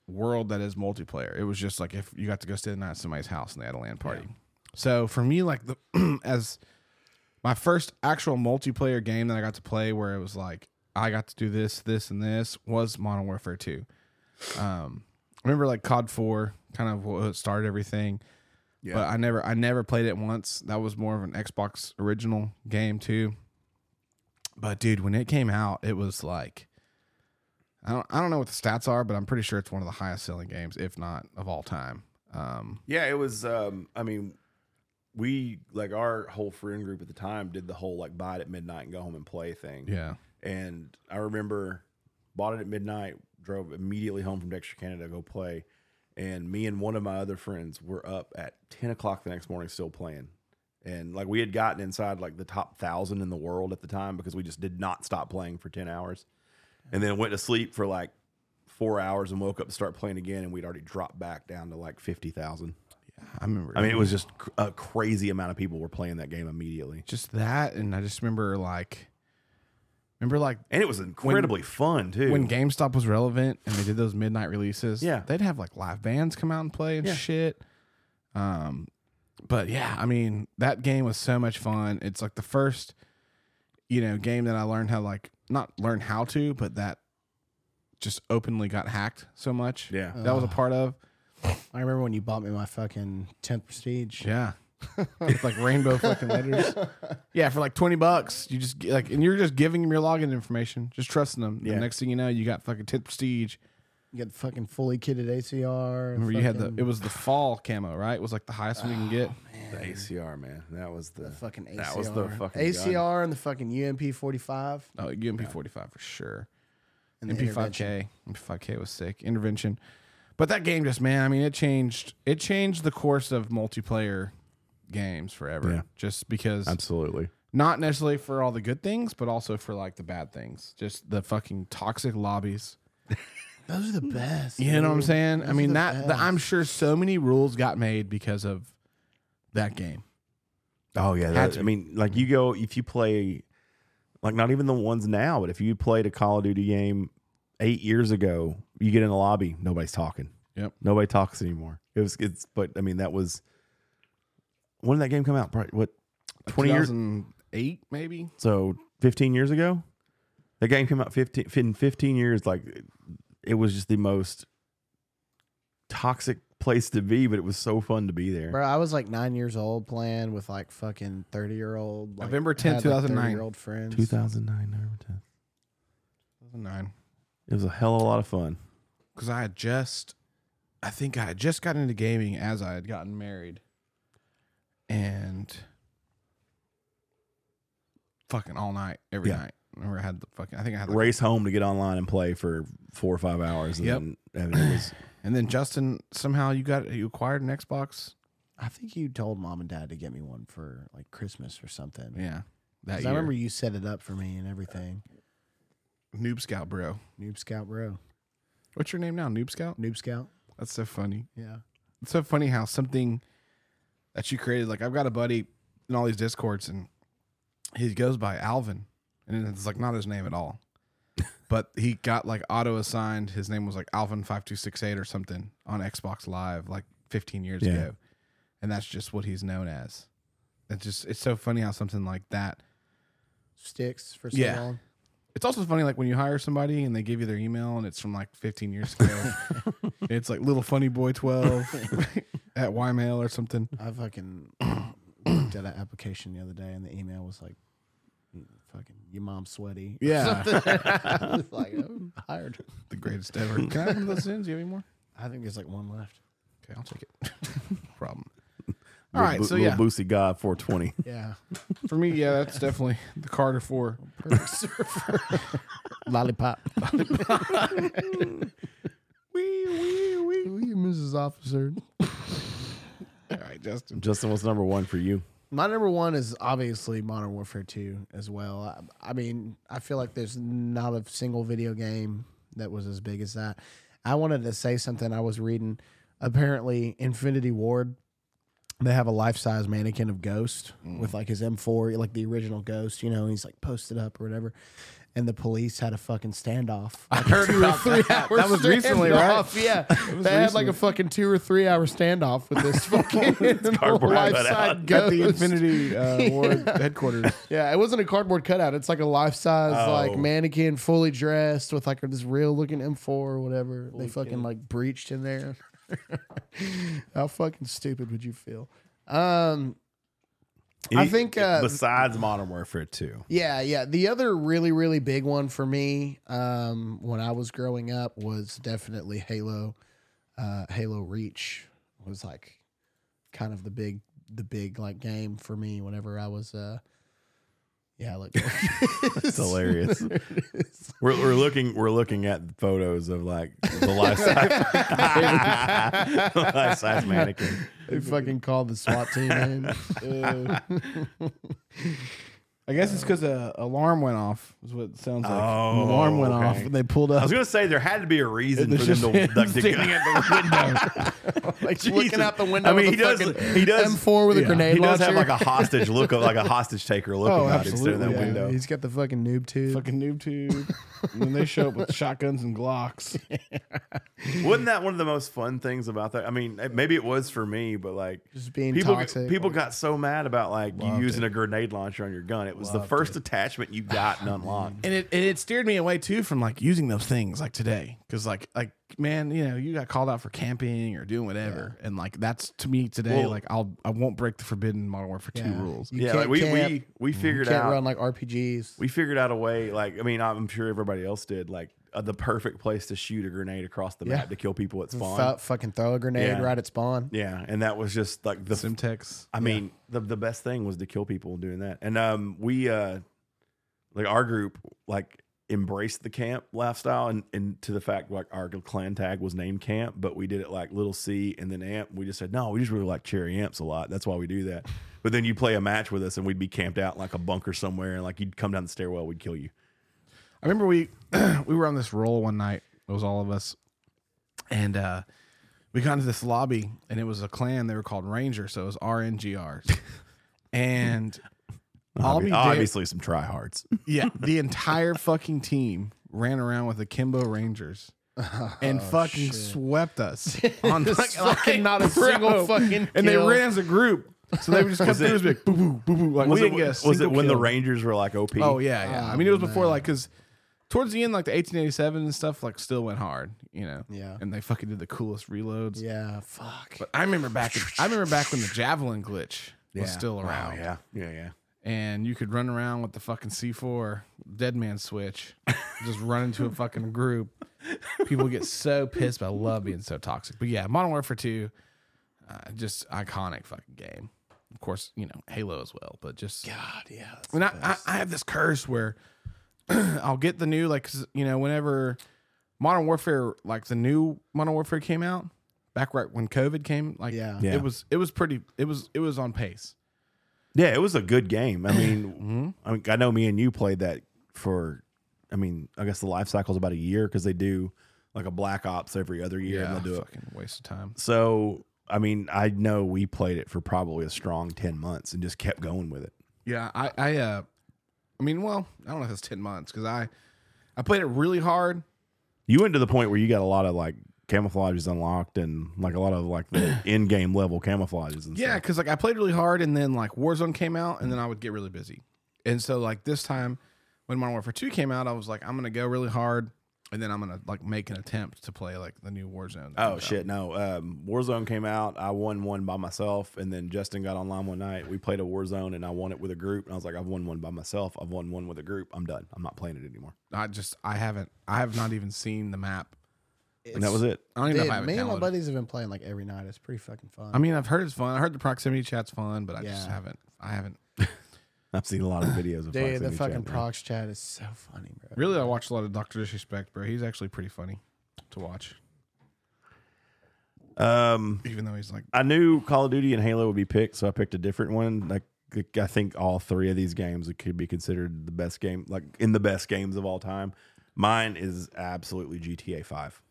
Speaker 1: world that is multiplayer. It was just like if you got to go stay the night at somebody's house and they had a LAN party. So, for me, like, the as my first actual multiplayer game that I got to play where it was like, I got to do this, this, and this was Modern Warfare 2 um I remember like COD 4 kind of what started everything.
Speaker 3: Yeah.
Speaker 1: But I never I never played it once. That was more of an Xbox original game too. But dude, when it came out, it was like I don't I don't know what the stats are, but I'm pretty sure it's one of the highest selling games if not of all time. Um
Speaker 3: Yeah, it was. Um, I mean, we like our whole friend group at the time did the whole like buy it at midnight and go home and play thing.
Speaker 1: Yeah.
Speaker 3: and I remember bought it at midnight, drove immediately home from Dexter, Canada, to go play, and me and one of my other friends were up at ten o'clock the next morning still playing. And like we had gotten inside like the top thousand in the world at the time because we just did not stop playing for ten hours, and then went to sleep for like four hours and woke up to start playing again, and we'd already dropped back down to like fifty thousand.
Speaker 1: I remember
Speaker 3: I mean, it was just cr- a crazy amount of people were playing that game immediately,
Speaker 1: just that and I just remember like remember like
Speaker 3: and it was incredibly fun too.
Speaker 1: when GameStop was relevant and they did those midnight releases,
Speaker 3: Yeah.
Speaker 1: they'd have like live bands come out and play and
Speaker 3: Yeah.
Speaker 1: shit. Um, but yeah, I mean that game was so much fun. It's like the first, you know, game that I learned how like not learn how to, but that just openly got hacked so much.
Speaker 3: Yeah.
Speaker 1: that was a part of.
Speaker 4: I remember when you bought me my fucking tenth prestige.
Speaker 1: Yeah. With like rainbow fucking letters. Yeah, for like 20 bucks, you just get, like, and you're just giving them your login information, just trusting them.
Speaker 3: Yeah.
Speaker 1: And next thing you know, you got fucking 10 prestige.
Speaker 4: You got the fucking fully kitted ACR.
Speaker 1: Remember you had the
Speaker 4: fucking- Oh,
Speaker 1: it was the fall camo, right? It was like the highest one you can get.
Speaker 3: The ACR man, that was the,
Speaker 4: fucking ACR.
Speaker 3: That was the fucking
Speaker 4: ACR
Speaker 3: gun.
Speaker 4: and the fucking UMP 45.
Speaker 1: Oh, UMP forty five for sure.
Speaker 4: And the
Speaker 1: MP five K. MP five K was sick. Intervention. But that game just man, I mean it changed it changed the course of multiplayer games forever.
Speaker 3: Yeah.
Speaker 1: Just because
Speaker 3: Absolutely.
Speaker 1: not necessarily for all the good things, but also for like the bad things. Just the fucking toxic lobbies.
Speaker 4: Those are the best.
Speaker 1: Hmm. You know what I'm
Speaker 4: dude.
Speaker 1: saying?
Speaker 4: Those
Speaker 1: I
Speaker 4: are
Speaker 1: mean
Speaker 4: the
Speaker 1: that the,
Speaker 4: best.
Speaker 1: I'm sure so many rules got made because of that game.
Speaker 3: Oh yeah,
Speaker 1: Had
Speaker 3: that-
Speaker 1: to
Speaker 3: I
Speaker 1: be.
Speaker 3: mean, like you go if you play, like not even the ones now, but if you played a Call of Duty game eight years ago, you get in the lobby, nobody's talking.
Speaker 1: Yep.
Speaker 3: Nobody talks anymore. It was it's, but I mean that was when did that game come out? Probably what twenty years?
Speaker 1: 2008 maybe?
Speaker 3: So 15 years ago, the game came out 15 in 15 years. Like it was just the most toxic place to be, but it was so fun to be there.
Speaker 4: Bro, I was like nine years old playing with like fucking 30 year old. Like,
Speaker 1: November 10th, 2009.
Speaker 4: year old friends.
Speaker 3: 2009, November 10th.
Speaker 1: 2009.
Speaker 3: It was a hell of a lot of fun.
Speaker 1: because I had just, I think I had just got into gaming as I had gotten married, and fucking all night, every
Speaker 3: Yeah.
Speaker 1: night. Remember, I had the fucking. I think I had like,
Speaker 3: Race home to get online and play for four or five hours. And
Speaker 1: Yep.
Speaker 3: then, I mean, it was
Speaker 1: And then Justin, somehow you got you acquired an Xbox.
Speaker 4: I think you told mom and dad to get me one for like Christmas or something.
Speaker 1: Yeah, that
Speaker 4: 'Cause I
Speaker 1: year.
Speaker 4: remember you set it up for me and everything.
Speaker 1: Noob Scout, bro.
Speaker 4: Noob Scout, bro.
Speaker 1: What's your name now? Noob Scout.
Speaker 4: Noob Scout.
Speaker 1: That's so funny.
Speaker 4: Yeah.
Speaker 1: It's so funny how something that you created, like I've got a buddy in all these discords, and he goes by Alvin, and it's like not his name at all. but he got like auto assigned. His name was like Alvin five two six eight or something on Xbox Live like fifteen years
Speaker 3: Yeah.
Speaker 1: ago, and that's just what he's known as. It's just it's so funny how something like that
Speaker 4: Sticks for so long.
Speaker 1: it's also funny, like when you hire somebody and they give you their email and it's from like 15 years ago. it's like little funny boy 12 at Ymail or something.
Speaker 4: I fucking looked at an application the other day and the email was like, fucking, your mom's sweaty. or
Speaker 1: Yeah.
Speaker 4: something. I was like, oh, hired.
Speaker 1: The greatest ever. Can I have one of those in? Do you have any more?
Speaker 4: I think there's like one left.
Speaker 1: Okay, I'll take it. Problem. All right,
Speaker 3: Lil
Speaker 1: so
Speaker 3: Bo- Lil
Speaker 1: yeah.
Speaker 3: Boosie God 420.
Speaker 4: Yeah.
Speaker 1: For me, yeah, that's definitely the Carter 4.
Speaker 4: Perfect surfer. Lollipop. wee, wee, wee. Wee, Mrs. Officer.
Speaker 1: All right, Justin.
Speaker 3: Justin, what's number one for you?
Speaker 4: My number one is obviously Modern Warfare 2 as well. I, I mean, I feel like there's not a single video game that was as big as that. I wanted to say something I was reading. Apparently, Infinity Ward, they have a life size mannequin of Ghost
Speaker 1: Mm.
Speaker 4: with like his M4, like the original Ghost, you know, and he's like posted up or whatever. And the police had a fucking standoff. I
Speaker 1: heard about that. That was recently, right?
Speaker 4: Yeah. They
Speaker 1: It was
Speaker 4: had like
Speaker 1: recently.
Speaker 4: a fucking two or three hour standoff with this fucking
Speaker 1: Cardboard
Speaker 4: life
Speaker 1: cutout.
Speaker 4: size
Speaker 1: At the
Speaker 4: ghost.
Speaker 1: Infinity, uh, Ward headquarters.
Speaker 4: Yeah, it wasn't a cardboard cutout. It's like a life size,
Speaker 1: Oh.
Speaker 4: like mannequin, fully dressed with like this real looking M4 or whatever. they fucking like breached in there. How fucking stupid would you feel? Um, I
Speaker 3: Any-
Speaker 4: think uh,
Speaker 3: besides Modern Warfare 2.
Speaker 4: yeah, yeah. The other really, really big one for me um, when I was growing up was definitely Halo. Uh, Halo Reach was like kind of the big, the big like game for me whenever I was. Uh, yeah, look,
Speaker 3: It's hilarious.
Speaker 4: There it is.
Speaker 3: We're, we're looking we're looking at photos of like the life size life size mannequin.
Speaker 4: They fucking called the SWAT team in. Uh,
Speaker 1: I guess it's because a alarm went off. Is what it sounds like.
Speaker 3: Uh, Oh,
Speaker 1: An alarm went
Speaker 3: okay.
Speaker 1: off and they pulled up.
Speaker 3: I was gonna say there had to be a reason
Speaker 1: It
Speaker 3: for
Speaker 1: was
Speaker 3: them to,
Speaker 1: just
Speaker 3: like, to
Speaker 1: standing
Speaker 3: go-
Speaker 4: like
Speaker 3: Jesus.
Speaker 4: looking out the window.
Speaker 3: I mean,
Speaker 4: with
Speaker 3: he
Speaker 4: a
Speaker 3: does.
Speaker 4: fucking
Speaker 3: He does.
Speaker 4: M4 with a
Speaker 3: yeah.
Speaker 4: grenade
Speaker 3: He does have like
Speaker 4: launcher.
Speaker 3: a hostage look of like a hostage taker look
Speaker 1: Oh,
Speaker 3: about him standing in that
Speaker 1: absolutely, yeah.
Speaker 3: window.
Speaker 4: He's got the fucking noob tube.
Speaker 1: fucking noob tube. and then they show up with shotguns and Glocks.
Speaker 3: Wasn't that one of the most fun things about that? I mean, maybe it was for me, but like
Speaker 4: Just being
Speaker 3: people,
Speaker 4: toxic,
Speaker 3: people
Speaker 4: like-
Speaker 3: got so mad about like you
Speaker 1: Loved
Speaker 3: using a grenade launcher on your gun. It was the
Speaker 1: Loved
Speaker 3: first attachment you got and unlocked.
Speaker 1: and it and it steered me away too from like using those things like today because like like man you know you got called out for camping or doing whatever and like that's to me today
Speaker 3: Well-
Speaker 1: like I'll I won't break the forbidden modern warfare two
Speaker 4: Yeah.
Speaker 1: rules
Speaker 4: You
Speaker 3: yeah,
Speaker 4: can't
Speaker 3: like we,
Speaker 4: camp.
Speaker 3: we we
Speaker 4: You
Speaker 3: figured
Speaker 4: can't
Speaker 3: out
Speaker 4: run like RPGs.
Speaker 3: we figured out a way. Like I mean, I'm sure everybody else did. Like uh, the perfect place to shoot a grenade across the
Speaker 4: Yeah.
Speaker 3: map to kill people at spawn.
Speaker 4: Fu- fucking throw a grenade
Speaker 3: Yeah.
Speaker 4: right at spawn.
Speaker 3: Yeah, and that was just like the
Speaker 1: Simtex
Speaker 3: I mean, the the best thing was to kill people doing that. And um, we uh, like our group like embraced the camp lifestyle, and and to the fact like our clan tag was named Camp, but we did it like Little C and then Amp. We just said no, we just really like Cherry Amps a lot. That's why we do that. But then you play a match with us, and we'd be camped out in like a bunker somewhere, and like you'd come down the stairwell, we'd kill you.
Speaker 1: I remember we we were on this roll one night. It was all of us, and uh, we got into this lobby, and it was a clan. They were called Ranger, so it was RNGRs. and I'll
Speaker 3: Obvi-
Speaker 1: be damned-
Speaker 3: obviously some tryhards.
Speaker 1: Yeah, the entire fucking team ran around with the Kimbo Rangers and
Speaker 4: Oh,
Speaker 1: fucking swept us on
Speaker 4: Just fucking not a single fucking
Speaker 1: And they
Speaker 4: kill.
Speaker 1: ran as a group, so they would just come
Speaker 3: Was
Speaker 1: through
Speaker 3: it-
Speaker 1: as big boo boo boo boo. Like
Speaker 3: was
Speaker 1: we
Speaker 3: it,
Speaker 1: didn't get a
Speaker 3: was it
Speaker 1: single
Speaker 3: when the
Speaker 1: kill.
Speaker 3: Rangers were like OP?
Speaker 1: Oh yeah, yeah.
Speaker 4: Ah,
Speaker 1: I mean, it was before like because towards the end, like the 1887 and stuff, like still went hard, you know.
Speaker 4: Yeah.
Speaker 1: And they fucking did the coolest reloads.
Speaker 4: Yeah, fuck.
Speaker 1: But I remember back. I remember back when the javelin glitch
Speaker 3: Yeah.
Speaker 1: was still
Speaker 4: Oh,
Speaker 3: Wow,
Speaker 1: around.
Speaker 3: yeah, yeah, yeah.
Speaker 1: And you could run around with the fucking C4 dead man switch, just run into a fucking group. People get so pissed, but I love being so toxic. But yeah, Modern Warfare 2, uh, just iconic fucking game. Of course, you know, Halo as well, but just
Speaker 4: God, yeah. that's
Speaker 1: and
Speaker 4: the
Speaker 1: I, I, I have this curse where I'll get the new like 'cause, you know whenever Modern Warfare, like the new Modern Warfare came out back right when COVID came. Like yeah,
Speaker 3: Yeah.
Speaker 1: it was it was pretty. It was it was on pace.
Speaker 3: Yeah, it was a good game. I mean,
Speaker 1: Mm-hmm.
Speaker 3: I mean, I know me and you played that for. I mean, I guess the life cycle is about a year because they do like a Black Ops every other year. and
Speaker 1: Yeah,
Speaker 3: they'll do
Speaker 1: fucking waste of time.
Speaker 3: it. So I mean, I know we played it for probably a strong ten months and just kept going with it.
Speaker 1: Yeah, I, I, uh, I mean, well, I don't know if it's ten months because I, I played it really hard.
Speaker 3: You went to the point where you got a lot of like camouflages unlocked and like a lot of like the end game level camouflages and
Speaker 1: Yeah, because like I played really hard, and then like Warzone came out, and then I would get really busy, and so like this time when Modern Warfare Two came out, I was like, I'm gonna go really hard, and then I'm gonna like make an attempt to play like the new Warzone. that
Speaker 3: Oh
Speaker 1: comes out.
Speaker 3: shit! No, um, Warzone came out. I won one by myself, and then Justin got online one night. We played a Warzone, and I won it with a group. And I was like, I've won one by myself. I've won one with a group. I'm done. I'm not playing it anymore.
Speaker 1: I just I haven't I have not even seen the map.
Speaker 3: And that was it.
Speaker 1: I don't even know if
Speaker 4: Dude,
Speaker 1: I have
Speaker 4: me
Speaker 1: it
Speaker 4: and my
Speaker 1: downloaded.
Speaker 4: buddies have been playing like every night. It's pretty fucking fun.
Speaker 1: I mean, I've heard it's fun. I heard the proximity chat's fun, but I just
Speaker 4: Yeah.
Speaker 1: haven't. I haven't.
Speaker 3: I've seen a lot of videos of
Speaker 4: dude, the
Speaker 3: proximity
Speaker 4: fucking
Speaker 3: chat, man.
Speaker 4: prox chat is so funny, bro.
Speaker 1: Really, I watched a lot of Doctor Disrespect, bro. He's actually pretty funny to watch,
Speaker 3: Um,
Speaker 1: even though he's like.
Speaker 3: I knew Call of Duty and Halo would be picked, so I picked a different one. Like I think all three of these games could be considered the best game, like in the best games of all time. Mine is absolutely GTA Five.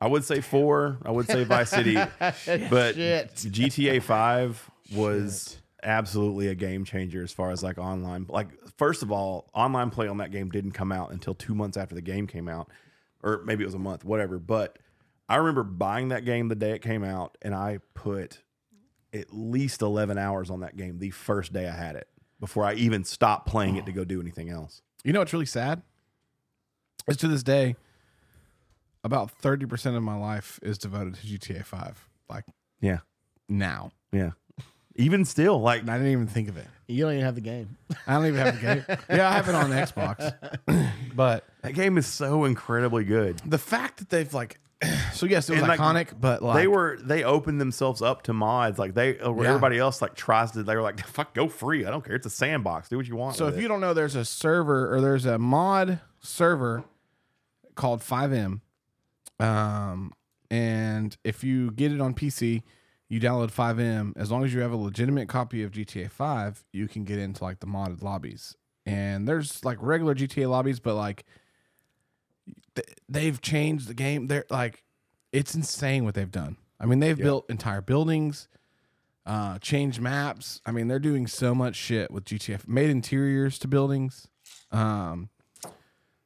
Speaker 3: I would say four. I would say Vice City, but
Speaker 4: Shit.
Speaker 3: GTA Five was absolutely a game changer as far as like online. Like first of all, online play on that game didn't come out until two months after the game came out, or maybe it was a month, whatever. But I remember buying that game the day it came out, and I put at least eleven hours on that game the first day I had it before I even stopped playing it to go do anything else.
Speaker 1: You know what's really sad? Is to this day, about thirty percent of my life is devoted to GTA Five. Like
Speaker 3: Yeah,
Speaker 1: now,
Speaker 3: yeah. Even still, like
Speaker 1: I didn't even think of it.
Speaker 4: You don't even have the game.
Speaker 1: I don't even have a game. yeah, I have it on Xbox, but
Speaker 3: that game is so incredibly good.
Speaker 1: the fact that they've like, so yes, it was
Speaker 3: And, like,
Speaker 1: iconic, but like
Speaker 3: they were they opened themselves up to mods like they or
Speaker 1: Yeah.
Speaker 3: everybody else like tries to they were like fuck go free I don't care it's a sandbox do what you want
Speaker 1: So if you don't know, there's a server or there's a mod server called 5M. Um, and if you get it on PC, you download 5M. As long as you have a legitimate copy of GTA 5, you can get into like the modded lobbies. And there's like regular GTA lobbies, but like th- they've changed the game. They're like, it's insane what they've done. I mean, they've built entire buildings uh change maps i mean they're doing so much shit with gtf made interiors to buildings um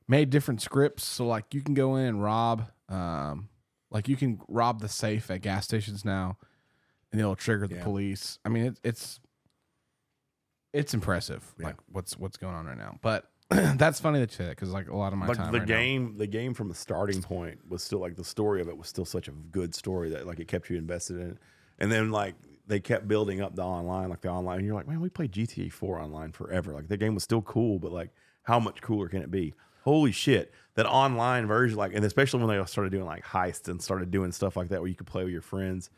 Speaker 1: made different scripts so like you can go in and rob um like you can rob the safe at gas stations now and it'll trigger the
Speaker 3: Yeah.
Speaker 1: police i mean it, it's it's impressive like what's what's going on right now but that's funny that you say that because like a lot of my
Speaker 3: like
Speaker 1: time
Speaker 3: the
Speaker 1: right now-
Speaker 3: game the game from the starting point was still like the story of it was still such a good story that like it kept you invested in it and then like they kept building up the online like the online and you're like man we played GTA 4 online forever like the game was still cool but like how much cooler can it be holy shit that online version like and especially when they started doing like heists and started doing stuff like that where you could play with your friends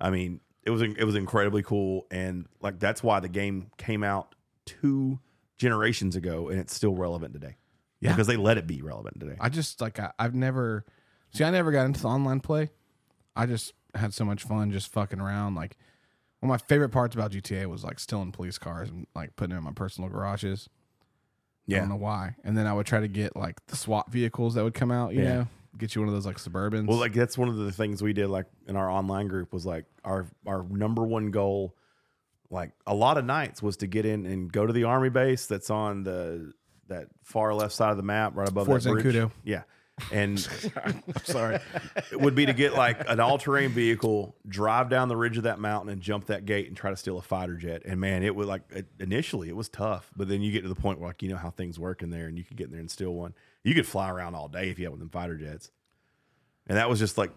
Speaker 3: I mean, it was it was incredibly cool, and like that's why the game came out two generations ago, and it's still relevant today.
Speaker 1: Yeah.
Speaker 3: because they let it be relevant today.
Speaker 1: I just like I, I've never see I never got into the online play. I just had so much fun just fucking around. Like one of my favorite parts about GTA was like stealing police cars and like putting them in my personal garages. I
Speaker 3: Yeah.
Speaker 1: don't know why. And then I would try to get like the SWAT vehicles that would come out, you
Speaker 3: Yeah.
Speaker 1: know, get you one of those like Suburbans.
Speaker 3: Well, like that's one of the things we did, like in our online group, was like our our number one goal, like a lot of nights, was to get in and go to the army base that's on the that far left side of the map, right above
Speaker 1: Fort
Speaker 3: that bridge.
Speaker 1: Zancudo.
Speaker 3: Yeah, and I'm sorry, it would be to get like an all terrain vehicle, drive down the ridge of that mountain, and jump that gate and try to steal a fighter jet. And man, it would like it- initially it was tough, but then you get to the point where like you know how things work in there, and you could get in there and steal one. You could fly around all day if you had one of them fighter jets. And that was just like,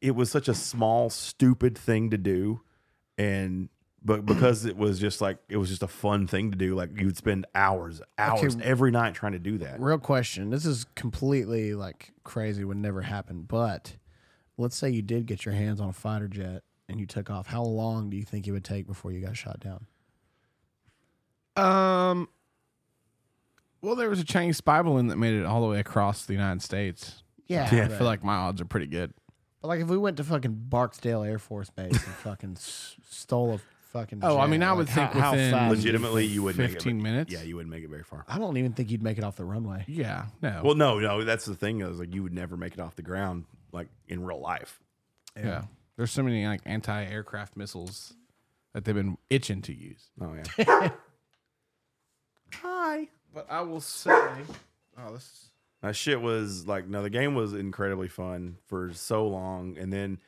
Speaker 3: it was such a small, stupid thing to do. And, but because it was just like, it was just a fun thing to do, like you would spend hours, hours
Speaker 4: Okay.
Speaker 3: every night trying to do that.
Speaker 4: Real question. This is completely like crazy. Would never happen. But let's say you did get your hands on a fighter jet and you took off. How long do you think it would take before you got shot down?
Speaker 1: um Well, there was a Chinese spy balloon that made it all the way across the United States.
Speaker 4: Yeah.
Speaker 1: So
Speaker 4: Yeah.
Speaker 1: I feel like my odds are pretty good.
Speaker 4: But like, if we went to fucking Barksdale Air Force Base and fucking s- stole a fucking.
Speaker 1: Oh, I mean,
Speaker 4: jet,
Speaker 1: I would
Speaker 4: like,
Speaker 1: think
Speaker 4: how- how
Speaker 1: within
Speaker 4: fast-
Speaker 3: Legitimately, you would make it,
Speaker 1: 15
Speaker 3: but-
Speaker 1: minutes.
Speaker 3: Yeah, you wouldn't make it very far.
Speaker 4: I don't even think you'd make it off the runway.
Speaker 1: Yeah, no.
Speaker 3: Well, no, no. That's the thing. Is like you would never make it off the ground, like in real life.
Speaker 1: Yeah. There's so many like anti-aircraft missiles that they've been itching to use.
Speaker 3: Oh
Speaker 1: yeah.
Speaker 7: Hi.
Speaker 1: but I will say, oh, this is
Speaker 3: That shit was like no, the game was incredibly fun for so long, and then,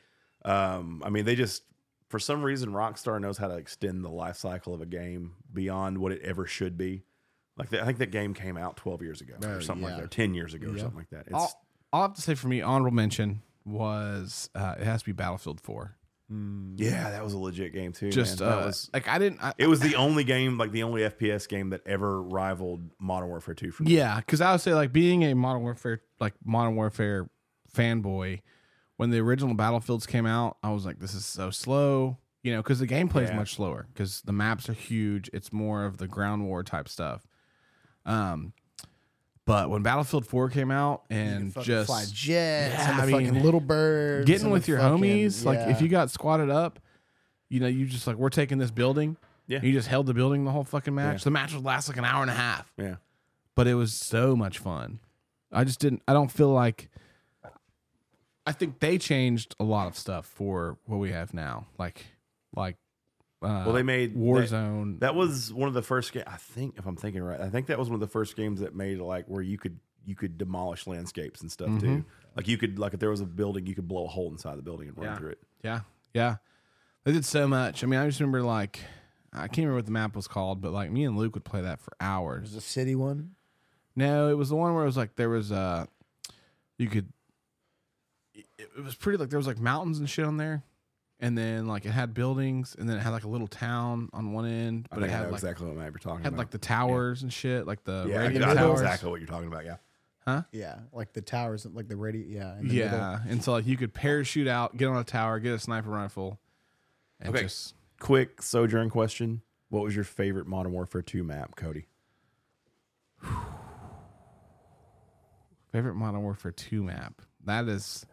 Speaker 3: um, I mean, they just for some reason Rockstar knows how to extend the life cycle of a game beyond what it ever should be. Like I think that game came out twelve years ago
Speaker 1: Oh,
Speaker 3: or something like
Speaker 1: yeah.
Speaker 3: that, ten years ago or
Speaker 1: Yeah.
Speaker 3: something like that. It's
Speaker 1: I'll, I'll have to say for me, honorable mention was uh, it has to be Battlefield Four.
Speaker 3: yeah, that was a legit game too.
Speaker 1: Just
Speaker 3: man. That
Speaker 1: uh,
Speaker 3: was-
Speaker 1: like I didn't. I,
Speaker 3: it was the only game, like the only FPS game that ever rivaled Modern Warfare Two for me.
Speaker 1: Yeah, because I would say like being a Modern Warfare like Modern Warfare fanboy, when the original Battlefields came out, I was like, this is so slow. You know, because the gameplay is
Speaker 3: Yeah.
Speaker 1: much slower because the maps are huge. It's more of the ground war type stuff. Um, but when Battlefield Four came out
Speaker 4: You
Speaker 1: and
Speaker 4: fucking
Speaker 1: just
Speaker 4: fly jets
Speaker 1: Yeah,
Speaker 4: and the
Speaker 1: I mean,
Speaker 4: fucking little birds.
Speaker 1: getting
Speaker 4: and
Speaker 1: with
Speaker 4: the
Speaker 1: your
Speaker 4: fucking-
Speaker 1: homies, like if
Speaker 4: yeah.
Speaker 1: you got squatted up, you know, you just like we're taking this building.
Speaker 3: Yeah.
Speaker 1: you just held the building the whole fucking match.
Speaker 3: Yeah.
Speaker 1: The match would last like an hour and a half
Speaker 3: Yeah.
Speaker 1: but it was so much fun. I just didn't. I don't feel like. I think they changed a lot of stuff for what we have now, like, like. Uh,
Speaker 3: well, they made
Speaker 1: Warzone.
Speaker 3: That, that was one of the first games. I think, if I'm thinking right, I think that was one of the first games that made like where you could you could demolish landscapes and stuff
Speaker 1: Mhm.
Speaker 3: too. Like you could like if there was a building, you could blow a hole inside the building and run
Speaker 1: Yeah.
Speaker 3: through it.
Speaker 1: yeah, yeah, they did so much. I mean, I just remember like I can't remember what the map was called, but like me and Luke would play that for hours.
Speaker 4: There's a city one.
Speaker 1: No, it was the one where it was like there was uh you could it, it was pretty like there was like mountains and shit on there. And then like it had buildings and then it had like a little town on one end,
Speaker 3: I
Speaker 1: but it
Speaker 3: think I
Speaker 1: had
Speaker 3: know
Speaker 1: like
Speaker 3: exactly what map you're talking
Speaker 1: had
Speaker 3: about.
Speaker 1: like the towers and shit, like the
Speaker 3: Yeah, I,
Speaker 1: radio
Speaker 3: I know
Speaker 1: towers.
Speaker 3: exactly what you're talking about. Yeah,
Speaker 1: Huh?
Speaker 4: Yeah, like the towers, like the radio. Yeah, in the middle.
Speaker 1: Yeah. And so like you could parachute out, get on a tower, get a sniper rifle, and
Speaker 3: Okay.
Speaker 1: just
Speaker 3: Quick sojourn question: What was your favorite Modern Warfare 2 map, Cody?
Speaker 1: Favorite Modern Warfare 2 map. That is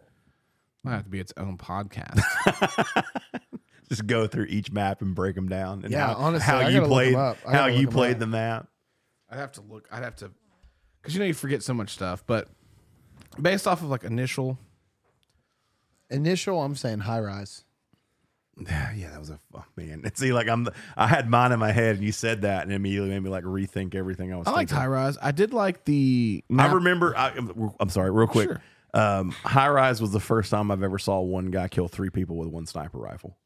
Speaker 1: might have to be its own podcast.
Speaker 3: Just go through each map and break them down. And
Speaker 1: Yeah,
Speaker 3: how,
Speaker 1: honestly,
Speaker 3: how
Speaker 1: I gotta
Speaker 3: you
Speaker 1: look 'em
Speaker 3: played
Speaker 1: up. I
Speaker 3: how
Speaker 1: gotta look
Speaker 3: you
Speaker 1: 'em
Speaker 3: played
Speaker 1: up.
Speaker 3: the map.
Speaker 1: I'd have to look. I'd have to, because you know you forget so much stuff. But based off of like initial,
Speaker 4: Initial, I'm saying high rise.
Speaker 3: Yeah, that was a oh, man. And see, like I'm, the, I had mine in my head, and you said that, and it immediately made me like rethink everything I was.
Speaker 1: I liked
Speaker 3: thinking.
Speaker 1: high rise. I did like the. map-
Speaker 3: I remember. I, I'm I'm sorry, real quick.
Speaker 1: Sure.
Speaker 3: Um, high rise was the first time I've ever saw one guy kill three people with one sniper rifle.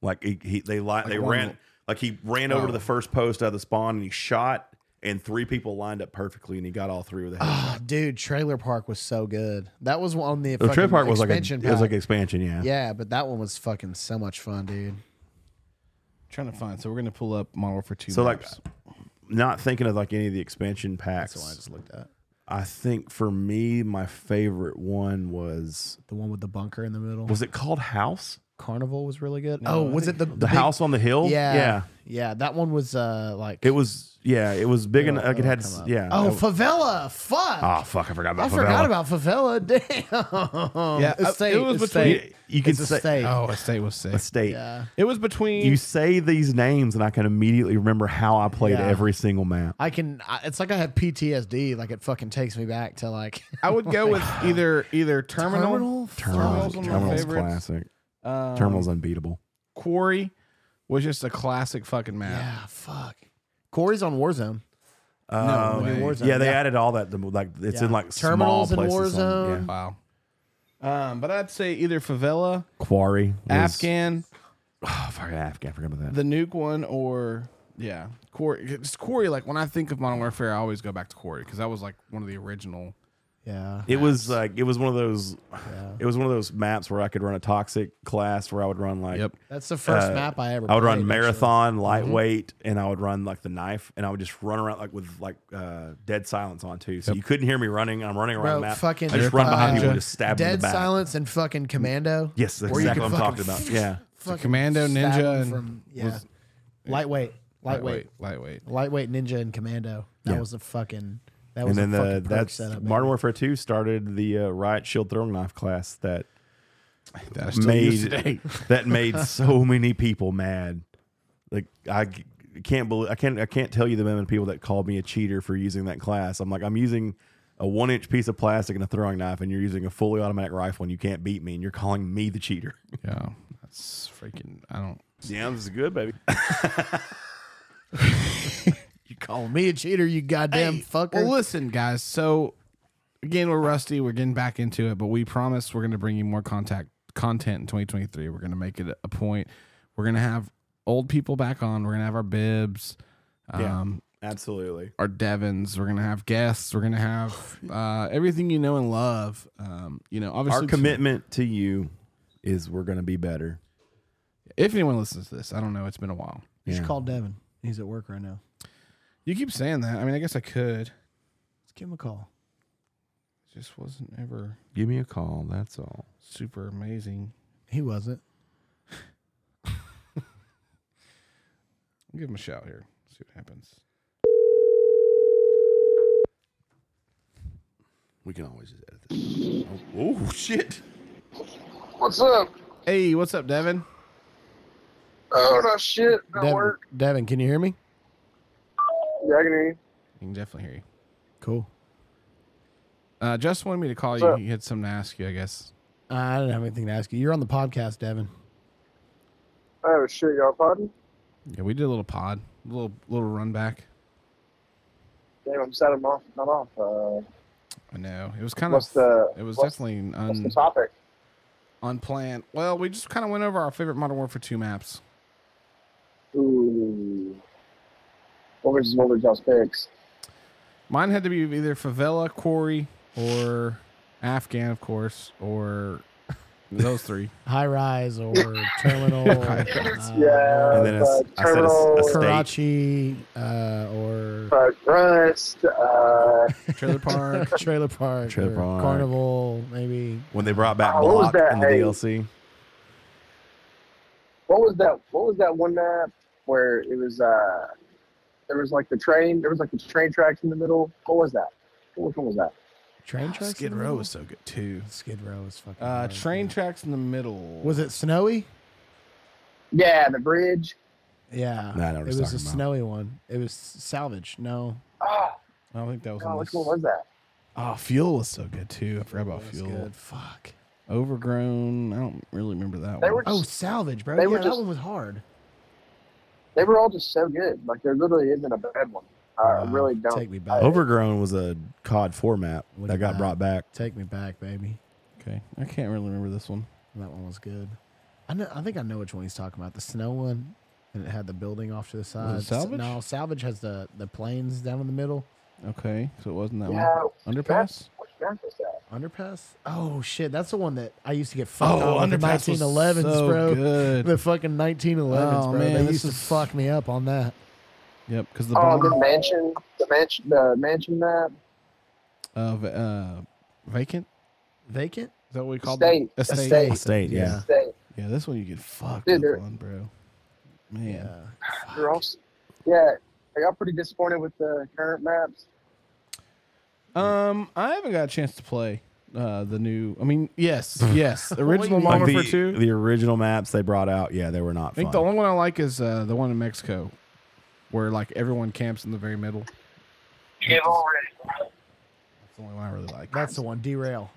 Speaker 3: Like he, he they li- they
Speaker 1: one-
Speaker 3: ran like he ran over to
Speaker 1: Oh.
Speaker 3: the first post out of the spawn and he shot, and three people lined up perfectly, and he got all three with a headshot.
Speaker 4: Oh, dude, Trailer Park was so good. That was on the.
Speaker 3: The
Speaker 4: fucking
Speaker 3: trip part was like a,
Speaker 4: expansion
Speaker 3: it was
Speaker 4: pack.
Speaker 3: like expansion, yeah.
Speaker 4: Yeah, but that one was fucking so much fun, dude.
Speaker 1: trying to find. So we're gonna pull up Modern Warfare 2.
Speaker 3: So
Speaker 1: maps.
Speaker 3: like, not thinking of like any of the expansion packs.
Speaker 4: That's the one I just looked at.
Speaker 3: I think for me, my favorite one was
Speaker 4: The one with the bunker in the middle.
Speaker 3: was it called House?
Speaker 4: Carnival was really good.
Speaker 3: No,
Speaker 4: oh,
Speaker 3: I
Speaker 4: was it
Speaker 3: think-
Speaker 4: the
Speaker 3: The House on the Hill?
Speaker 4: Yeah,
Speaker 3: Yeah.
Speaker 4: yeah. That one was uh like
Speaker 3: It was yeah, it was big
Speaker 4: It'll-
Speaker 3: enough. Like it
Speaker 4: it'll
Speaker 3: had
Speaker 4: come up.
Speaker 3: yeah.
Speaker 4: Oh,
Speaker 3: It-
Speaker 4: favela. Fuck.
Speaker 3: oh fuck, I forgot
Speaker 4: I
Speaker 3: about
Speaker 4: forgot
Speaker 3: Favela.
Speaker 4: about favela. Damn.
Speaker 1: Yeah, uh,
Speaker 4: Estate,
Speaker 1: it was between.
Speaker 4: estate.
Speaker 3: You can
Speaker 4: It's
Speaker 3: say
Speaker 4: estate.
Speaker 1: Oh, estate was sick.
Speaker 3: Estate.
Speaker 4: Yeah.
Speaker 1: It was between.
Speaker 3: You say these names, and I can immediately remember how I played
Speaker 4: Yeah.
Speaker 3: every single map.
Speaker 4: I can. I, it's like I have PTSD. Like it fucking takes me back to like.
Speaker 1: I would go with either either
Speaker 4: Terminal?
Speaker 1: terminal. Terminal's one of my
Speaker 3: Terminal's
Speaker 1: favorites.
Speaker 3: classic.
Speaker 1: Um,
Speaker 3: Terminal's unbeatable.
Speaker 1: Quarry was just a classic fucking map. Yeah,
Speaker 4: fuck. Corey's on Warzone.
Speaker 1: No
Speaker 3: Um,
Speaker 1: way.
Speaker 4: Oh, Warzone,
Speaker 3: yeah, they
Speaker 4: yeah.
Speaker 3: added all that. to- Like it's
Speaker 4: Yeah.
Speaker 3: in like
Speaker 4: Terminals
Speaker 3: small
Speaker 4: and
Speaker 3: places on-
Speaker 4: Warzone.
Speaker 3: yeah.
Speaker 1: Wow. Um, but I'd say either favela,
Speaker 3: Quarry, was-
Speaker 1: Afghan,
Speaker 3: Oh, fuck, Afghan. I forgot about that.
Speaker 1: the nuke one or yeah corey just corey like when i think of modern warfare i always go back to corey because that was like one of the original
Speaker 4: Yeah.
Speaker 3: It was like it was one of those. It was one of those maps where I could run a toxic class where I would run like. Yep.
Speaker 4: That's the first map I ever
Speaker 3: Uh, I would run
Speaker 4: played, Mm-hmm.
Speaker 3: marathon, lightweight, and I would run like the knife, and I would just run around like with like uh, dead silence on too, so you couldn't hear me running. I'm running
Speaker 4: Bro,
Speaker 3: around the map.
Speaker 4: fucking.
Speaker 3: I just run behind
Speaker 4: uh,
Speaker 3: people and just stab them in
Speaker 4: Dead
Speaker 3: the back.
Speaker 4: silence and fucking commando.
Speaker 3: Yes, that's
Speaker 4: Where you
Speaker 3: exactly
Speaker 4: could
Speaker 3: what I'm talking
Speaker 4: fucking
Speaker 3: about. Yeah.
Speaker 1: so
Speaker 4: fucking
Speaker 1: commando
Speaker 4: stab
Speaker 1: ninja
Speaker 4: them
Speaker 1: and
Speaker 4: from- yeah.
Speaker 1: was-
Speaker 4: lightweight, lightweight,
Speaker 1: lightweight lightweight
Speaker 4: lightweight ninja and commando. That
Speaker 1: Yeah.
Speaker 4: was a fucking That was
Speaker 3: and
Speaker 4: a
Speaker 3: then the,
Speaker 4: fucking perk
Speaker 3: that's
Speaker 4: setup,
Speaker 3: Modern Warfare 2 started the uh, Riot Shield throwing knife class that
Speaker 1: I still use today.
Speaker 3: made that made so many people mad. Like I g- can't believe I can't I can't tell you the amount of people that called me a cheater for using that class. I'm like I'm using a one inch piece of plastic and a throwing knife, and you're using a fully automatic rifle, and you can't beat me, and you're calling me the cheater.
Speaker 1: Yeah, that's freaking. I don't.
Speaker 3: Yeah, this is good, baby.
Speaker 4: You call me a cheater, you goddamn fucker.
Speaker 1: Well, listen, guys. So again, we're rusty. We're getting back into it, but we promise we're going to bring you more contact content in 2023. We're going to make it a point. We're going to have old people back on. We're going to have our bibs.
Speaker 3: Yeah,
Speaker 1: Um,
Speaker 3: absolutely.
Speaker 1: Our Devons. We're going to have guests. We're going to have uh, everything you know and love. Um, you know, obviously
Speaker 3: Our commitment to you is we're gonna be better.
Speaker 1: If anyone listens to this, I don't know. It's been a while.
Speaker 4: You should call Devin. He's at work right now.
Speaker 1: You keep saying that. I mean, I guess I could.
Speaker 4: Let's give him a call.
Speaker 1: It just wasn't ever
Speaker 3: Give me a call. That's all.
Speaker 1: super amazing.
Speaker 4: He wasn't.
Speaker 1: I'll give him a shout here. See what happens.
Speaker 3: We can always just edit this. Oh, oh, shit!
Speaker 15: What's up?
Speaker 1: Hey, what's up, Devin?
Speaker 15: Oh, no shit. That
Speaker 4: Devin,
Speaker 15: work.
Speaker 4: Devin, can you hear me?
Speaker 15: Yeah, I can hear you.
Speaker 1: You can definitely hear you.
Speaker 4: Cool.
Speaker 1: Uh, Justin wanted me to call you.
Speaker 4: What's
Speaker 1: He had something to ask you, I guess.
Speaker 4: Uh, I don't have anything to ask you. You're on the podcast, Devin.
Speaker 15: Oh, shit. Y'all pardon?
Speaker 1: Yeah, we did a little pod, a little little run back.
Speaker 15: Damn, I'm sad I'm off. Not off. Uh,
Speaker 1: I know it was kind
Speaker 15: What's
Speaker 1: of
Speaker 15: the-
Speaker 1: it was
Speaker 15: what's-
Speaker 1: definitely an
Speaker 15: what's the
Speaker 1: un,
Speaker 15: topic?
Speaker 1: unplanned. Well, we just kind of went over our favorite Modern Warfare two maps.
Speaker 15: Ooh. What was, what was y'all's picks?
Speaker 1: Mine had to be either Favela, Quarry, or Afghan, of course, or those three.
Speaker 4: High rise or terminal. uh,
Speaker 1: High rise.
Speaker 15: Yeah,
Speaker 1: Uh, And then I s-
Speaker 15: uh,
Speaker 1: I said a s- a
Speaker 15: Terminal,
Speaker 1: state.
Speaker 4: Karachi uh, or
Speaker 15: uh, Rust, uh,
Speaker 1: Trailer Park.
Speaker 4: Trailer Park.
Speaker 3: Trailer
Speaker 4: or
Speaker 3: Park.
Speaker 4: Carnival, maybe.
Speaker 3: When they brought back
Speaker 15: Oh, what
Speaker 3: Block
Speaker 15: was that?
Speaker 3: in the
Speaker 15: Hey.
Speaker 3: DLC.
Speaker 15: what was that? What was that one map where it was? Uh, there was like the train. There was like the train tracks in the middle. What was that? Which one was that?
Speaker 4: Train tracks.
Speaker 1: Skid Row was so good too.
Speaker 4: Skid Row was fucking.
Speaker 1: Uh,
Speaker 4: hard.
Speaker 1: train tracks in the middle.
Speaker 4: Was it snowy?
Speaker 15: Yeah, the bridge.
Speaker 4: Yeah.
Speaker 1: Nah, I know what
Speaker 4: it
Speaker 1: he's
Speaker 4: was a
Speaker 1: talking about.
Speaker 4: snowy one. It was salvage. No.
Speaker 15: Ah,
Speaker 1: I don't think that was.
Speaker 15: God,
Speaker 1: in
Speaker 15: which
Speaker 1: this.
Speaker 15: one was that?
Speaker 1: Oh, fuel was so good too. I forgot about fuel.
Speaker 4: good. Fuck.
Speaker 1: Overgrown. I don't really remember that
Speaker 15: They
Speaker 1: one.
Speaker 15: were
Speaker 4: Oh,
Speaker 15: just,
Speaker 4: salvage, bro.
Speaker 15: They
Speaker 4: Yeah,
Speaker 15: were
Speaker 4: that
Speaker 15: just-
Speaker 4: one was hard.
Speaker 15: they were all just so good. Like there literally isn't a bad one. I
Speaker 1: Uh,
Speaker 15: I Uh, really don't.
Speaker 4: Take me back.
Speaker 3: Overgrown was a COD 4 map
Speaker 4: Look
Speaker 3: that
Speaker 4: at
Speaker 3: got
Speaker 4: that.
Speaker 3: brought back.
Speaker 4: Take me back, baby.
Speaker 1: Okay, I can't really remember this one.
Speaker 4: That one was good. I know. I think I know which one he's talking about. The snow one, and it had the building off to the side. S-
Speaker 1: salvage?
Speaker 4: No, salvage has the the planes down in the middle.
Speaker 1: Okay, so it wasn't that
Speaker 15: Yeah,
Speaker 1: one. Underpass.
Speaker 15: Which map was that?
Speaker 4: Underpass. Oh shit, that's the one that I used to get fucked
Speaker 1: Oh,
Speaker 4: on with the
Speaker 1: Underpass was
Speaker 4: 1911s,
Speaker 1: so
Speaker 4: bro.
Speaker 1: good.
Speaker 4: The fucking 1911s,
Speaker 1: Oh,
Speaker 4: bro.
Speaker 1: man,
Speaker 4: they
Speaker 1: this
Speaker 4: used to
Speaker 1: is-
Speaker 4: fuck me up on that.
Speaker 1: Yep, because the
Speaker 15: oh, the
Speaker 1: bomb
Speaker 15: mansion, the mansion, the mansion map.
Speaker 1: of uh, vacant.
Speaker 4: Vacant.
Speaker 1: Is that what we called
Speaker 15: State.
Speaker 1: it? Estate.
Speaker 15: Estate.
Speaker 3: State, yeah.
Speaker 15: They,
Speaker 1: Yeah, this one you get fucked
Speaker 15: Dude,
Speaker 1: up
Speaker 15: they're-
Speaker 1: on, bro. Man,
Speaker 4: Yeah.
Speaker 15: they're all, s- yeah, I got pretty disappointed with the current maps.
Speaker 1: Um, I haven't got a chance to play uh the new. I mean, yes, yes, original
Speaker 3: Like
Speaker 1: Modern Warfare
Speaker 3: the,
Speaker 1: Two.
Speaker 3: the original maps they brought out, yeah, they were not
Speaker 1: I think
Speaker 3: fun.
Speaker 1: the only one I like is uh the one in Mexico, where like everyone camps in the very middle.
Speaker 15: Give already.
Speaker 1: That's the only one I really like.
Speaker 4: That's the one. Derail.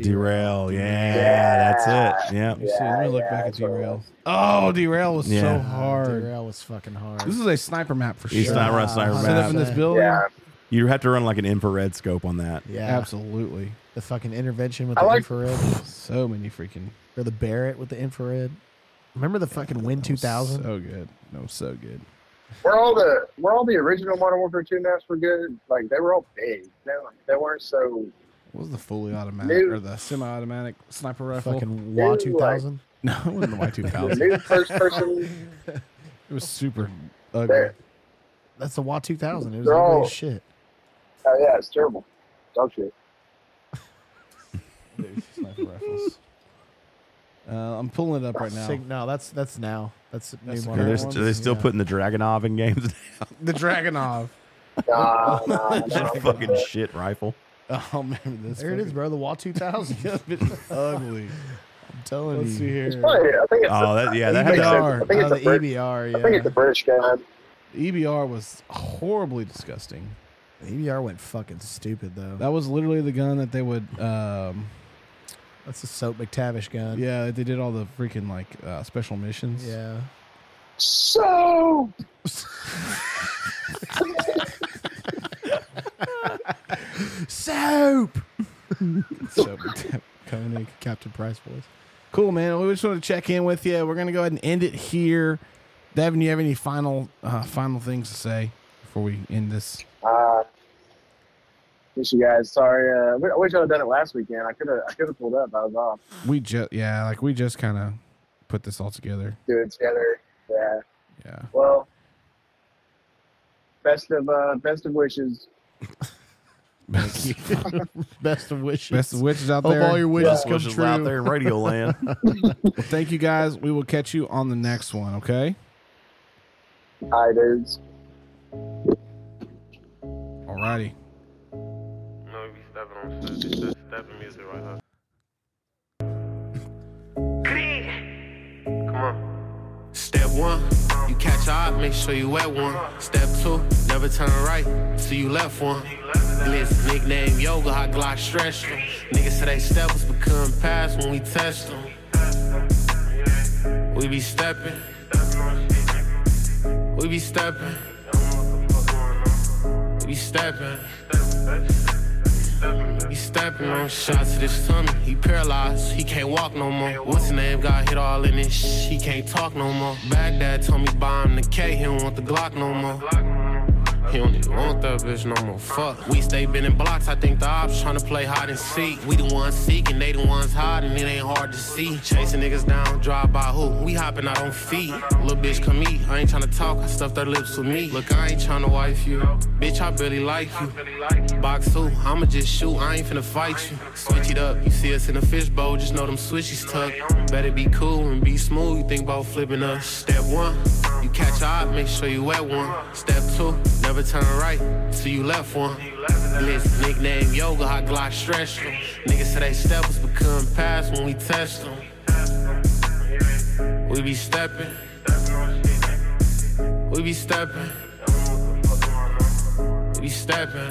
Speaker 3: Derail, yeah, that's it. Yeah.
Speaker 1: You see, let me look back at derail. Oh, derail was so
Speaker 3: Yeah.
Speaker 1: hard.
Speaker 4: Uh, Derail was fucking hard.
Speaker 1: This is a sniper map for
Speaker 3: It's
Speaker 1: sure.
Speaker 3: not run sniper
Speaker 1: Set up
Speaker 3: map.
Speaker 1: in this building.
Speaker 15: Yeah.
Speaker 3: You have to run like an infrared scope on that.
Speaker 4: yeah.
Speaker 1: Absolutely.
Speaker 4: The fucking intervention with
Speaker 15: I
Speaker 4: the
Speaker 15: like-
Speaker 4: infrared
Speaker 1: So many freaking.
Speaker 4: or the Barrett with the infrared. Remember the fucking Win
Speaker 1: that was
Speaker 4: 2000?
Speaker 1: So good. No, so good.
Speaker 15: Were all the were all the original Modern Warfare two maps were good? Like they were all big. They, they weren't so.
Speaker 1: What was the fully automatic
Speaker 15: New-
Speaker 1: or the semi-automatic sniper rifle?
Speaker 4: Fucking WA
Speaker 15: like-
Speaker 4: 2000.
Speaker 1: no, it wasn't the Y two
Speaker 15: The
Speaker 1: thousand.
Speaker 15: new first person.
Speaker 1: It was super ugly.
Speaker 15: They're,
Speaker 4: That's the WA 2000. It was
Speaker 15: They're
Speaker 4: ugly
Speaker 15: all-
Speaker 4: as shit.
Speaker 15: oh yeah, it's terrible. Dog shit.
Speaker 1: Sniper rifles. Uh, I'm pulling it up right now.
Speaker 4: Sig- no, that's that's now. That's,
Speaker 1: That's
Speaker 4: new
Speaker 1: the
Speaker 4: modern
Speaker 3: They're,
Speaker 1: current
Speaker 4: ones.
Speaker 1: one?
Speaker 3: st- they're still
Speaker 4: Yeah.
Speaker 3: putting the Dragonov in games.
Speaker 1: The Dragonov.
Speaker 15: Nah, nah, nah.
Speaker 3: That fucking shit rifle.
Speaker 1: Oh man, this
Speaker 4: there it is, bro. The Wall 2000.
Speaker 1: ugly.
Speaker 4: I'm telling
Speaker 1: Let's
Speaker 4: you.
Speaker 1: see here.
Speaker 15: It's probably, I think it's
Speaker 3: Oh,
Speaker 15: the-
Speaker 3: that- yeah,
Speaker 15: I
Speaker 3: that
Speaker 15: think
Speaker 4: E
Speaker 3: had
Speaker 15: it's-
Speaker 3: the-
Speaker 15: I think
Speaker 1: Oh,
Speaker 15: it's
Speaker 1: the
Speaker 15: the Brit-
Speaker 1: EBR,
Speaker 15: I think
Speaker 4: Uh,
Speaker 1: yeah.
Speaker 15: it's the British guy.
Speaker 1: EBR E was horribly disgusting.
Speaker 4: EBR E went fucking stupid though.
Speaker 1: That was literally the gun that they would. Um,
Speaker 4: That's a Soap McTavish gun.
Speaker 1: yeah, they did all the freaking like uh, special missions.
Speaker 4: Yeah.
Speaker 15: So
Speaker 4: Soap.
Speaker 1: so Koenig,
Speaker 4: Captain Price boys.
Speaker 1: Cool, man. We just want to check in with you. We're gonna go ahead and end it here. Devin, you have any final uh, final things to say before we end this?
Speaker 15: Uh, miss you guys. Sorry. Uh, I wish I'd have done it last weekend. I could have. I could have pulled up. I was off.
Speaker 1: We just yeah, like we just kind of put this all together.
Speaker 15: Do it together. Yeah.
Speaker 1: Yeah.
Speaker 15: Well. Best of uh, best of wishes.
Speaker 4: Best of wishes.
Speaker 1: Best of wishes out
Speaker 4: Hope
Speaker 1: there.
Speaker 4: all your wishes
Speaker 3: Best
Speaker 4: come
Speaker 3: wishes
Speaker 4: true.
Speaker 3: out there in Radio Land.
Speaker 1: Well, thank you guys. We will catch you on the next one. Okay.
Speaker 15: Hi, dudes.
Speaker 1: Alrighty.
Speaker 10: No, we stepping on shit. This is stepping music right here. Come on.
Speaker 16: Step one, you catch a op, make sure you wet one. Step two, never turn right, so you left one. Blitz nickname yoga, hot Glock stretch them. Niggas say they steppers, but couldn't pass when we test them. We be stepping. We be stepping. We stepping. He stepping on shots to this tummy. He paralyzed, he can't walk no more. What's his name? Got hit all in his sh- He can't talk no more. Baghdad told me buy him the K. He don't want the Glock no more. He don't even want that bitch no more. Fuck. We stay bending blocks. I think the ops tryna play hide and seek. We the ones seeking, they the ones hiding. It ain't hard to see. Chasing niggas down, drive by who? We hopping out on feet. Little bitch come eat. I ain't tryna talk. I stuffed her lips with me. Look, I ain't tryna wife you. Bitch, I really like you. Box who? I'ma just shoot. I ain't finna fight you. Switch it up. You see us in a fishbowl. Just know them switches tucked. Better be cool and be smooth. You think about flipping us. Step one. You catch a op, make sure you wet one. Step two, never turn right, so you left one. Blitz nickname yoga, hot Glock stretch them. Niggas say they steppers, but couldn't pass when we test them. We be stepping. We be stepping. We stepping.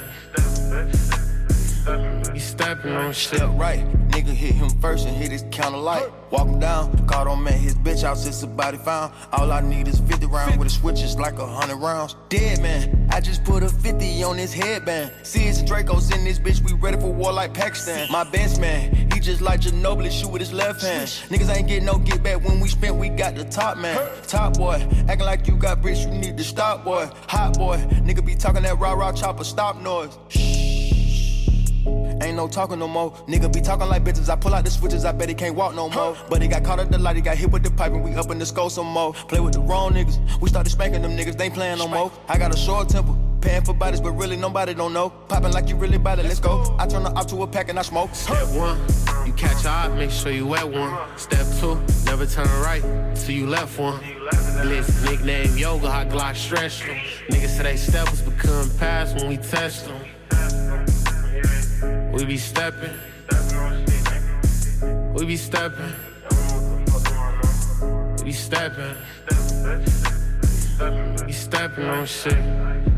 Speaker 16: We stepping on shit.
Speaker 17: Step right, nigga hit him first and hit his counter light. Walk him down, caught on man, his bitch out since a body found. All I need is 50 round with a switch, it's like a hundred rounds. Dead man, I just put a 50 on his headband. Seeds and Dracos in this bitch, we ready for war like Pakistan. My best man, he just like Ginobili, shoot with his left hand. Niggas ain't get no get back when we spent, we got the top man. Top boy, acting like you got bricks, you need to stop boy. Hot boy, nigga be talking that rah rah chopper, stop noise. Ain't no talking no more. Nigga be talking like bitches. I pull out the switches. I bet he can't walk no more. But he got caught at the light. He got hit with the pipe and we up in the skull some more. Play with the wrong niggas. We started spanking them niggas. They ain't playing no more. I got a short temper. Paying for bodies, but really nobody don't know. Popping like you really bought it. Let's go. I turn the op to a pack and I smoke.
Speaker 16: Step one, you catch a op, make sure you wet one. Step two, never turn right, so you left one. Blitz nickname yoga, hot Glock stretch them. Niggas say they steppers, but couldn't pass when we test them. We be stepping. We be stepping. We stepping. We stepping on shit.